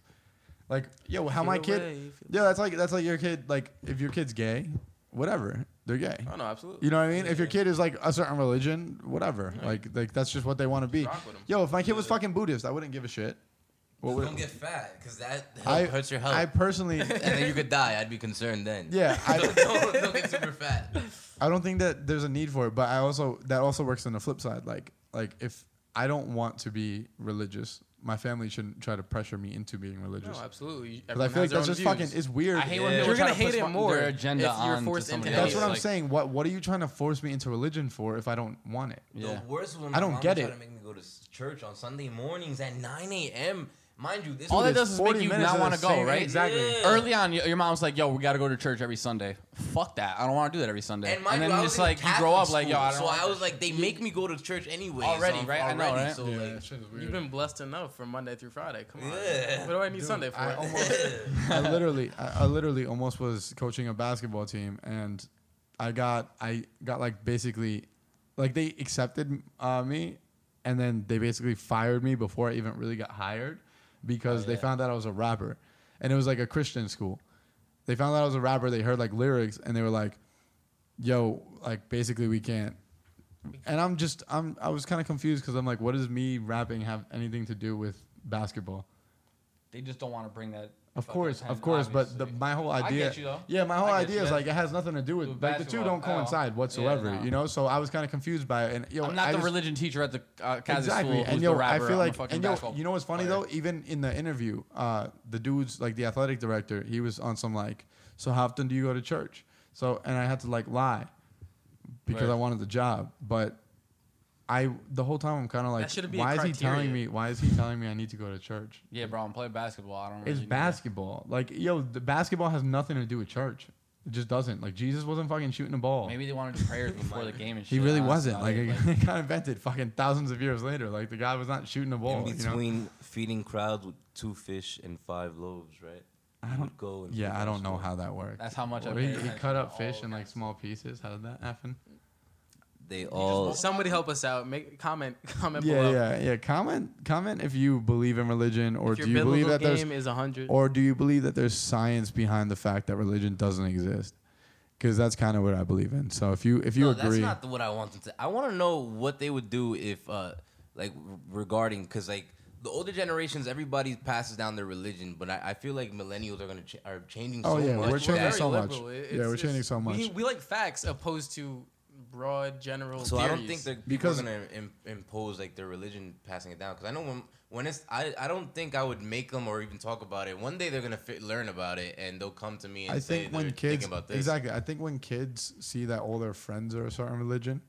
Like, yo, how my Feel kid? away, feel- Yeah, that's like that's like your kid. Like if your kid's gay, whatever, they're gay. Oh no, absolutely. You know what I mean? If your kid is like a certain religion, whatever. Like like that's just what they want to be. rock with 'em. Yo, if my kid was fucking Buddhist, I wouldn't give a shit. What Just would- don't get fat, cause that I- help hurts your health. I personally, and then you could die. I'd be concerned then. yeah, I, don't, don't, don't get super fat. I don't think that there's a need for it, but I also that also works on the flip side. Like like if I don't want to be religious, my family shouldn't try to pressure me into being No, religious. absolutely. Because I feel like that's just fucking it's weird. I hate when Yeah. people You're try gonna to push hate it one- more their agenda if you're on forced somebody into it. else. that's what I'm Like, saying. What what are you trying to force me into religion for if I don't want it? Yeah. The worst was when I my don't mom get tried it. to make me go to s- church on Sunday mornings at 9 a.m. Mind you, this All was that does is make 40 you minutes not of want the to go, same- right? Exactly. Yeah. Early on, y- your mom's like, "Yo, we gotta go to church every Sunday." Fuck that! I don't want to do that every Sunday. And, mind then you, I was it's in like you Catholic grow up, like, "Yo, school, I don't." So want I was like, they make me go to church anyway. Already, so right? I know, already, right? So like, shit is You've been blessed enough for Monday through Friday. Come on. Yeah. What do I need Sunday for? I almost, I literally, I, I literally almost was coaching a basketball team, and I got, I got like basically, like they accepted uh, me, and then they basically fired me before I even really got hired, because Oh, they found out I was a rapper, and it was like a Christian school. They found out I was a rapper. They heard like lyrics, and they were like, "Yo, like basically we can't." And I'm just, I'm, I was kind of confused because I'm like, what does me rapping have anything to do with basketball? They just don't want to bring that. Of fucking course, pen, of course, but the, obviously. my whole I idea, get you, though. yeah, my whole I get idea you. is like it has nothing to do with With like the two basketball don't at all. coincide Oh, Yeah, whatsoever, no. you know. So I was kind of confused by it, and yo, I'm not I the just- religion teacher at the uh, Catholic exactly, school. and who's yo, the rapper. I feel I'm a like, fucking and yo, basketball you know what's funny player. though? Even in the interview, uh, the dudes like the athletic director, he was on some like, so how often do you go to church? So and I had to like lie because I Right. wanted the job, but. I the whole time I'm kind of like, shouldn't be a why is he telling criteria. me? Why is he telling me I need to go to church? Yeah, bro, I'm playing basketball. I don't. It's really need basketball. Like, yo, the basketball has nothing to do with church. It just doesn't. Like, Jesus wasn't fucking shooting the ball. that. Maybe they wanted prayers before the game and shit. he really honestly, wasn't. I Like, did, it got invented fucking thousands of years later. Like, the guy was not shooting the ball. in you know? between feeding crowds with two fish and five loaves, right? I don't go. And Yeah, I don't know how that worked. that's how much I Or he, paid. he attention cut to up all fish the in like guys. small pieces. How did that happen? They all. Somebody help us out. Make comment comment Yeah, below. yeah, yeah. Comment, comment if you believe in religion, or If your do you believe biblical that there's game is 100. or do you believe that there's science behind the fact that religion doesn't exist? Because that's kind of what I believe in. So if you if you no, agree, that's not the- what I want them to. I want to know what they would do if, uh, like, r- regarding because like the older generations, everybody passes down their religion, but I, I feel like millennials are gonna ch- are changing. Oh so yeah, much we're changing that- so much. liberal. It- yeah, it's- we're changing it's- so much. We, we like facts opposed to broad general. So I don't think theories. they're Because- because gonna Im- impose like their religion passing it down. Because I know when when it's I, I don't think I would make them or even talk about it. One day they're gonna fi- learn about it and they'll come to me and I say think they're when kids thinking about this. exactly, I think when kids see that all their friends are a certain religion,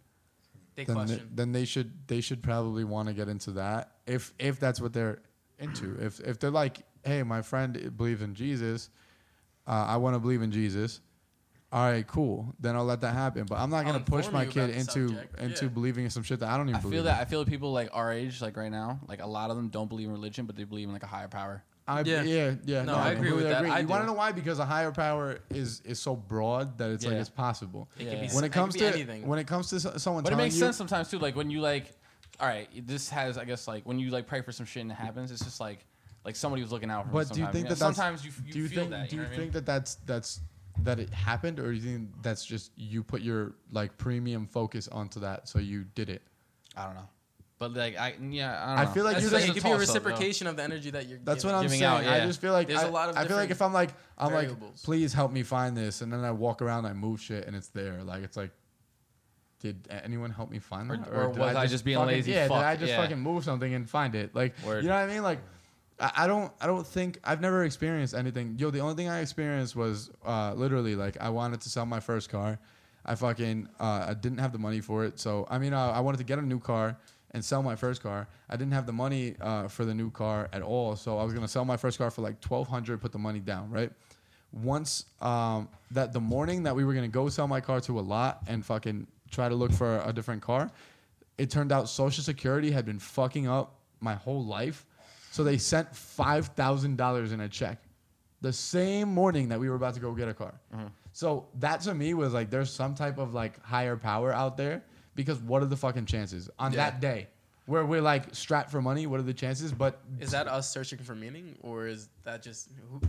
they then they, question. then they should they should probably want to get into that if if that's what they're into. If if they're like, hey, my friend believes in Jesus, uh, I want to believe in Jesus. All right, cool. Then I'll let that happen. But I'm not gonna I'll push inform my you kid about the into subject, into yeah. believing in some shit that I don't even I believe. feel in. that. I feel that people like our age, like right now, like a lot of them don't believe in religion, but they believe in like a higher power. I, yeah, Yeah. yeah, No, I agree with completely that. I you want to do. know why? Because a higher power is is so broad that it's like Yeah. it's possible. It could be when so- it comes be to anything. when it comes to so- someone But it telling makes you, sense sometimes too. Like when you like, all right, this has I guess like when you like pray for some shit and it happens, it's just like like somebody was looking out for. me But do you sometime, think know? that that's- sometimes you, you do you feel think that? do you you know what I think mean? that that's that's that it happened, or do you think that's just you put your like premium focus onto that, so you did it? I don't know. But like I yeah I don't I know. feel like That's you just the thing, it just could a be a toss-up, though. reciprocation of the energy that you're. That's what giving. I'm giving saying. out, I yeah. just feel like There's I, a lot of I feel like different if I'm like I'm like variables. please help me find this, and then I walk around, I move shit, and it's there. Like it's like. Did a- anyone help me find Or- that? or did was I just being a fucking- lazy Yeah, fuck? did I just Yeah. fucking move something and find it? Like, Word. you know what I mean? Like, I, I don't, I don't think I've never experienced anything. Yo, the only thing I experienced was uh, literally like I wanted to sell my first car. I fucking uh, I didn't have the money for it, so I mean uh, I wanted to get a new car and sell my first car. I didn't have the money uh, for the new car at all, so I was gonna sell my first car for like twelve hundred, put the money down, right? Once um, that the morning that we were gonna go sell my car to a lot and fucking try to look for a different car, it turned out Social Security had been fucking up my whole life. So they sent five thousand dollars in a check, the same morning that we were about to go get a car. So that to me was like, there's some type of like higher power out there because what are the fucking chances on that day? Where we're like strapped for money, what are the chances? But Is that us searching for meaning, or is that just who,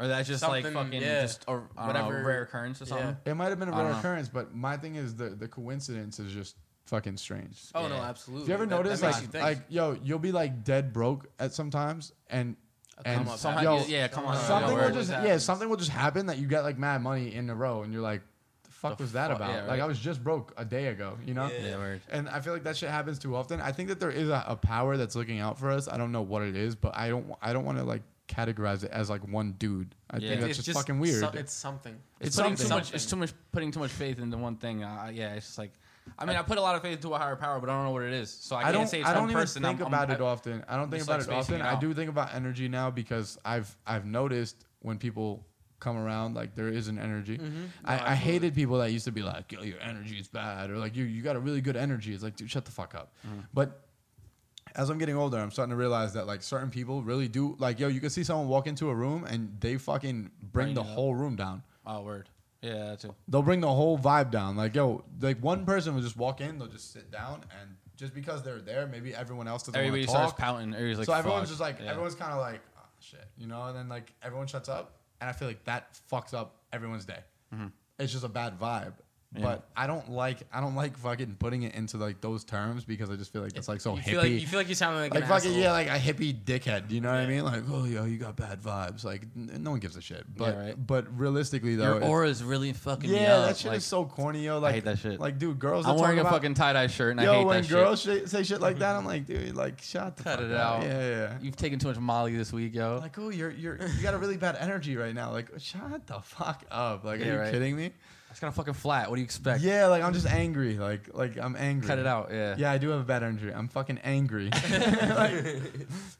Or that's just like Something, fucking yeah. just a, whatever Whatever. rare occurrence or Yeah. something. It might have been a I don't rare know. occurrence, but my thing is the the coincidence is just fucking strange. Oh no, Yeah. absolutely. If you ever That- that notice, makes like, you think. like yo, you'll be like dead broke at sometimes, and and Uh, come up Somehow, yo, you- yeah, come on. somehow- something yeah, will word. just Always yeah, happens. something will just happen that you get like mad money in a row, and you're like, the fuck was that fu- about? yeah, Like right. I was just broke a day ago, you know. yeah, word. And I feel like that shit happens too often. I think that there is a, a power that's looking out for us. I don't know what it is, but I don't I don't want to like categorize it as like one dude. I Yeah. think that's It's just, fucking weird. so- it's something. It's putting something. too much. It's too much putting too much faith into one thing. Uh, yeah, it's just like, I mean, I put a lot of faith into a higher power, but I don't know what it is. So I, I can't don't. say it's I don't one even person. think I'm, about I'm, it often. I don't think just, about like, it spacing often. it I out. do think about energy now because I've I've noticed when people come around like there is an energy. Mm-hmm. I, I hated people that used to be like, "Yo, your energy is bad," or like, "You you got a really good energy." It's like, dude, shut the fuck up. Mm-hmm. But as I'm getting older, I'm starting to realize that like certain people really do like, yo, you can see someone walk into a room and they fucking bring Bring the it up. whole room down Oh, word. Yeah, that too. they'll bring the whole vibe down. Like yo, like one person will just walk in, they'll just sit down, and just because they're there, maybe everyone else doesn't want Everybody to starts talk. pouting. Everybody's like, so everyone's fuck. just like, Yeah. everyone's kind of like, oh, shit, you know, and then like everyone shuts up, and I feel like that fucks up everyone's day. Mm-hmm. It's just a bad vibe. But I don't like I don't like fucking putting it into like those terms because I just feel like it's like so you hippie. feel like you feel like you sound like, like an fucking asshole. yeah, like a hippie dickhead. You know what I mean? Like oh yo, you got bad vibes. Like n- no one gives a shit. But right. but realistically though, Your it's- aura is really fucking me yeah, up. that shit like, is so corny, yo. Like, hate that shit. Like, dude, girls. I'm that talk wearing a about- fucking tie dye shirt and Yo, I hate when that girls shit- say shit like that, I'm like, dude, like, shut the Cut fuck it up. out. Yeah, yeah. shit. You've taken too much Molly this week, yo. yeah. Like, oh, you're you're you got a really bad energy right now. Like, shut the fuck up. Like, Yeah, are you right. kidding me? it's kind of fucking flat. What do you expect? Yeah, like I'm just angry. Like, like I'm angry. Cut it out. Yeah. Yeah, I do have a bad energy. I'm fucking angry. Like,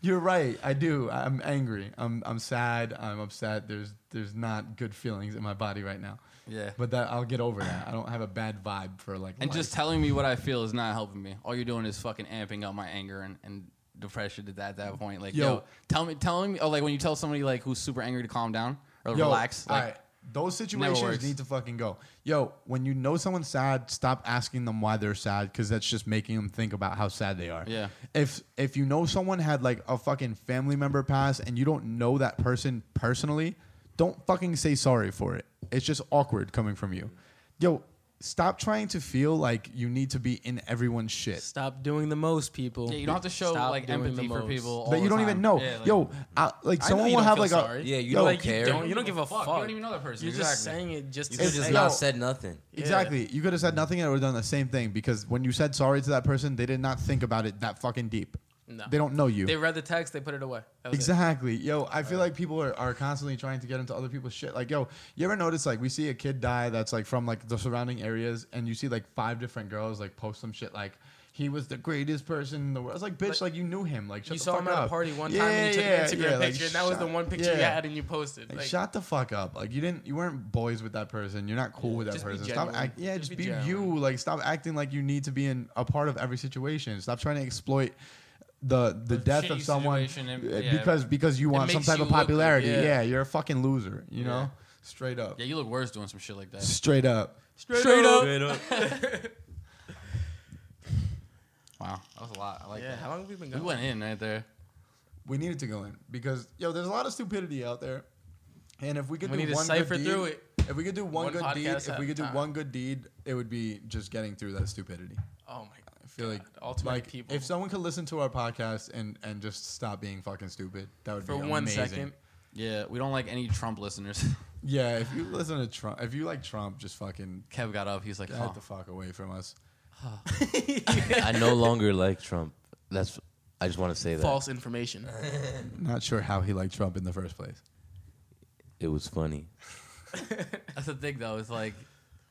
you're right. I do. I'm angry. I'm I'm sad. I'm upset. There's there's not good feelings in my body right now. Yeah. But that I'll get over that. I don't have a bad vibe for like. And life. just telling me what I feel is not helping me. All you're doing is fucking amping up my anger and, and depression at that, that point. Like, yo, Yo. tell me, telling me, oh, like when you tell somebody like who's super angry to calm down or relax, like, alright. Those works. situations need to fucking go. Yo, when you know someone's sad, stop asking them why they're sad because that's just making them think about how sad they are. Yeah. If if you know someone had like a fucking family member pass and you don't know that person personally, don't fucking say sorry for it. It's just awkward coming from you. Yo, stop trying to feel like you need to be in everyone's shit. Stop doing the most, people. yeah, you don't have to show Stop like doing the empathy for most. people all that you the don't even time. know. Yeah, like, Yo, I, like I know someone you will don't have feel like sorry. a Yeah, you Yo, don't like, care. You don't, you don't give a fuck. You don't even know that person. You're just exactly. saying it just You to could It's- have just say yo. it. not said nothing. Exactly. You could have said nothing and it would have done the same thing because when you said sorry to that person, they did not think about it that fucking deep. No. They don't know you. They read the text, they put it away. That was it. exactly. Yo, I feel like people are, are constantly trying to get into other people's shit. Like, yo, you ever notice like we see a kid die that's like from like the surrounding areas and you see like five different girls like post some shit like he was the greatest person in the world. It's like, bitch, like, you knew him. Like, shut You the saw fuck him at a up. party one Yeah, time and you took yeah, an Instagram yeah, like, picture, and that was the shut- one picture you yeah. had and you posted. Like, Like, shut the fuck up! Like you didn't, you weren't boys with that person. You're not cool with that Just be person. Stop genuine. act, yeah, Just just, be be, you. Like stop acting like you need to be in a part of every situation. Stop trying to exploit the the death shitty of someone situation and- uh, yeah. because because you want some makes type you of look good, popularity. yeah. yeah. you're a fucking loser. You know, straight up, Yeah, you look worse doing some shit like that. straight up. straight, Wow, that was a lot. I like Yeah, how that. long have we been We going? went in right there. We needed to go in because yo, there's a lot of stupidity out there, and if we could We do need to one cipher good through deed, it. if we could do one, One good deed, podcast if at we a could do time. one good deed, it would be just getting through that stupidity. Oh my I feel like all too many like, people. If someone could listen to our podcast and and just stop being fucking stupid, that would For be one amazing. second. Yeah, we don't like any Trump listeners. Yeah, if you listen to Trump, if you like Trump, just fucking Kev got up. He's like, get huh. the fuck away from us. I no longer like Trump. That's. I just want to say that False information. Not sure how he liked Trump in the first place. it was funny. that's the thing though. It's like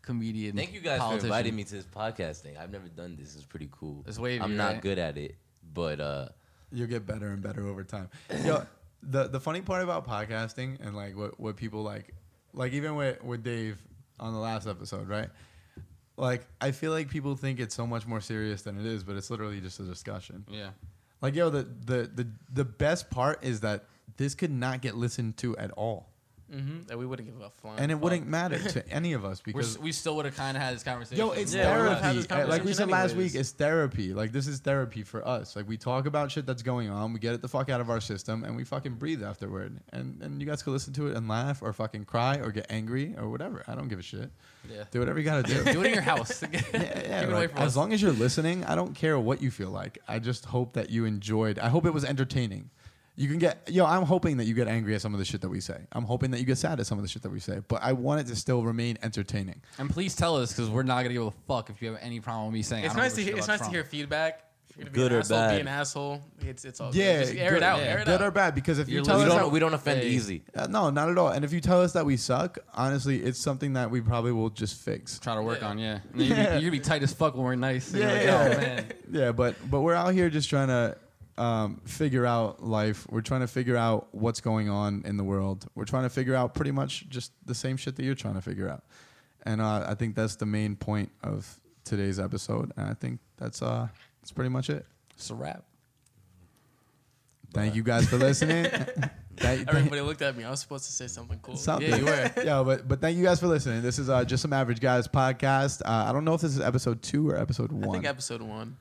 comedian. Thank you guys politician. for inviting me to this podcast thing. I've never done this. It's pretty cool. It's wavy, I'm not right? good at it, but uh, You'll get better and better over time. Yo, the the funny part about podcasting and like what what people like, like even with with Dave on the last episode, right? Like I feel like people think it's so much more serious than it is, but it's literally just a discussion. Yeah. Like yo, the the the the best part is that this could not get listened to at all, Mm-hmm. And we wouldn't give a flying. and it fuck. wouldn't matter to any of us We're, because s- we still would have kind of had this conversation. Yo, it's Yeah, we would've had therapy. this Uh, Like we conversation said last anyways. week, it's therapy. Like this is therapy for us. Like we talk about shit that's going on, we get it the fuck out of our system, and we fucking breathe afterward. And and you guys can listen to it and laugh or fucking cry or get angry or whatever. I don't give a shit. Yeah. Do whatever you gotta do. do it in your house. Yeah, yeah, Keep it away like, from us. as long as you're listening, I don't care what you feel like. I just hope that you enjoyed. I hope it was entertaining. You can get yo. I'm hoping that you get angry at some of the shit that we say. I'm hoping that you get sad at some of the shit that we say. But I want it to still remain entertaining. And please tell us because we're not gonna give a fuck if you have any problem with me saying. I It's don't give nice to a shit hear. It's about nice to Trump. hear feedback. If you're gonna be Good an or asshole, Be bad. an asshole. It's it's all Yeah, good. Just air good- it out. yeah, Air it good out. or bad. Because if you You're tell we us listening. that don't we don't offend Hey. easy. Uh, no, not at all. And if you tell us that we suck, honestly, it's something that we probably will just fix. Try to work on yeah. And then Yeah. You're, gonna be tight as fuck when we're nice. And you're Yeah, like, yeah. Oh man. Yeah, but but we're out here just trying to um, figure out life. We're trying to figure out what's going on in the world. We're trying to figure out pretty much just the same shit that you're trying to figure out. And uh, I think that's the main point of today's episode. And I think that's uh that's pretty much it. It's a wrap. Thank you guys for listening. Thank- thank- Everybody looked at me. I was supposed to say something cool. Something. Yeah, you were. yeah, but but thank you guys for listening. This is uh, just some average guys podcast. Uh, I don't know if this is episode two or episode I one. think episode one.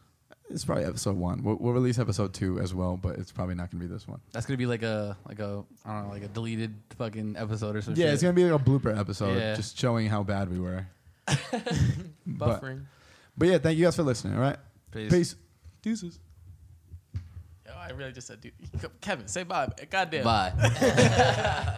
it's probably episode one. We'll, we'll release episode two as well, but it's probably not gonna be this one. That's gonna be like a like a I don't know like a deleted fucking episode or something. Yeah, it's gonna be like a blooper episode, Yeah. just showing how bad we were. but, Buffering. but yeah, thank you guys for listening. All right, Peace. peace. Deuces. Yo, I really just said, dude, Kevin, say bye. Goddamn. Bye.